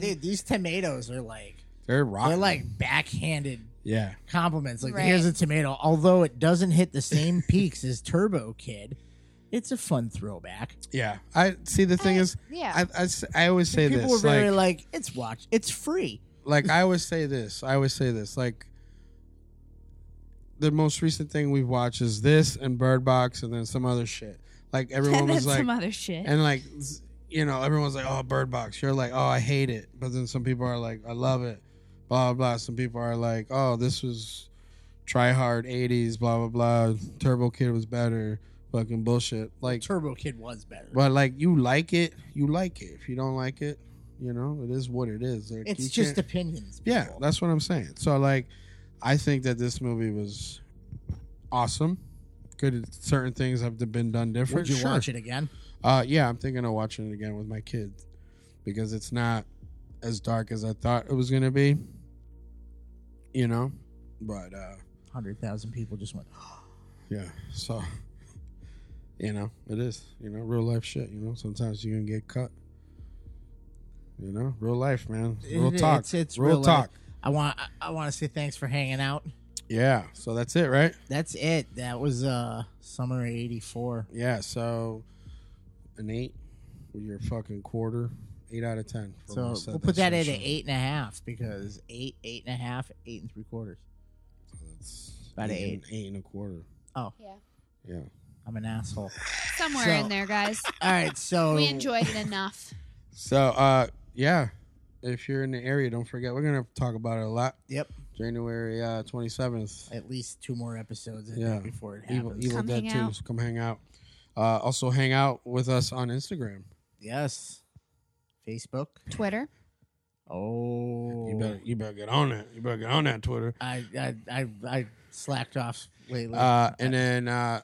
S1: dude, these tomatoes are like
S4: they're rocking.
S1: they're like backhanded
S4: yeah.
S1: compliments. Like
S9: Right.
S1: here's a tomato. Although it doesn't hit the same peaks as Turbo Kid, it's a fun throwback.
S4: Yeah, I see. The thing is,
S1: yeah.
S4: I, I s- I always say
S1: People
S4: this,
S1: were very
S4: like,
S1: like, it's watch, it's free.
S4: like I always say this. I always say this. Like the most recent thing we've watched is this and Bird Box, and then some other shit. Like everyone
S9: and then
S4: was like,
S9: some other shit.
S4: and like s- you know, everyone's like, oh, Bird Box. You're like, oh, I hate it. But then some people are like, I love it. Blah blah. blah. Some people are like, oh, this was try hard '80s. Blah blah blah. Turbo Kid was better. Fucking bullshit. Like
S1: Turbo Kid was better.
S4: But like you like it, you like it. If you don't like it, you know it is what it is. Like,
S1: It's
S4: you
S1: just
S4: can't-
S1: opinions.
S4: yeah. That's what I'm saying. So like, I think that this movie was awesome. Good. at Certain things have been done
S1: Would
S4: different.
S1: you
S4: Sure.
S1: watch it again?
S4: Uh, yeah, I'm thinking of watching it again with my kids because it's not as dark as I thought it was gonna be. You know, but uh,
S1: Hundred thousand people just went.
S4: yeah. So, you know, it is, you know, real life shit. You know, sometimes you're going to get cut. You know, real life, man. Real
S1: It-
S4: talk.
S1: It's, it's
S4: real,
S1: life.
S4: talk.
S1: I want I, I want to say thanks for hanging out.
S4: Yeah. So that's it, right?
S1: That's it. That was uh summer '84.
S4: Yeah. So, an eight with your fucking quarter, eight out of 10. for
S1: So
S4: most of
S1: we'll put that at
S4: shit.
S1: an eight and a half because eight, eight and a half, eight and three quarters.
S4: That's
S1: about an
S4: eight and-
S1: eight.
S4: eight and a quarter.
S1: Oh,
S2: Yeah.
S4: Yeah.
S1: I'm an asshole.
S2: Somewhere
S1: So-
S2: in there, guys.
S1: All right,
S4: Oh.
S1: so
S2: we enjoyed it enough.
S4: So, uh, yeah. If you're in the area, don't forget, we're going to talk about it a lot.
S1: Yep.
S4: January uh, 27th.
S1: At least two more episodes I think,
S4: yeah.
S1: before it
S4: Evil,
S1: happens.
S4: Evil Dead 2. So come hang out. Uh, also, hang out with us on Instagram.
S1: Yes. Facebook.
S2: Twitter.
S1: Oh,
S4: You better, you better get on that. You better get on that Twitter.
S1: I I I, I slacked off lately.
S4: Uh, and then uh,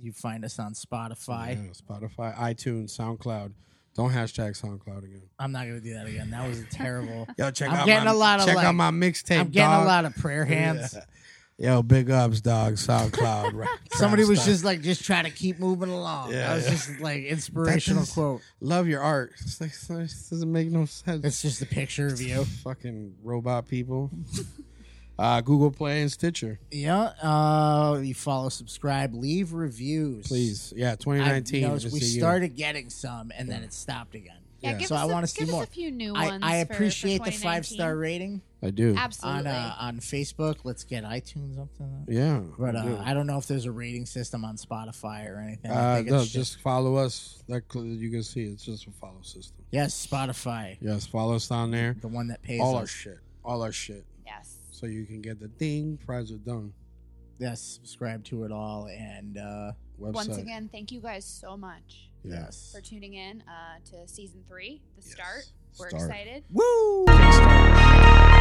S1: you find us on Spotify.
S4: yeah, Spotify, iTunes, SoundCloud. Don't hashtag SoundCloud again.
S1: I'm not gonna do that again. That was terrible.
S4: Yo, check
S1: I'm
S4: out
S1: getting
S4: my-
S1: a lot of
S4: check
S1: like-
S4: out my mixtape,
S1: I'm getting
S4: dog.
S1: a lot of prayer hands.
S4: Yeah. Yo, big ups, dog. SoundCloud. Ra-
S1: Somebody
S4: Trap
S1: was
S4: Star.
S1: just like, just try to keep moving along.
S4: Yeah,
S1: that was
S4: yeah.
S1: just like inspirational
S4: That does-
S1: quote.
S4: Love your art. It's like it's- it doesn't make no sense.
S1: It's just a picture of you.
S4: Fucking robot people. uh, Google Play and Stitcher.
S1: Yeah. Uh, you follow, subscribe, leave reviews.
S4: Please. Yeah, 2019
S1: I've noticed
S4: is
S1: we
S4: the year.
S1: started getting some, and then it stopped again.
S2: Yeah, give
S1: so
S2: us
S1: I
S2: a-
S1: want to see
S2: give us
S1: more.
S2: a few new
S1: I-
S2: ones
S1: I,
S2: for- for
S1: appreciate the five star
S2: 2019.
S1: rating.
S4: I do.
S1: on
S2: Absolutely.
S1: uh, on Facebook. Let's get iTunes up to that.
S4: Yeah,
S1: but
S4: I do.
S1: uh, I don't know if there's a rating system on Spotify or anything. I
S4: Uh,
S1: think
S4: no,
S1: it's
S4: just, follow us. That cl- you can see it's just a follow system.
S1: yes, Spotify.
S4: Yes, follow us down there.
S1: The one that pays
S4: all
S1: us.
S4: our shit. All our shit.
S2: Yes.
S4: So you can get the ding. Prize are done.
S1: Yes, subscribe to it all and uh,
S4: Website.
S2: Once again, thank you guys so much
S4: Yes.
S2: for tuning in uh, to season three, the start. We're
S4: Start.
S2: excited.
S1: Woo!